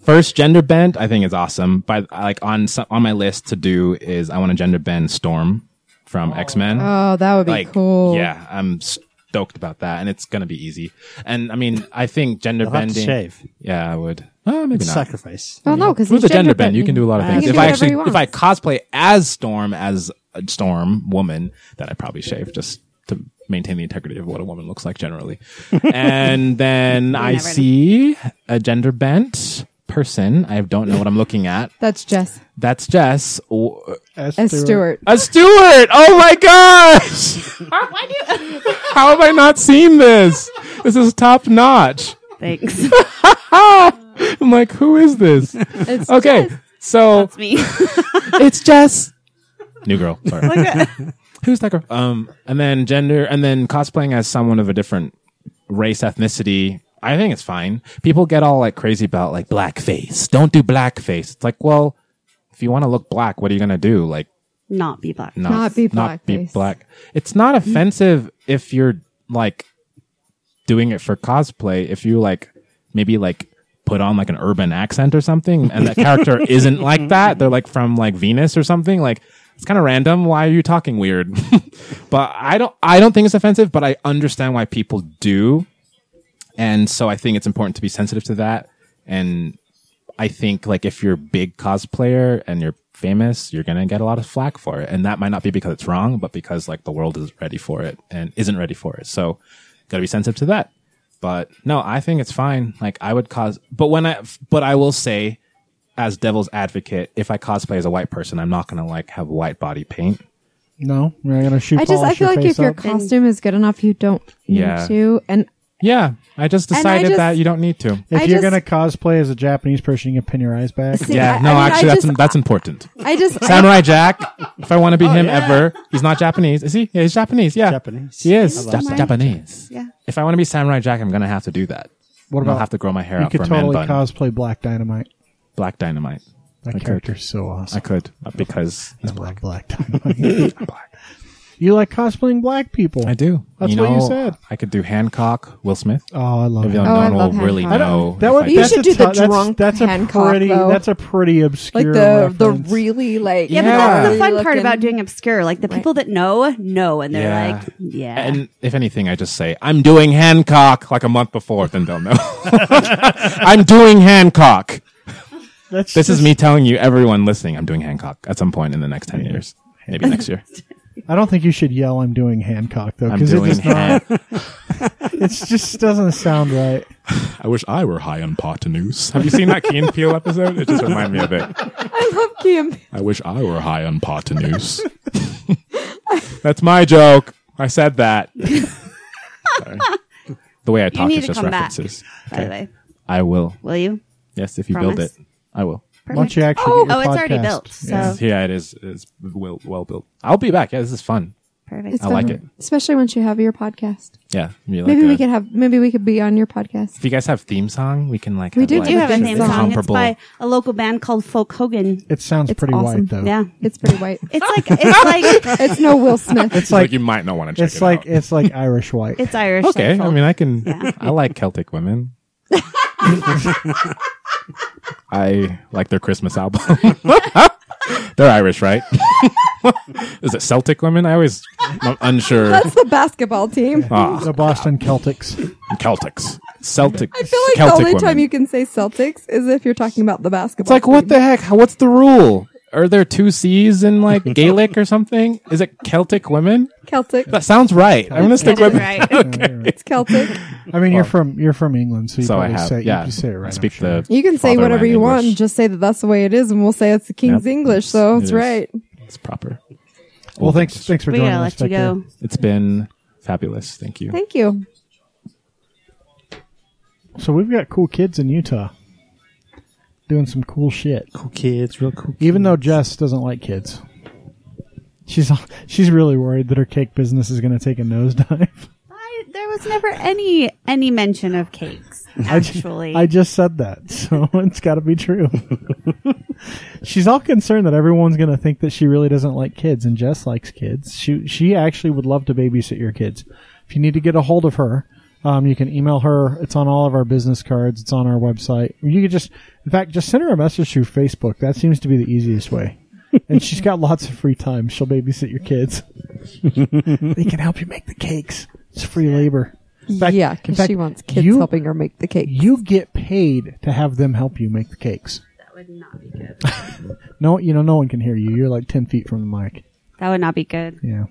E: first gender bend, I think is awesome. But like on some, on my list to do is I want to gender bend Storm from X Men.
D: oh, that would be
E: like
D: cool.
E: yeah, I'm stoked about that, and it's gonna be easy. And I mean, I think gender
B: You'll have to
E: bending.
B: shave.
E: Yeah, I would. Oh, maybe
B: It's
E: not.
B: sacrifice.
D: Well, no, because
E: With a gender bend, you can do a lot of
B: You
E: things.
B: can
E: If
B: do
E: I
D: whatever
E: actually,
D: Uh, you want.
E: if I cosplay as Storm as a Storm woman, then I'd probably shave just to maintain the integrity of what a woman looks like generally. and then
C: never
E: I
C: know.
E: see a gender bent person. I don't know what I'm looking at.
D: That's Jess
E: That's Jess. Or,
D: as Stewart.
E: a steward! Oh my gosh! How have I not seen this? This is top notch.
C: Thanks.
E: I'm like, who is this?
D: It's
E: Okay, so
C: That's me.
E: it's Jess. New girl. Sorry. Who's that girl? Um, and then gender, and then cosplaying as someone of a different race, ethnicity. I think it's fine. People get all like crazy about like blackface. Don't do blackface. It's like, well, if you want to look black, what are you gonna do? Like,
C: not be black.
E: not,
D: Not be
E: be
D: blackface.
E: black. It's not offensive if you're like doing it for cosplay. If you like maybe like put on like an urban accent or something, and that character isn't like that. They're like from like Venus or something. Like it's kind of random. Why are you talking weird? but I don't. I don't think it's offensive. But I understand why people do, and so I think it's important to be sensitive to that and I think like if you're a big cosplayer and you're famous, you're gonna get a lot of flack for it. And that might not be because it's wrong, but because like the world is ready for it and isn't ready for it. So gotta be sensitive to that. But no, I think it's fine. Like I would cause, but when I, but I will say, as devil's advocate, if I cosplay as a white person, I'm not gonna like have white body paint.
A: No, you're not gonna shoot.
D: I just I
A: polish
D: feel
A: your
D: like
A: face
D: if your
A: up?
D: costume is good enough, you don't need
E: Yeah.
D: to. And
E: Yeah, I just
D: And I
E: decided
D: just-
E: that you don't need to.
A: if
D: I
A: you're
D: just-
A: gonna cosplay as a Japanese person, you can pin your eyes back.
D: See,
E: Yeah,
D: I-
E: no,
D: I mean, I
E: actually, that's
D: just-
E: that's important.
D: I just
E: Samurai Jack. If I want to be
D: Oh,
E: him ever, he's not Japanese, is he? Yeah, he's Japanese. Yeah,
B: Japanese.
E: He is
B: I
E: Jap-
B: love that.
E: Japanese.
C: Yeah.
E: If I want to be Samurai Jack, I'm gonna have to do that.
A: What
E: I'll
A: about
E: have to grow my hair
A: you
E: out for
A: could
E: a
A: totally
E: man bun.
A: cosplay Black Dynamite?
E: Black Dynamite.
A: That
E: I could.
A: character's so awesome.
E: I could but because
A: I love Black Dynamite. You like cosplaying black people?
E: I do.
A: That's
E: you
A: what you
E: know,
A: said.
E: I could do Hancock, Will Smith.
A: Oh, I love
E: If
A: it.
E: you
D: Oh, I
E: no one
D: love
E: will really
D: Hancock.
E: know.
A: That
E: if
A: would,
E: I
D: You
E: did.
A: that's
D: should
A: a
D: do the
A: tou- that's-
D: drunk
A: that's,
D: Hancock,
A: a pretty.
D: though.
A: That's a pretty
D: like
A: obscure.
D: the the
A: reference.
D: really like
C: Yeah, but that's the
D: gnarly
C: fun part
D: looking-
C: about doing obscure. Like the people that know know, and they're
E: Yeah.
C: like, yeah.
E: And if anything, I just say I'm doing Hancock like a month before, then they'll know. I'm doing Hancock.
A: That's
E: This is
A: just-
E: me telling you, everyone listening, I'm doing Hancock at some point in the next 10 years. Maybe next year.
A: I don't think you should yell. I'm doing Hancock though,
E: I'm
A: because it
E: doing
A: just not,
E: Hancock.
A: it's just doesn't sound right.
E: I wish I were high on pot news. Have you seen that Key and Peele episode? It just reminded me of it.
D: I love Kim.
E: I wish I were high on pot news. That's my joke. I said that. The way I talk
C: need
E: is
C: to
E: just
C: come back.
E: references.
C: By the way,
E: I will.
C: will you?
E: Yes, if you build it,
C: Promise? Oh.
E: I will.
A: Why don't you
C: Perfect.
A: actually
C: Oh,
A: get your
C: oh, it's already
A: podcast?
C: built. So
A: Yeah.
E: Yeah, it is. It's well, well built. I'll be back. Yeah, this is fun.
C: perfect.
D: It's
E: I like
D: fun.
E: it.
D: especially once you have your podcast.
E: Yeah, be like
D: Maybe we
E: a-
D: could have. Maybe we could be on your podcast.
E: If you guys have theme song, we can like.
D: We do
E: like,
C: do have a
D: It's
C: theme song. It's
E: comparable-
C: by a local band called Folk Hogan.
A: It sounds
D: It's
A: pretty
D: awesome.
A: white though.
C: Yeah,
D: It's pretty white.
C: it's like it's like
D: it's no Will Smith.
A: It's like
E: you might not want to check
A: it's like it's like Irish white.
C: it's Irish.
E: okay,
C: like
E: I
C: folk.
E: mean, I can.
C: Yeah.
E: I like Celtic women. I like their Christmas album. They're Irish, right? Is it Celtic women? I always I'm unsure.
D: That's the basketball team.
E: Ah,
A: the Boston Celtics.
E: Celtics, Celtic.
D: I feel like
E: Celtic
D: the only
E: women.
D: time you can say Celtics is if you're talking about the
E: It's
D: basketball.
E: like what the heck? How- What's the rule? Are there two C's in like Gaelic or something? Is it Celtic women?
D: Celtic.
E: That sounds right. I'm gonna stick
C: That is
E: with.
C: right.
D: It's Celtic.
A: Uh, I mean, you're from you're from England, so you
E: So I
A: probably
E: have.
A: say
E: yeah,
A: you say it right.
E: I
A: I'm
E: speak
A: sure.
E: the.
D: You can say whatever
E: fatherland
D: you want.
E: English.
D: and Just say that that's the way it is, and we'll say it's the King's
E: Yep.
D: English. So
E: It
D: it's
E: is.
D: right.
E: It's proper.
A: Well, thanks thanks for
C: We
A: joining
C: gotta
A: us.
C: let you
A: Becca.
C: go.
E: It's been fabulous. Thank you.
D: Thank you.
A: So we've got cool kids in Utah doing some cool shit.
B: Cool kids, real cool.
A: Even though Jess doesn't like kids, she's she's really worried that her cake business is going to take a nosedive.
C: I, there was never any any mention of cakes.
A: I ju-
C: Actually,
A: I just said that, so it's got to be true. She's all concerned that everyone's going to think that she really doesn't like kids, and Jess likes kids. She she actually would love to babysit your kids. If you need to get a hold of her, um, you can email her. It's on all of our business cards. It's on our website. You could just, in fact, just send her a message through Facebook. That seems to be the easiest way. and she's got lots of free time. She'll babysit your kids. they can help you make the cakes. It's free labor. In fact-
D: yeah,
A: in
D: because
A: fact,
D: she wants kids
A: you-
D: helping her make the cake.
A: you get paid to have them help you make the cakes.
C: that would not be good.
A: No, you know, no one can hear you. You're like ten feet from the mic.
C: That would not be good.
A: Yeah,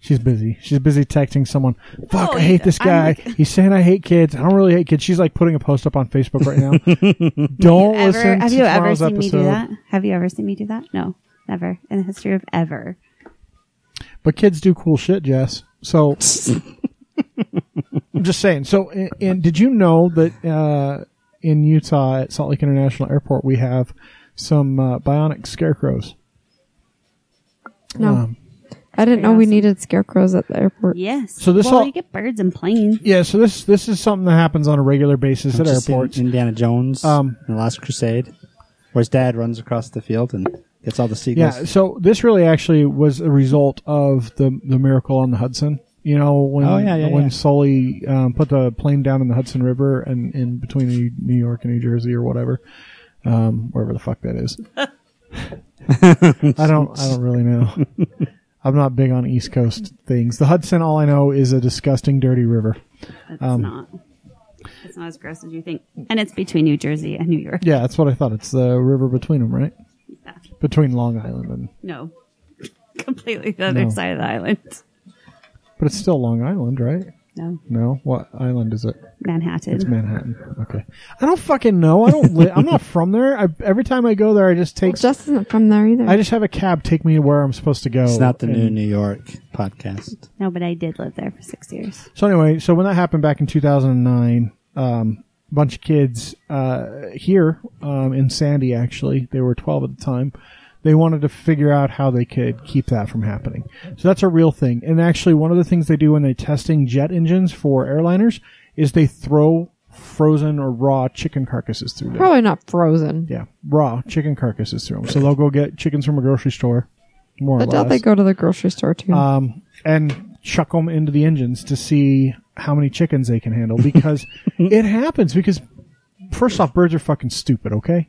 A: she's busy. She's busy texting someone. Fuck,
C: Oh,
A: I hate this
C: I'm
A: guy.
C: like-
A: He's saying I hate kids. I don't really hate kids. She's like putting a post up on Facebook right now. don't
C: Ever,
A: listen
C: have
A: to
C: you ever
A: tomorrow's
C: seen me
A: episode.
C: do that? Have you ever seen me do that? No, never in the history of ever.
A: But kids do cool shit, Jess. So I'm just saying. So, and, and did you know that uh, in Utah at Salt Lake International Airport we have some uh, bionic scarecrows?
D: No,
A: Um,
D: I didn't know we needed scarecrows at the airport.
C: Yes.
A: So this
C: well,
A: all-
C: you get birds and planes.
A: Yeah, so this this is something that happens on a regular basis at airports.
B: Indiana Jones,
A: Um,
B: um, The Last Crusade, where his dad runs across the field and gets all the seagulls.
A: yeah, so this really actually was a result of the the miracle on the Hudson. You know when
B: Oh, yeah, yeah,
A: when
B: yeah.
A: Sully um, put the plane down in the Hudson River and in between New- New York and New Jersey or whatever, um, wherever the fuck that is. I don't I don't really know. I'm not big on East Coast things. The Hudson, all I know, is a disgusting, dirty river.
C: That's
A: Um,
C: not. It's not as gross as you think, and it's between New Jersey and New York.
A: Yeah, that's what I thought. It's the river between them, right? Between Long Island and
C: No, completely the other
A: No.
C: side of the island.
A: But it's still Long Island, right?
C: No,
A: No, what island is it?
C: Manhattan.
A: It's Manhattan. Okay, I don't fucking know. I don't. Li- I'm not from there. I, every time I go there, I just take.
D: Jess isn't from there either.
A: I just have a cab take me to where I'm supposed to go.
B: It's not the
A: Oh, And-
B: new New York podcast.
C: No, but I did live there for six years.
A: So anyway, so when that happened back in 2009, um, a bunch of kids uh, here um, in Sandy, actually, they were 12 at the time. They wanted to figure out how they could keep that from happening. So that's a real thing. And actually, one of the things they do when they're testing jet engines for airliners is they throw frozen or raw chicken carcasses through them.
D: Probably not frozen.
A: Yeah, raw chicken carcasses through them. So they'll go get chickens from a grocery store, more
D: I
A: or less
D: doubt they go to the grocery store too.
A: um, and chuck them into the engines to see how many chickens they can handle because it happens because first off birds are fucking stupid okay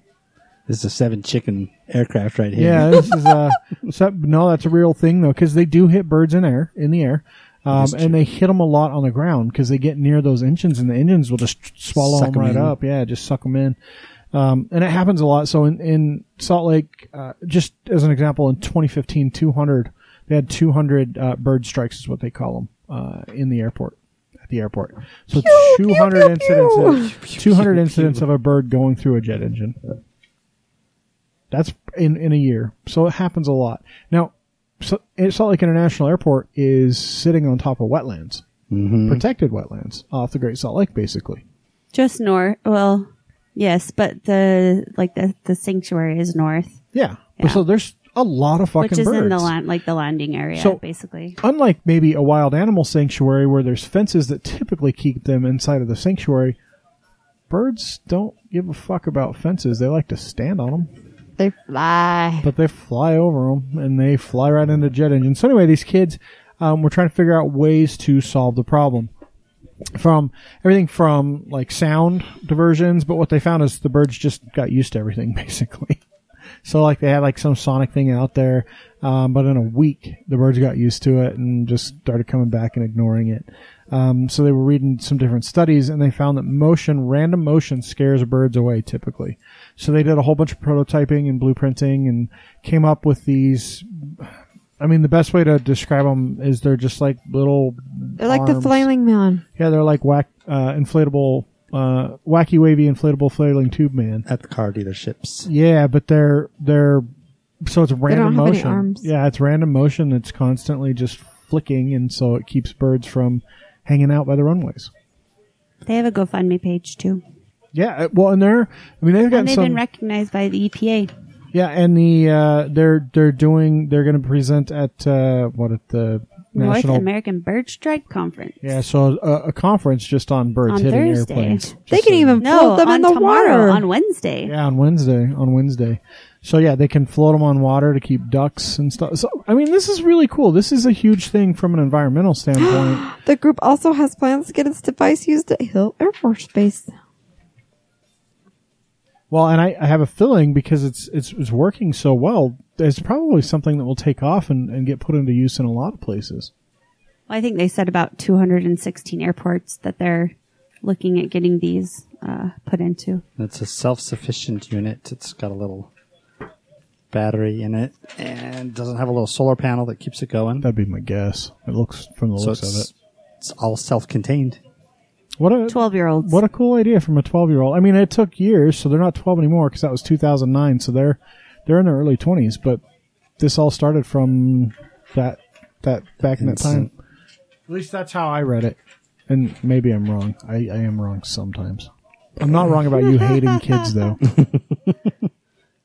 B: This is a seven chicken aircraft right here.
A: yeah this is uh so- no that's a real thing though because they do hit birds in air in the air um, and they hit them a lot on the ground because they get near those engines and the engines will just swallow
B: Suck
A: them
B: 'em
A: right
B: in.
A: up yeah just suck them in um, and it happens a lot so in, in salt lake uh, just as an example in 2015 200 they had 200 uh, bird strikes is what they call them uh, in the airport at the airport so 200 incidents of, 200 incidents of a bird going through a jet engine that's in in a year. So it happens a lot. Now, so, Salt Lake International Airport is sitting on top of wetlands. Mm-hmm. protected wetlands off the Great Salt Lake, basically.
C: Just north. Well, yes, but the like the the sanctuary is north,
A: Yeah. But
C: Yeah.
A: So there's a lot of fucking
C: which is
A: birds.
C: in the land like the landing area,
A: So-
C: basically.
A: Unlike maybe a wild animal sanctuary where there's fences that typically keep them inside of the sanctuary, birds don't give a fuck about fences. They like to stand on them.
D: They fly.
A: but they fly over them and they fly right into jet engines. So anyway, these kids um, were trying to figure out ways to solve the problem from everything from like sound diversions. But what they found is the birds just got used to everything basically. So like they had like some sonic thing out there, um, but in a week the birds got used to it and just started coming back and ignoring it. Um, so they were reading some different studies and they found that motion, random motion, scares birds away typically. So they did a whole bunch of prototyping and blueprinting and came up with these. I mean, the best way to describe them is they're just like little.
D: They're like the
A: arms.
D: flailing man.
A: Yeah, they're like whack, uh, inflatable, uh, wacky wavy inflatable flailing tube man.
B: at the car dealerships.
A: Yeah, but they're they're so it's random
D: have any
A: motion.
D: arms.
A: Yeah, it's random motion. It's constantly just flicking, and so it keeps birds from hanging out by the runways.
C: They have a GoFundMe page too,
A: Yeah, uh, well, and they're I mean they've got
C: and they've
A: some
C: been recognized by the E EPA.
A: yeah, and the uh, they're they're doing they're going to present at uh, what at the national
C: North American Bird Strike Conference.
A: yeah so uh, a, a conference just on birds
C: On
A: hitting
C: Thursday. e-
A: airplanes.
D: They
A: Just
D: can
A: so-
D: even
C: No,
D: float them
C: on
D: in the
C: tomorrow,
D: water.
C: on Wednesday.
A: Yeah, on Wednesday. On Wednesday. So yeah, they can float them on water to keep ducks and stuff. So I mean, this is really cool. This is a huge thing from an environmental standpoint.
D: the group also has plans to get its device used at Hill Air Force Base.
A: well, and I, I have a feeling because it's, it's it's working so well, it's probably something that will take off and, and get put into use in a lot of places.
C: Well, I think they said about 216 airports that they're looking at getting these uh, put into.
B: It's a self-sufficient unit. It's got a little battery in it and doesn't have a little solar panel that keeps it going.
A: That'd be my guess. It looks from the
B: So
A: looks of
B: it's,
A: it.
B: it's all self-contained.
A: What a
C: 12 year olds.
A: what a cool idea from a twelve year old. I mean, it took years, so they're not twelve anymore because that was two thousand nine. So they're they're in their early twenties. But this all started from that that back in that time.
B: Instant.
A: At least that's how I read it. And maybe I'm wrong. I, I am wrong sometimes. I'm not wrong about you hating kids though.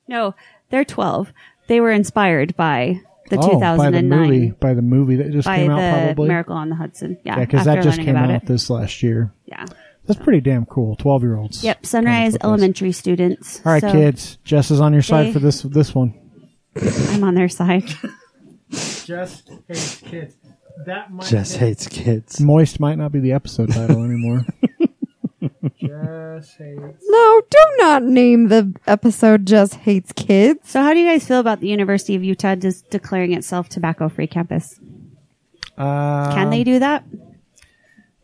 C: No, they're 12. They were inspired by the
A: Oh, by the
C: 2009
A: movie by the movie that just
C: by
A: came out
C: the
A: probably.
C: Miracle on the Hudson. Yeah,
A: yeah, because
C: after
A: that just
C: learning
A: came
C: about
A: out
C: it.
A: this last year.
C: yeah.
A: That's pretty damn cool. Twelve year olds.
C: Yep. Sunrise Elementary students.
A: All right,
C: So
A: kids. Jess is on your side
C: They-
A: for this this one.
C: I'm on their side.
A: Jess hates kids. That might
B: Jess hates kids.
A: moist might not be the episode title anymore. Jess hates.
D: No, do not name the episode Just Hates Kids.
C: So, how do you guys feel about the University of Utah just declaring itself tobacco free campus?
A: Uh,
C: Can they do that?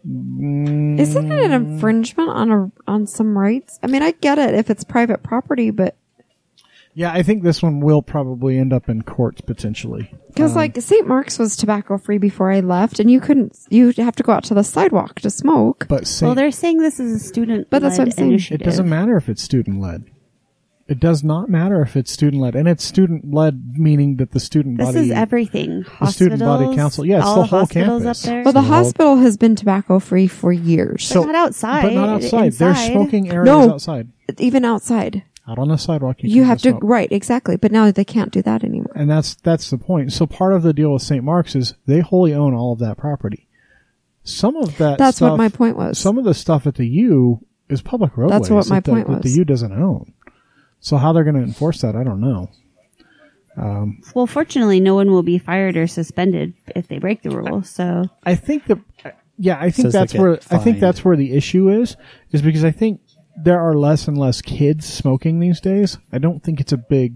D: Isn't it an infringement on a on some rights? I mean, I get it if it's private property, but
A: yeah, I think this one will probably end up in courts potentially.
D: because like St. Mark's was tobacco free before I left, and you couldn't, you have to go out to the sidewalk to smoke.
A: But Saint,
C: Well, they're saying this is a student
D: But that's what I'm saying. It
A: it doesn't matter if it's student led. It does not matter if it's student led, and it's student led meaning that the student
C: This
A: body
C: is everything.
A: the
C: Hospitals,
A: student body council. Yeah, it's
C: all
A: the whole
C: hospitals
A: campus.
C: up there.
D: Well, the
B: So-
D: hospital has been tobacco free for years,
A: So-
C: not outside,
A: but not outside. There's
C: inside.
A: smoking areas
D: No.
A: outside,
D: even outside.
A: out on the sidewalk. You,
D: You
A: can
D: have to
A: smoke.
D: right exactly, but now they can't do that anymore.
A: and that's that's the point. So part of the deal with St. Mark's is they wholly own all of that property. Some of that
D: That's what
A: stuff-
D: my point was.
A: Some of the stuff at the U is public roadways.
D: That's what my
A: that the-
D: point
A: that the
D: was.
A: U doesn't own. So how they're going to enforce that, I don't know.
C: Well, fortunately, no one will be fired or suspended if they break the rule. So
A: I think the yeah, I think
B: Says they
A: that's
B: get
A: where I think
B: fined.
A: that's where the issue is, is because I think there are less and less kids smoking these days. I don't think it's a big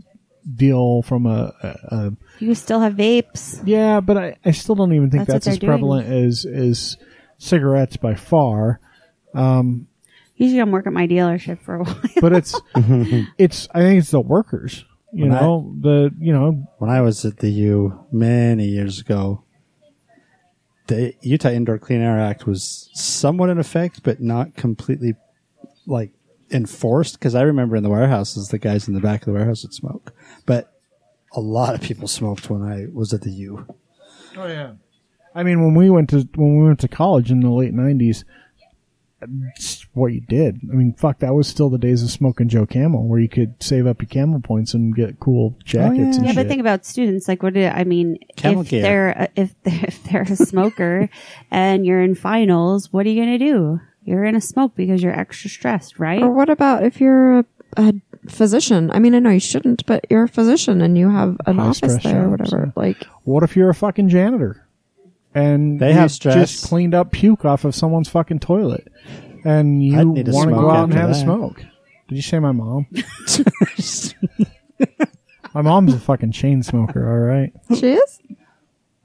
A: deal from a, a, a
C: you still have vapes.
A: Yeah, but I, I still don't even think
C: That's what
A: that's, as
C: they're doing.
A: prevalent as as cigarettes by far.
C: Usually, I'm working at my dealership for a while.
A: But it's it's I think it's the workers. You
B: When I-
A: know the you know
B: When I was at the U many years ago, the Utah Indoor Clean Air Act was somewhat in effect, but not completely like enforced. Because I remember in the warehouses, the guys in the back of the warehouse would smoke, but a lot of people smoked when I was at the U.
A: oh yeah I mean, when we went to when we went to college in the late '90s, that's what you did. I mean, fuck, that was still the days of smoking Joe Camel, where you could save up your Camel points and get cool jackets and
C: Oh, Yeah,
A: shit.
C: but think about students. Like, what do I mean?
B: Camel
C: if
B: gear.
C: they're a- if they're, if they're a smoker and you're in finals, what are you gonna do? You're gonna smoke because you're extra stressed, right?
D: Or what about if you're a, a physician? I mean, I know you shouldn't, but you're a physician and you have an
A: High
D: office
A: stress
D: there or
A: jobs,
D: whatever. Like,
A: What if you're a fucking janitor and
B: They
A: you
B: have stress.
A: Just cleaned up puke off of someone's fucking toilet, and you
B: I'd need to
A: want to go
B: smoke
A: out and
B: after
A: have a
B: that.
A: smoke. Did you say my mom? my mom's a fucking chain smoker. All right,
D: she is?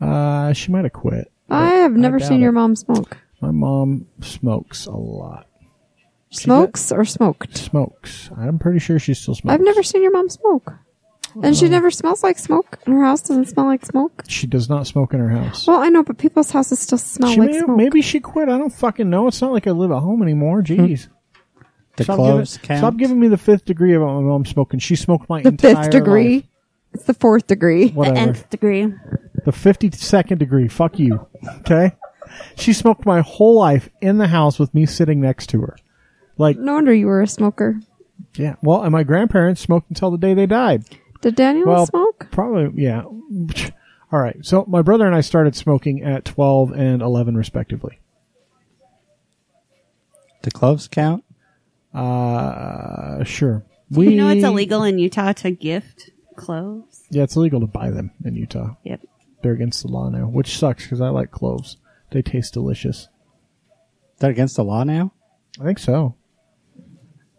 A: uh, she might have quit.
D: I have never
A: doubt
D: seen your
A: it.
D: mom smoke.
A: My mom smokes a lot.
D: Smokes or smoked?
A: Smokes. I'm pretty sure she still smokes.
D: I've never seen your mom smoke. And she never smells like smoke, and her house doesn't smell like smoke.
A: She does not smoke in her house.
D: Well, I know, but people's houses still smell
A: she
D: like
A: may,
D: smoke. Hmm.
A: maybe she quit. I don't fucking know. It's not like I live at home anymore. Jeez.
B: The
A: Stop
B: cloves
A: giving,
B: count.
A: stop giving me the fifth degree about my mom smoking. She smoked my
D: the
A: entire
D: fifth degree.
A: life.
D: It's the fourth degree.
C: the
A: Whatever.
C: nth degree.
A: The 52nd degree. Fuck you. Okay? She smoked my whole life in the house with me sitting next to her. Like,
D: No wonder you were a smoker.
A: yeah. Well, and my grandparents smoked until the day they died.
D: Did Daniel
A: Well,
D: smoke?
A: Probably, yeah. All right. So my brother and I started smoking at 12 and 11, respectively.
B: The cloves count.
A: Uh, sure. We
C: You know, it's illegal in Utah to gift clothes.
A: Yeah, it's illegal to buy them in Utah.
C: Yep.
A: They're against the law now, which sucks because I like cloves. They taste delicious.
B: They're against the law now.
A: I think so.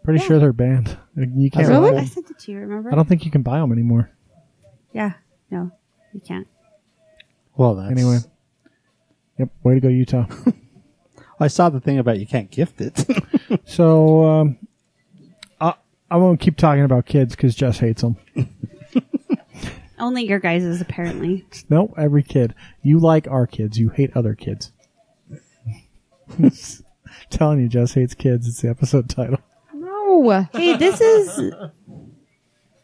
A: Pretty sure they're banned. You can't.
B: Really?
C: I sent it to you. Remember?
A: I don't think you can buy them anymore.
C: yeah. No, you can't.
B: Well, that's
A: Anyway. Yep. Way to go, Utah.
B: I saw the thing about you can't gift it.
A: so um, I I won't keep talking about kids because Jess hates them.
C: Only your guys's apparently.
A: No, every kid. You like our kids. You hate other kids. Telling you, Jess hates kids. It's the episode title.
D: No.
C: hey, this is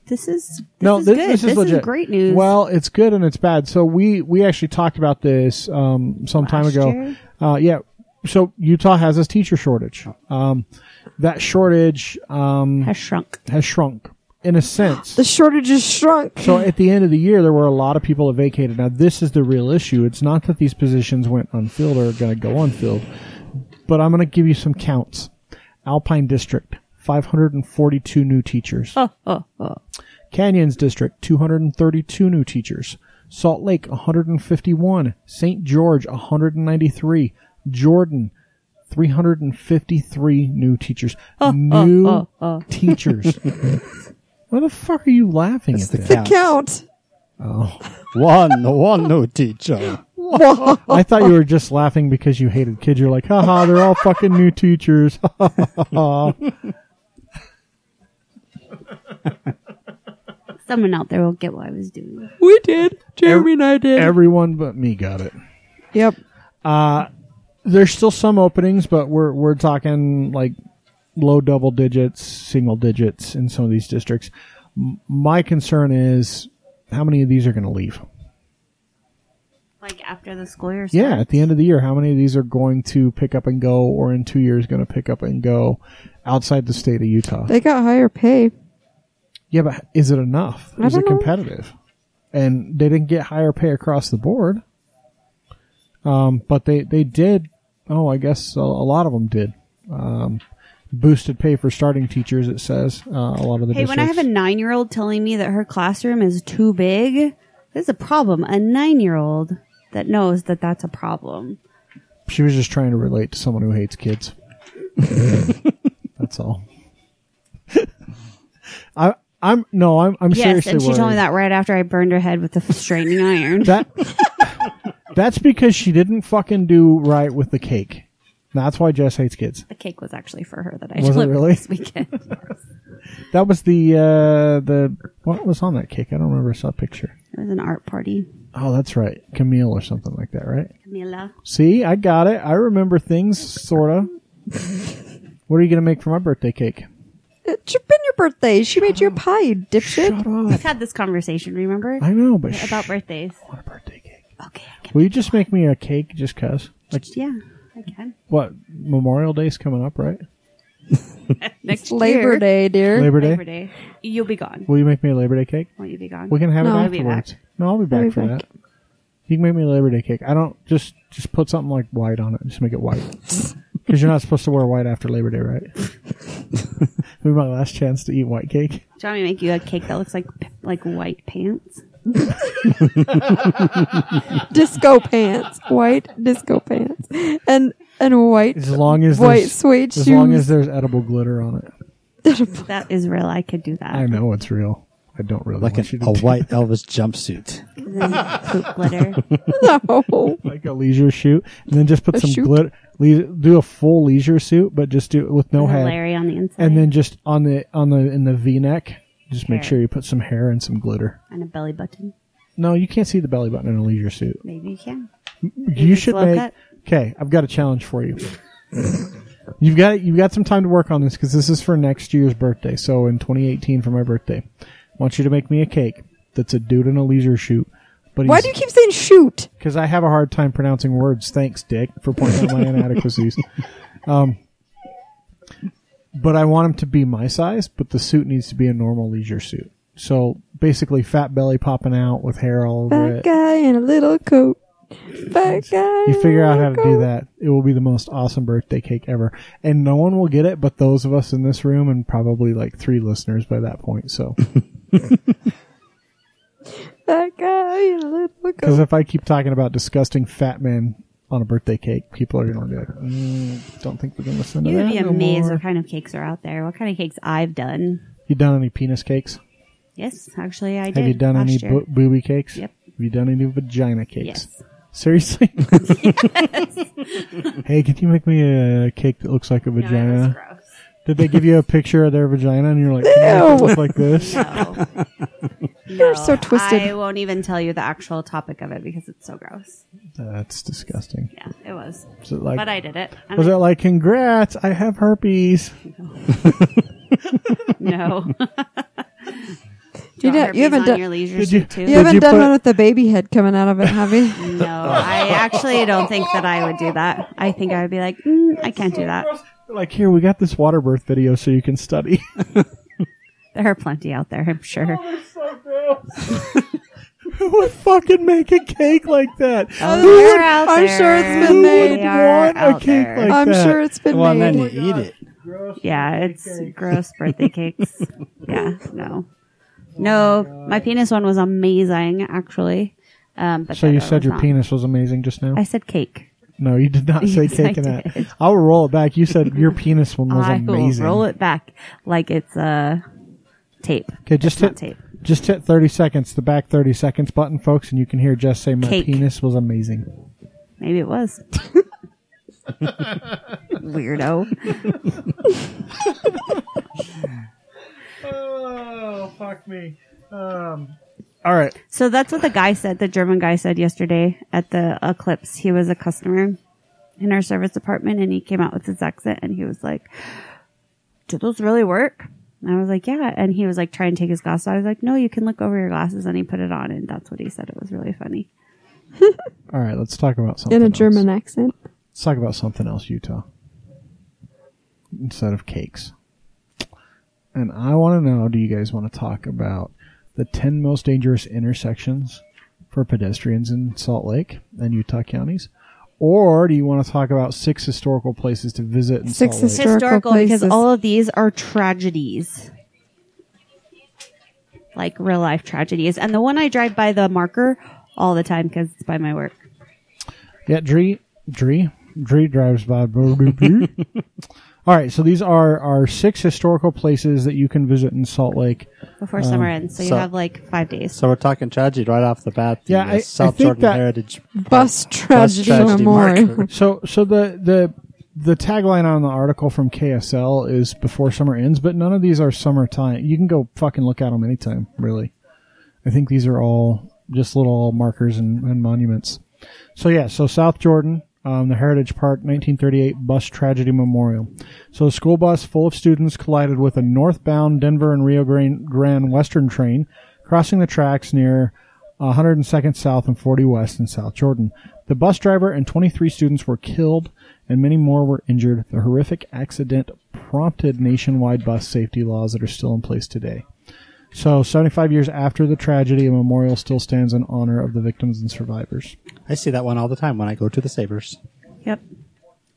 C: this is this
A: no,
C: is
A: thi-
C: good.
A: this is legit.
C: great news.
A: Well, it's good and it's bad. So we we actually talked about this um, some time
C: Last
A: ago.
C: year?
A: Uh, yeah. So Utah has this teacher shortage. Um, that shortage um,
C: has shrunk.
A: has shrunk in a sense.
D: The shortage has shrunk.
A: So at the end of the year, there were a lot of people that vacated. Now this is the real issue. It's not that these positions went unfilled or are going to go unfilled, but I'm going to give you some counts. Alpine District, 542 new teachers.
C: Oh, oh, oh.
A: Canyons District, 232 new teachers. Salt Lake, 151. St. George, 193. Jordan, 353 new teachers. new
C: oh, oh.
A: teachers. Why the fuck are you laughing
B: That's
A: at
B: the
A: that?
B: count.
D: Count.
B: one, one new teacher.
A: I thought you were just laughing because you hated kids. You're like, haha, they're all fucking new teachers.
C: Someone out there will get what I was doing.
D: We did. Jeremy and I did.
A: Everyone but me got it.
D: yep.
A: There's still some openings, but we're we're talking like low double digits, single digits in some of these districts. M- my concern is how many of these are going to leave?
C: Like after the school year.
A: Yeah, at the end of the year, how many of these are going to pick up and go, or in two years going to pick up and go outside the state of Utah?
D: They got higher pay.
A: Yeah, but is it enough?
D: I
A: Is it
D: don't know.
A: competitive? And they didn't get higher pay across the board. Um, but they, they did. Oh, I guess a, a lot of them did. Um, boosted pay for starting teachers. It says uh, a lot of the
C: Hey, when I have a
A: districts.
C: nine-year-old telling me that her classroom is too big, this is a problem. A nine-year-old that knows that that's a problem.
A: she was just trying to relate to someone who hates kids. That's all. I I'm no I'm I'm
C: yes,
A: seriously
C: and she
A: worried.
C: told me that right after I burned her head with the straightening iron.
A: That that's because she didn't fucking do right with the cake. That's why Jess hates kids.
C: the cake was actually for her that I
A: Was it
C: delivered
A: really?
C: this weekend.
A: That was the uh the what was on that cake? I don't remember. I saw a picture.
C: It was an art party.
A: Oh, that's right, Camille or something like that, right?
C: Camila.
A: See, I got it. I remember things sorta. what are you gonna make for my birthday cake?
D: It should have been your birthday. She made you a pie, dipshit.
A: Shut up.
C: We've had this conversation, remember?
A: I know, but
C: About
A: shh,
C: birthdays.
A: I want a birthday cake.
C: Okay, I
A: Will you just make me a cake just cuz? Like
C: Yeah, I can.
A: what? Memorial Day's coming up, right?
C: Next
D: Labor
C: year.
D: Day, dear.
A: Labor Day.
C: Labor Day. You'll be gone.
A: Will you make me a Labor Day cake?
C: Won't you be gone?
A: We can have
D: No,
A: it
D: I'll
C: be
A: afterwards. No, I'll be back
D: I'll be
A: for
D: back.
A: that. You can make me a Labor Day cake. I don't just just put something like white on it. Just make it white. Because you're not supposed to wear white after Labor Day, right? Maybe my last chance to eat white cake.
C: Do you want me to make you a cake that looks like like white pants?
D: disco pants, white disco pants, and and white
A: As long as
D: white
A: there's-
D: suede
A: As
D: shoes.
A: long as there's edible glitter on it.
C: That is real. I could do that.
A: I know it's real. I don't really
B: like
A: want you
B: an,
A: to
B: a
A: do-
B: white Elvis jumpsuit.
C: Then poop glitter.
D: no,
A: like a leisure shoot, and then just put
D: A
A: some
D: shoot?
A: glitter. Le- do a full leisure suit, but just do it with no head,
C: Larry on the inside.
A: and then just on the on the in the V neck, just make
C: Hair.
A: sure you put some hair and some glitter.
C: and a belly button.
A: No, you can't see the belly button in a leisure suit.
C: Maybe you can.
A: You should
C: look
A: make.
C: at-
A: Okay, I've got a challenge for you. You've got you've got some time to work on this because this is for next year's birthday. So in 2018 for my birthday, I want you to make me a cake that's a dude in a leisure shoot. But
D: why
A: he's-
D: do you keep saying shoot?
A: because I have a hard time pronouncing words. Thanks, Dick, for pointing out my inadequacies. Um, but I want him to be my size, but the suit needs to be a normal leisure suit. So basically, fat belly popping out with hair all over
D: Fat
A: it.
D: guy in a little coat. Fat guy.
A: You figure out how
D: in
A: to
D: a
A: do
D: coat.
A: that. It will be the most awesome birthday cake ever, and no one will get it but those of us in this room, and probably like three listeners by that point. So,
D: Fat guy in a little
A: because
D: coat.
A: if I keep talking about disgusting fat men on a birthday cake, people are going to be like, mm, "Don't think we're going to listen to
C: You
A: that."
C: would be
A: no
C: amazed
A: more."
C: what kind of cakes are out there. What kind of cakes I've done.
A: You done any penis cakes?
C: Yes, actually, I did.
A: Have you done
C: last
A: any
C: year.
A: bo- booby cakes?
C: Yep.
A: Have you done any vagina cakes?
C: Yes.
A: Seriously? hey, can you make me a cake that looks like a
C: No, that was
A: vagina?
C: gross.
A: Did they give you a picture of their vagina and you're like, can you make it
D: Ew.
A: look like this?
C: No.
D: You're so twisted.
C: I won't even tell you the actual topic of it because it's so gross.
A: That's disgusting.
C: Yeah, it was.
A: Is it like,
C: But I did it. I'm
A: was it
C: like,
A: like, congrats, I have herpes?
C: no. Draw
D: You did-
C: herpes
D: you haven't
C: on
D: done-
C: your leisure
A: Did you-
C: suit too.
D: you haven't
A: you
D: done
A: put-
D: one with the baby head coming out of it, have you?
C: No, I actually don't think that I would do that. I think I would be like, mm, I can't do that.
A: Like, here, we got this water birth video so you can study.
C: There are plenty out there, I'm sure.
A: Who would fucking make a cake like that?
C: Oh,
A: Who
C: they're
A: would-
C: out
D: I'm
C: there.
D: sure it's
A: who
D: been
A: would
D: made.
C: They are
A: want a
C: out
A: cake
C: there.
A: like
D: I'm
A: that?
D: sure it's been
B: Well, and
D: made.
B: then you eat it.
C: Yeah, it's gross birthday cakes. yeah, no. No, my penis one was amazing, actually. Um, but
A: So
C: that
A: you
C: one
A: said
C: was
A: your
C: not.
A: penis was amazing just now?
C: I said cake.
A: No, you did not say
C: Yes, I
A: cake in that.
C: did.
A: I'll roll it back. You said your penis one was
C: I
A: amazing.
C: will roll it back like it's uh, tape.
A: Okay, just
C: It's not
A: hit
C: tape.
A: just hit thirty seconds, the back thirty seconds button, folks, and you can hear Jess say, "My
C: Cake.
A: penis was amazing."
C: Maybe it was. Weirdo.
A: Oh fuck me! Um, all right,
C: So that's what the guy said, the German guy said yesterday at the Eclipse. He was a customer in our service department and he came out with his accent and he was like, Do those really work? And I was like, Yeah. And he was like, Try and take his glasses. I was like, No, you can look over your glasses. And he put it on and that's what he said. It was really funny.
A: all right. Let's talk about something
D: in a
A: else.
D: German accent.
A: Let's talk about something else, Utah. Instead of cakes, and I want to know: Do you guys want to talk about the ten most dangerous intersections for pedestrians in Salt Lake and Utah counties? Or do you want to talk about six historical places to visit in
D: Six
A: Salt Lake?
D: historical
C: historical because
D: places.
C: all of these are tragedies. Like real life tragedies. And the one I drive by the marker all the time because it's by my work.
A: Yeah, Dree, Dree, Dree drives by. All right, so these are are six historical places that you can visit in Salt Lake.
C: before summer ends. So, you
B: so-
C: have like five days.
B: So we're talking tragedy right off the bat. The,
A: Yeah,
B: uh,
A: I- I
B: South
A: think
B: Jordan
A: that-
B: Heritage
D: Bus tragedy, memorial.
B: marker.
A: So, so the the the tagline on the article from KSL is "Before summer ends," but none of these are summertime. You can go fucking look at them anytime, really. I think these are all just little markers and, and monuments. So yeah, so South Jordan, um, the Heritage Park, 1938 bus tragedy memorial. So a school bus full of students collided with a northbound Denver and Rio Grande Grande Western train, crossing the tracks near 102nd South and 40 West in South Jordan. The bus driver and 23 students were killed and many more were injured. The horrific accident prompted nationwide bus safety laws that are still in place today. So, 75 years after the tragedy, a memorial still stands in honor of the victims and survivors.
B: I see that one all the time when I go to the Sabers.
C: Yep.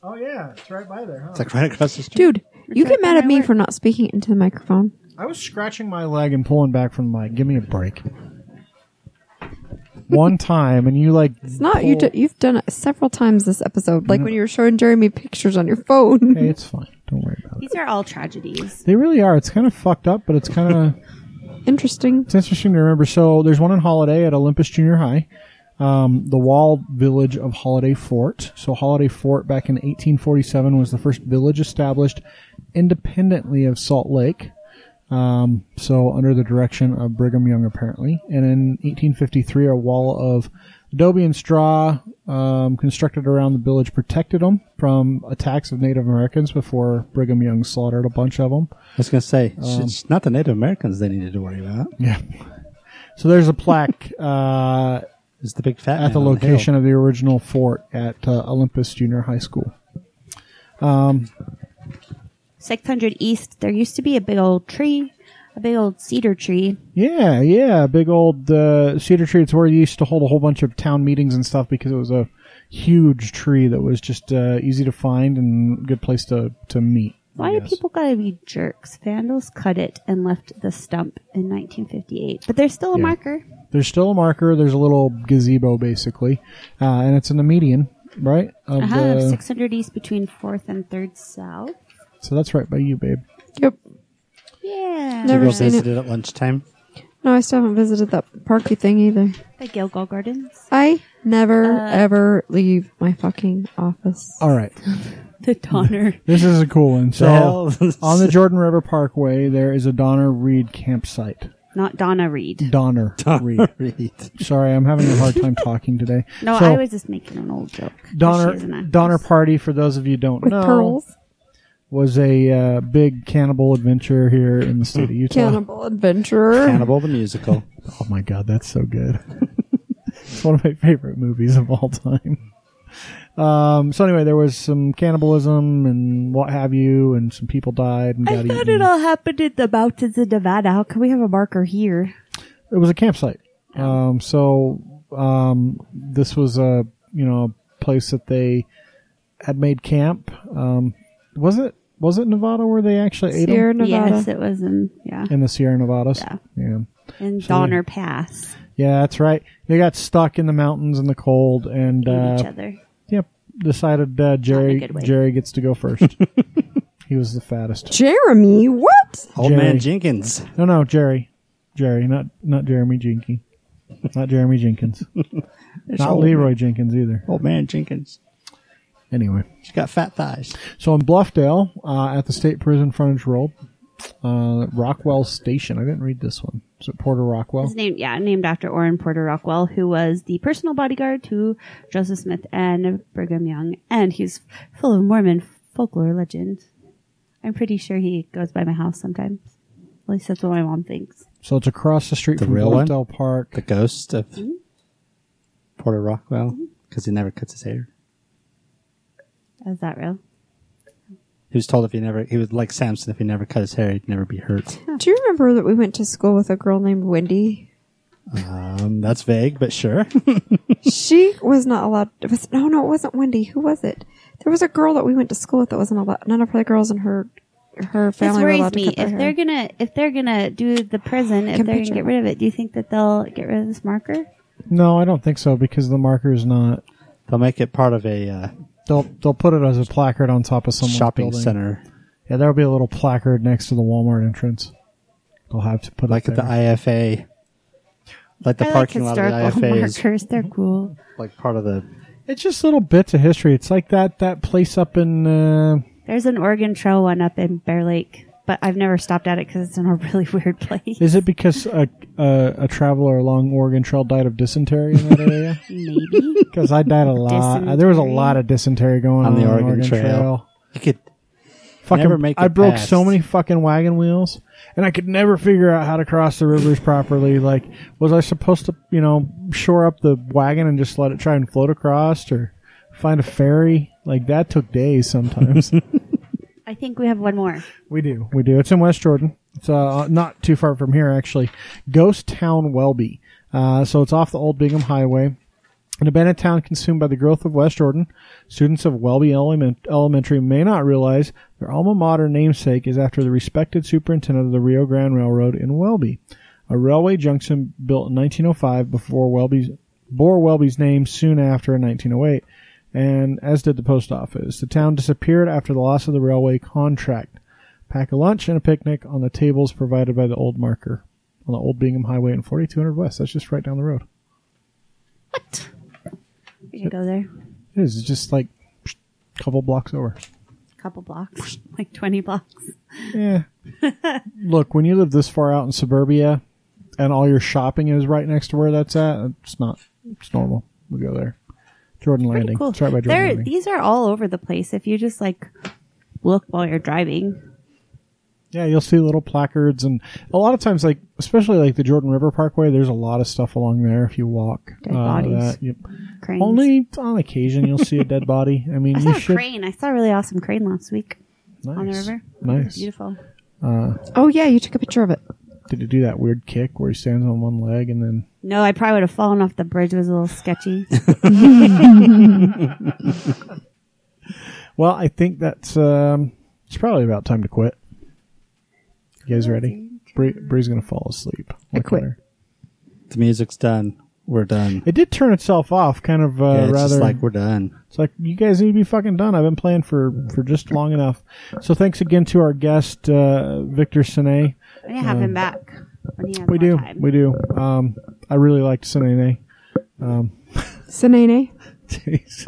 A: Oh, yeah. It's right by there, huh?
B: It's like right across the street.
D: Dude, you get
C: that
D: mad at
C: my
D: me
C: work?
D: for not speaking into the microphone.
A: I was scratching my leg and pulling back from the mic. Give me a break. One time, and you like.
D: It's not you. Do, you've done it several times this episode. Like when you were showing Jeremy pictures on your phone.
A: Hey, it's fine. Don't worry about it.
C: These are all tragedies.
A: They really are. It's kind of fucked up, but it's kind of.
D: Interesting.
A: It's interesting to remember. So there's one in Holiday at Olympus Junior High, um, the wall village of Holiday Fort. So Holiday Fort back in 1847 was the first village established independently of Salt Lake. Um, so under the direction of Brigham Young, apparently. And in 1853, a wall of adobe and straw um, constructed around the village protected them from attacks of Native Americans before Brigham Young slaughtered a bunch of them.
B: I was going to say, it's- it's not the Native Americans they needed to worry about.
A: Oh. Yeah. So there's a plaque uh,
B: It's the big fat
A: at the location of the original fort at uh, Olympus Junior High School.
C: 600 East, there used to be a big old tree, a big old cedar tree.
A: Yeah, yeah, big old uh, cedar tree. It's where you used to hold a whole bunch of town meetings and stuff because it was a huge tree that was just uh, easy to find and good place to to meet.
C: Why do people gotta be jerks? Vandals cut it and left the stump in 1958, but there's still a marker.
A: There's still a marker. There's a little gazebo basically, uh, and it's in the median, right? Of
C: Uh-huh,
A: the-
C: 600 East between 4th and 3rd South.
A: so that's right by you, babe.
D: Yep.
C: Yeah.
D: Never
B: Girls
D: seen it.
B: visited at lunchtime.
D: No, I still haven't visited that parky thing either.
C: The Gilgal Gardens.
D: I never
C: Uh,
D: ever leave my fucking office.
A: All right.
C: The Donner.
A: This is a cool one. So,
B: hell?
A: on the Jordan River Parkway, there is a Donner Reed campsite.
C: Not Donna Reed.
A: Donner, Reed.
B: Right.
A: Sorry, I'm having a hard time talking today.
C: No,
A: So,
C: I was just making an old joke. She is an
A: Donner
C: actress.
A: Donner Party. For those of you who don't
D: With
A: know,
D: pearls.
A: was a uh, big cannibal adventure here in the state of Utah.
D: Cannibal Adventurer.
B: Hannibal the musical.
A: Oh my god, that's so good. it's one of my favorite movies of all time. Um, so anyway, there was some cannibalism and what have you, and some people died and
C: I
A: got
C: thought
A: eaten.
C: it all happened in the mountains of Nevada. How can we have a marker here?
A: it was a campsite. Um, so um, this was a you know a place that they had made camp. Um, was it was it Nevada where they actually ate 'em?
D: Sierra Nevada.
C: Yes, it was in yeah
A: in the Sierra Nevadas?
C: Yeah.
A: yeah,
C: in Donner Pass.
A: Yeah, that's right. They got stuck in the mountains in the cold, and
C: with each
A: uh,
C: other.
A: yep, decided uh,
C: Not in a
A: Jerry
C: good way.
A: Jerry gets to go first. he was the fattest.
D: Jeremy, what?
B: Old
A: Jerry.
B: man Jenkins.
A: No, no, Jerry, Jerry, not not Jeremy Jinky, not Jeremy Jenkins, not
B: old.
A: Leroy Jenkins either.
B: Old man Jenkins.
A: Anyway.
B: She's got fat thighs.
A: So in Bluffdale, uh, at the state prison frontage road, uh, Rockwell Station. I didn't read this one. Is it Porter Rockwell?
C: It's named yeah, named after Orrin Porter Rockwell, who was the personal bodyguard to Joseph Smith and Brigham Young, and he's full of Mormon folklore legend. I'm pretty sure he goes by my house sometimes. At least that's what my mom thinks.
A: So it's across the street
B: The
A: from
B: real one?
A: Bluffdale Park.
B: The ghost of Porter Rockwell because he never cuts his hair.
C: Is that real?
B: He was told if he never, he was like Samson, if he never cut his hair, he'd never be hurt.
D: Do you remember that we went to school with a girl named Wendy?
B: Um, that's vague, but sure.
D: she was not allowed. It was no, no, it wasn't Wendy. Who was it? There was a girl that we went to school with that wasn't allowed. None of her girls in her her
C: This
D: family were
C: worries
D: allowed to
C: me.
D: cut their
C: If
D: hair.
C: they're gonna if they're gonna do the prison, if
D: Can
C: they're
D: picture
C: gonna get rid of it, do you think that they'll get rid of this marker?
A: No, I don't think so because the marker is not.
B: They'll make it part of a uh,
A: They'll they'll put it as a placard on top of someone's
B: shopping
A: building.
B: center,
A: Yeah, there'll be a little placard next to the Walmart entrance. They'll have to put
B: like
A: it
B: at the
A: there.
B: IFA, like the
C: I like
B: parking lot
C: historical
B: of the IFA is
C: markers. They're cool.
B: like part of the.
A: it's just little bits of history. It's like that that place up in. Uh,
C: There's an Oregon Trail one up in Bear Lake, but I've never stopped at it because it's in a really weird place.
A: is it because a, a a traveler along Oregon Trail died of dysentery in that area?
C: Maybe.
A: Because I died a lot. There was a
C: Dysentery.
A: lot of dysentery going on,
B: On the
A: on
B: Oregon Trail. You could
A: Fucking,
B: Never make
A: I
B: it
A: broke
B: past.
A: so many fucking wagon wheels, and I could never figure out how to cross the rivers properly. Like, was I supposed to, you know, shore up the wagon and just let it try and float across, or find a ferry? Like that took days sometimes.
C: I think we have one more.
A: we do, we do. It's in West Jordan. It's uh, not too far from here, actually. Ghost Town Welby. Uh, so it's off the old Bingham Highway. An abandoned town consumed by the growth of West Jordan, students of Welby Element- Elementary may not realize their alma mater namesake is after the respected superintendent of the Rio Grande Railroad in Welby, a railway junction built in 1905 before Welby's bore Welby's name soon after in 1908, and as did the post office. The town disappeared after the loss of the railway contract. Pack a lunch and a picnic on the tables provided by the old marker on the old Bingham Highway and 4200 West. That's just right down the road.
C: We can go there.
A: It is. It's just like a couple blocks over.
C: couple blocks, like 20 blocks.
A: Yeah. Look, when you live this far out in suburbia and all your shopping is right next to where that's at, it's not, it's normal. We go there. Jordan Landing.
C: Cool.
A: It's right by Jordan
C: There-
A: Landing.
C: these are all over the place. If you just like look while you're driving,
A: Yeah, you'll see little placards and a lot of times like especially like the Jordan River Parkway, there's a lot of stuff along there if you walk. uh,
C: Dead bodies.
A: yep.
C: cranes.
A: Only on occasion you'll see a dead body. I mean
C: I
A: you
C: saw a
A: should
C: crane. I saw a really awesome crane last week
A: nice.
C: on the river. It was
A: Nice.
C: Beautiful.
D: Oh yeah, you took a picture of it.
A: Did he do that weird kick where he stands on one leg and then
C: No, I probably would have fallen off the bridge. It was a little sketchy.
A: Well, I think that's um, it's probably about time to quit. You guys ready? Bree, Bree's gonna fall asleep. I
D: quit.
B: The music's done. We're done.
A: It did turn itself off, kind of uh,
B: yeah, it's
A: rather.
B: just like we're done.
A: It's like you guys need to be fucking done. I've been playing for for just long enough. So thanks again to our guest uh, Victor Sine.
C: We need to have him back when he has
A: Um, We
C: more
A: do,
C: time.
A: we do. Um, I really liked Sine.
D: Sinene.
A: Jeez.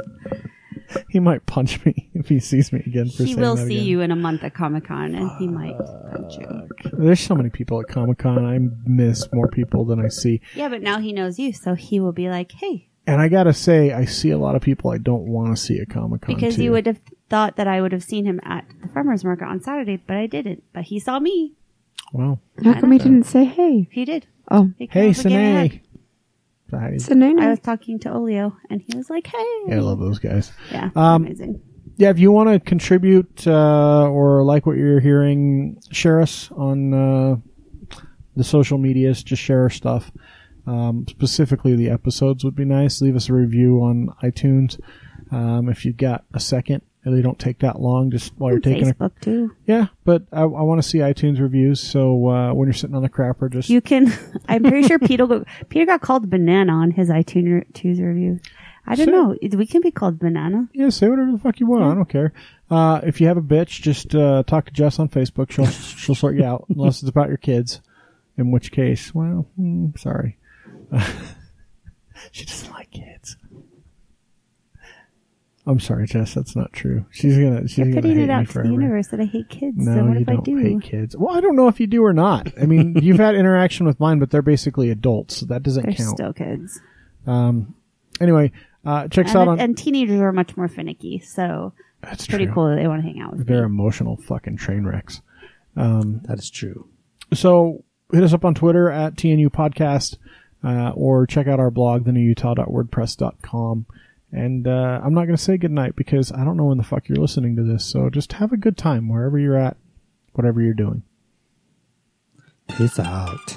A: He might punch me if he sees me again. For
C: he
A: saying
C: will
A: that
C: see
A: again.
C: you in a month at Comic Con, and he might punch you.
A: There's so many people at Comic Con. I miss more people than I see.
C: Yeah, but now he knows you, so he will be like, "Hey,"
A: And I gotta say, I see a lot of people I don't want to see at Comic Con
C: because you would have thought that I would have seen him at the farmers market on Saturday, but I didn't. But he saw me.
A: Wow.
D: How come he didn't say hey?
C: He did.
D: Oh,
C: He came
A: Hey,
C: up again and
A: Sine.
C: had-
A: Hi.
C: I
D: Sinene.
C: was talking to Olio, and he was like, "Hey."
A: Yeah, Um, I love those guys.
C: Yeah, amazing.
A: Yeah, if you want to contribute uh, or like what you're hearing, share us on uh, the social medias. Just share our stuff. Um, specifically, the episodes would be nice. Leave us a review on iTunes um, if you've got a second. They don't take that long. Just while you're taking a
C: Facebook too.
A: yeah, but I, I want to see iTunes reviews. So uh, when you're sitting on the crapper, just
C: You can. I'm pretty sure Peter go, Peter got called banana on his iTunes iTunes review. I don't
A: Sure.
C: know. We can be called banana.
A: Yeah, say whatever the fuck you want. I don't care. Uh, if you have a bitch, just uh, talk to Jess on Facebook. She'll she'll sort you out, unless it's about your kids. In which case, well, mm, sorry. she doesn't like kids. I'm sorry, Jess. That's not true. She's gonna she's
C: You're
A: gonna
C: putting
A: hate
C: it
A: me
C: out to the
A: forever.
C: universe that I hate kids.
A: No,
C: so what
A: you
C: if
A: don't
C: I do?
A: hate kids. Well, I don't know if you do or not. I mean, you've had interaction with mine, but they're basically adults, so that doesn't
C: They're
A: count.
C: still kids,
A: Anyway, uh, checks out
C: and,
A: on.
C: and teenagers are much more finicky. So
A: that's
C: it's pretty
A: true.
C: cool that they want to hang out with
A: They're
C: me.
A: emotional fucking train wrecks.
B: That is true.
A: so hit us up on Twitter at TNU Podcast uh, or check out our blog, thenewutah.wordpress.com. And uh, I'm not going to say goodnight because I don't know when the fuck you're listening to this. So just have a good time wherever you're at, whatever you're doing.
B: Peace out.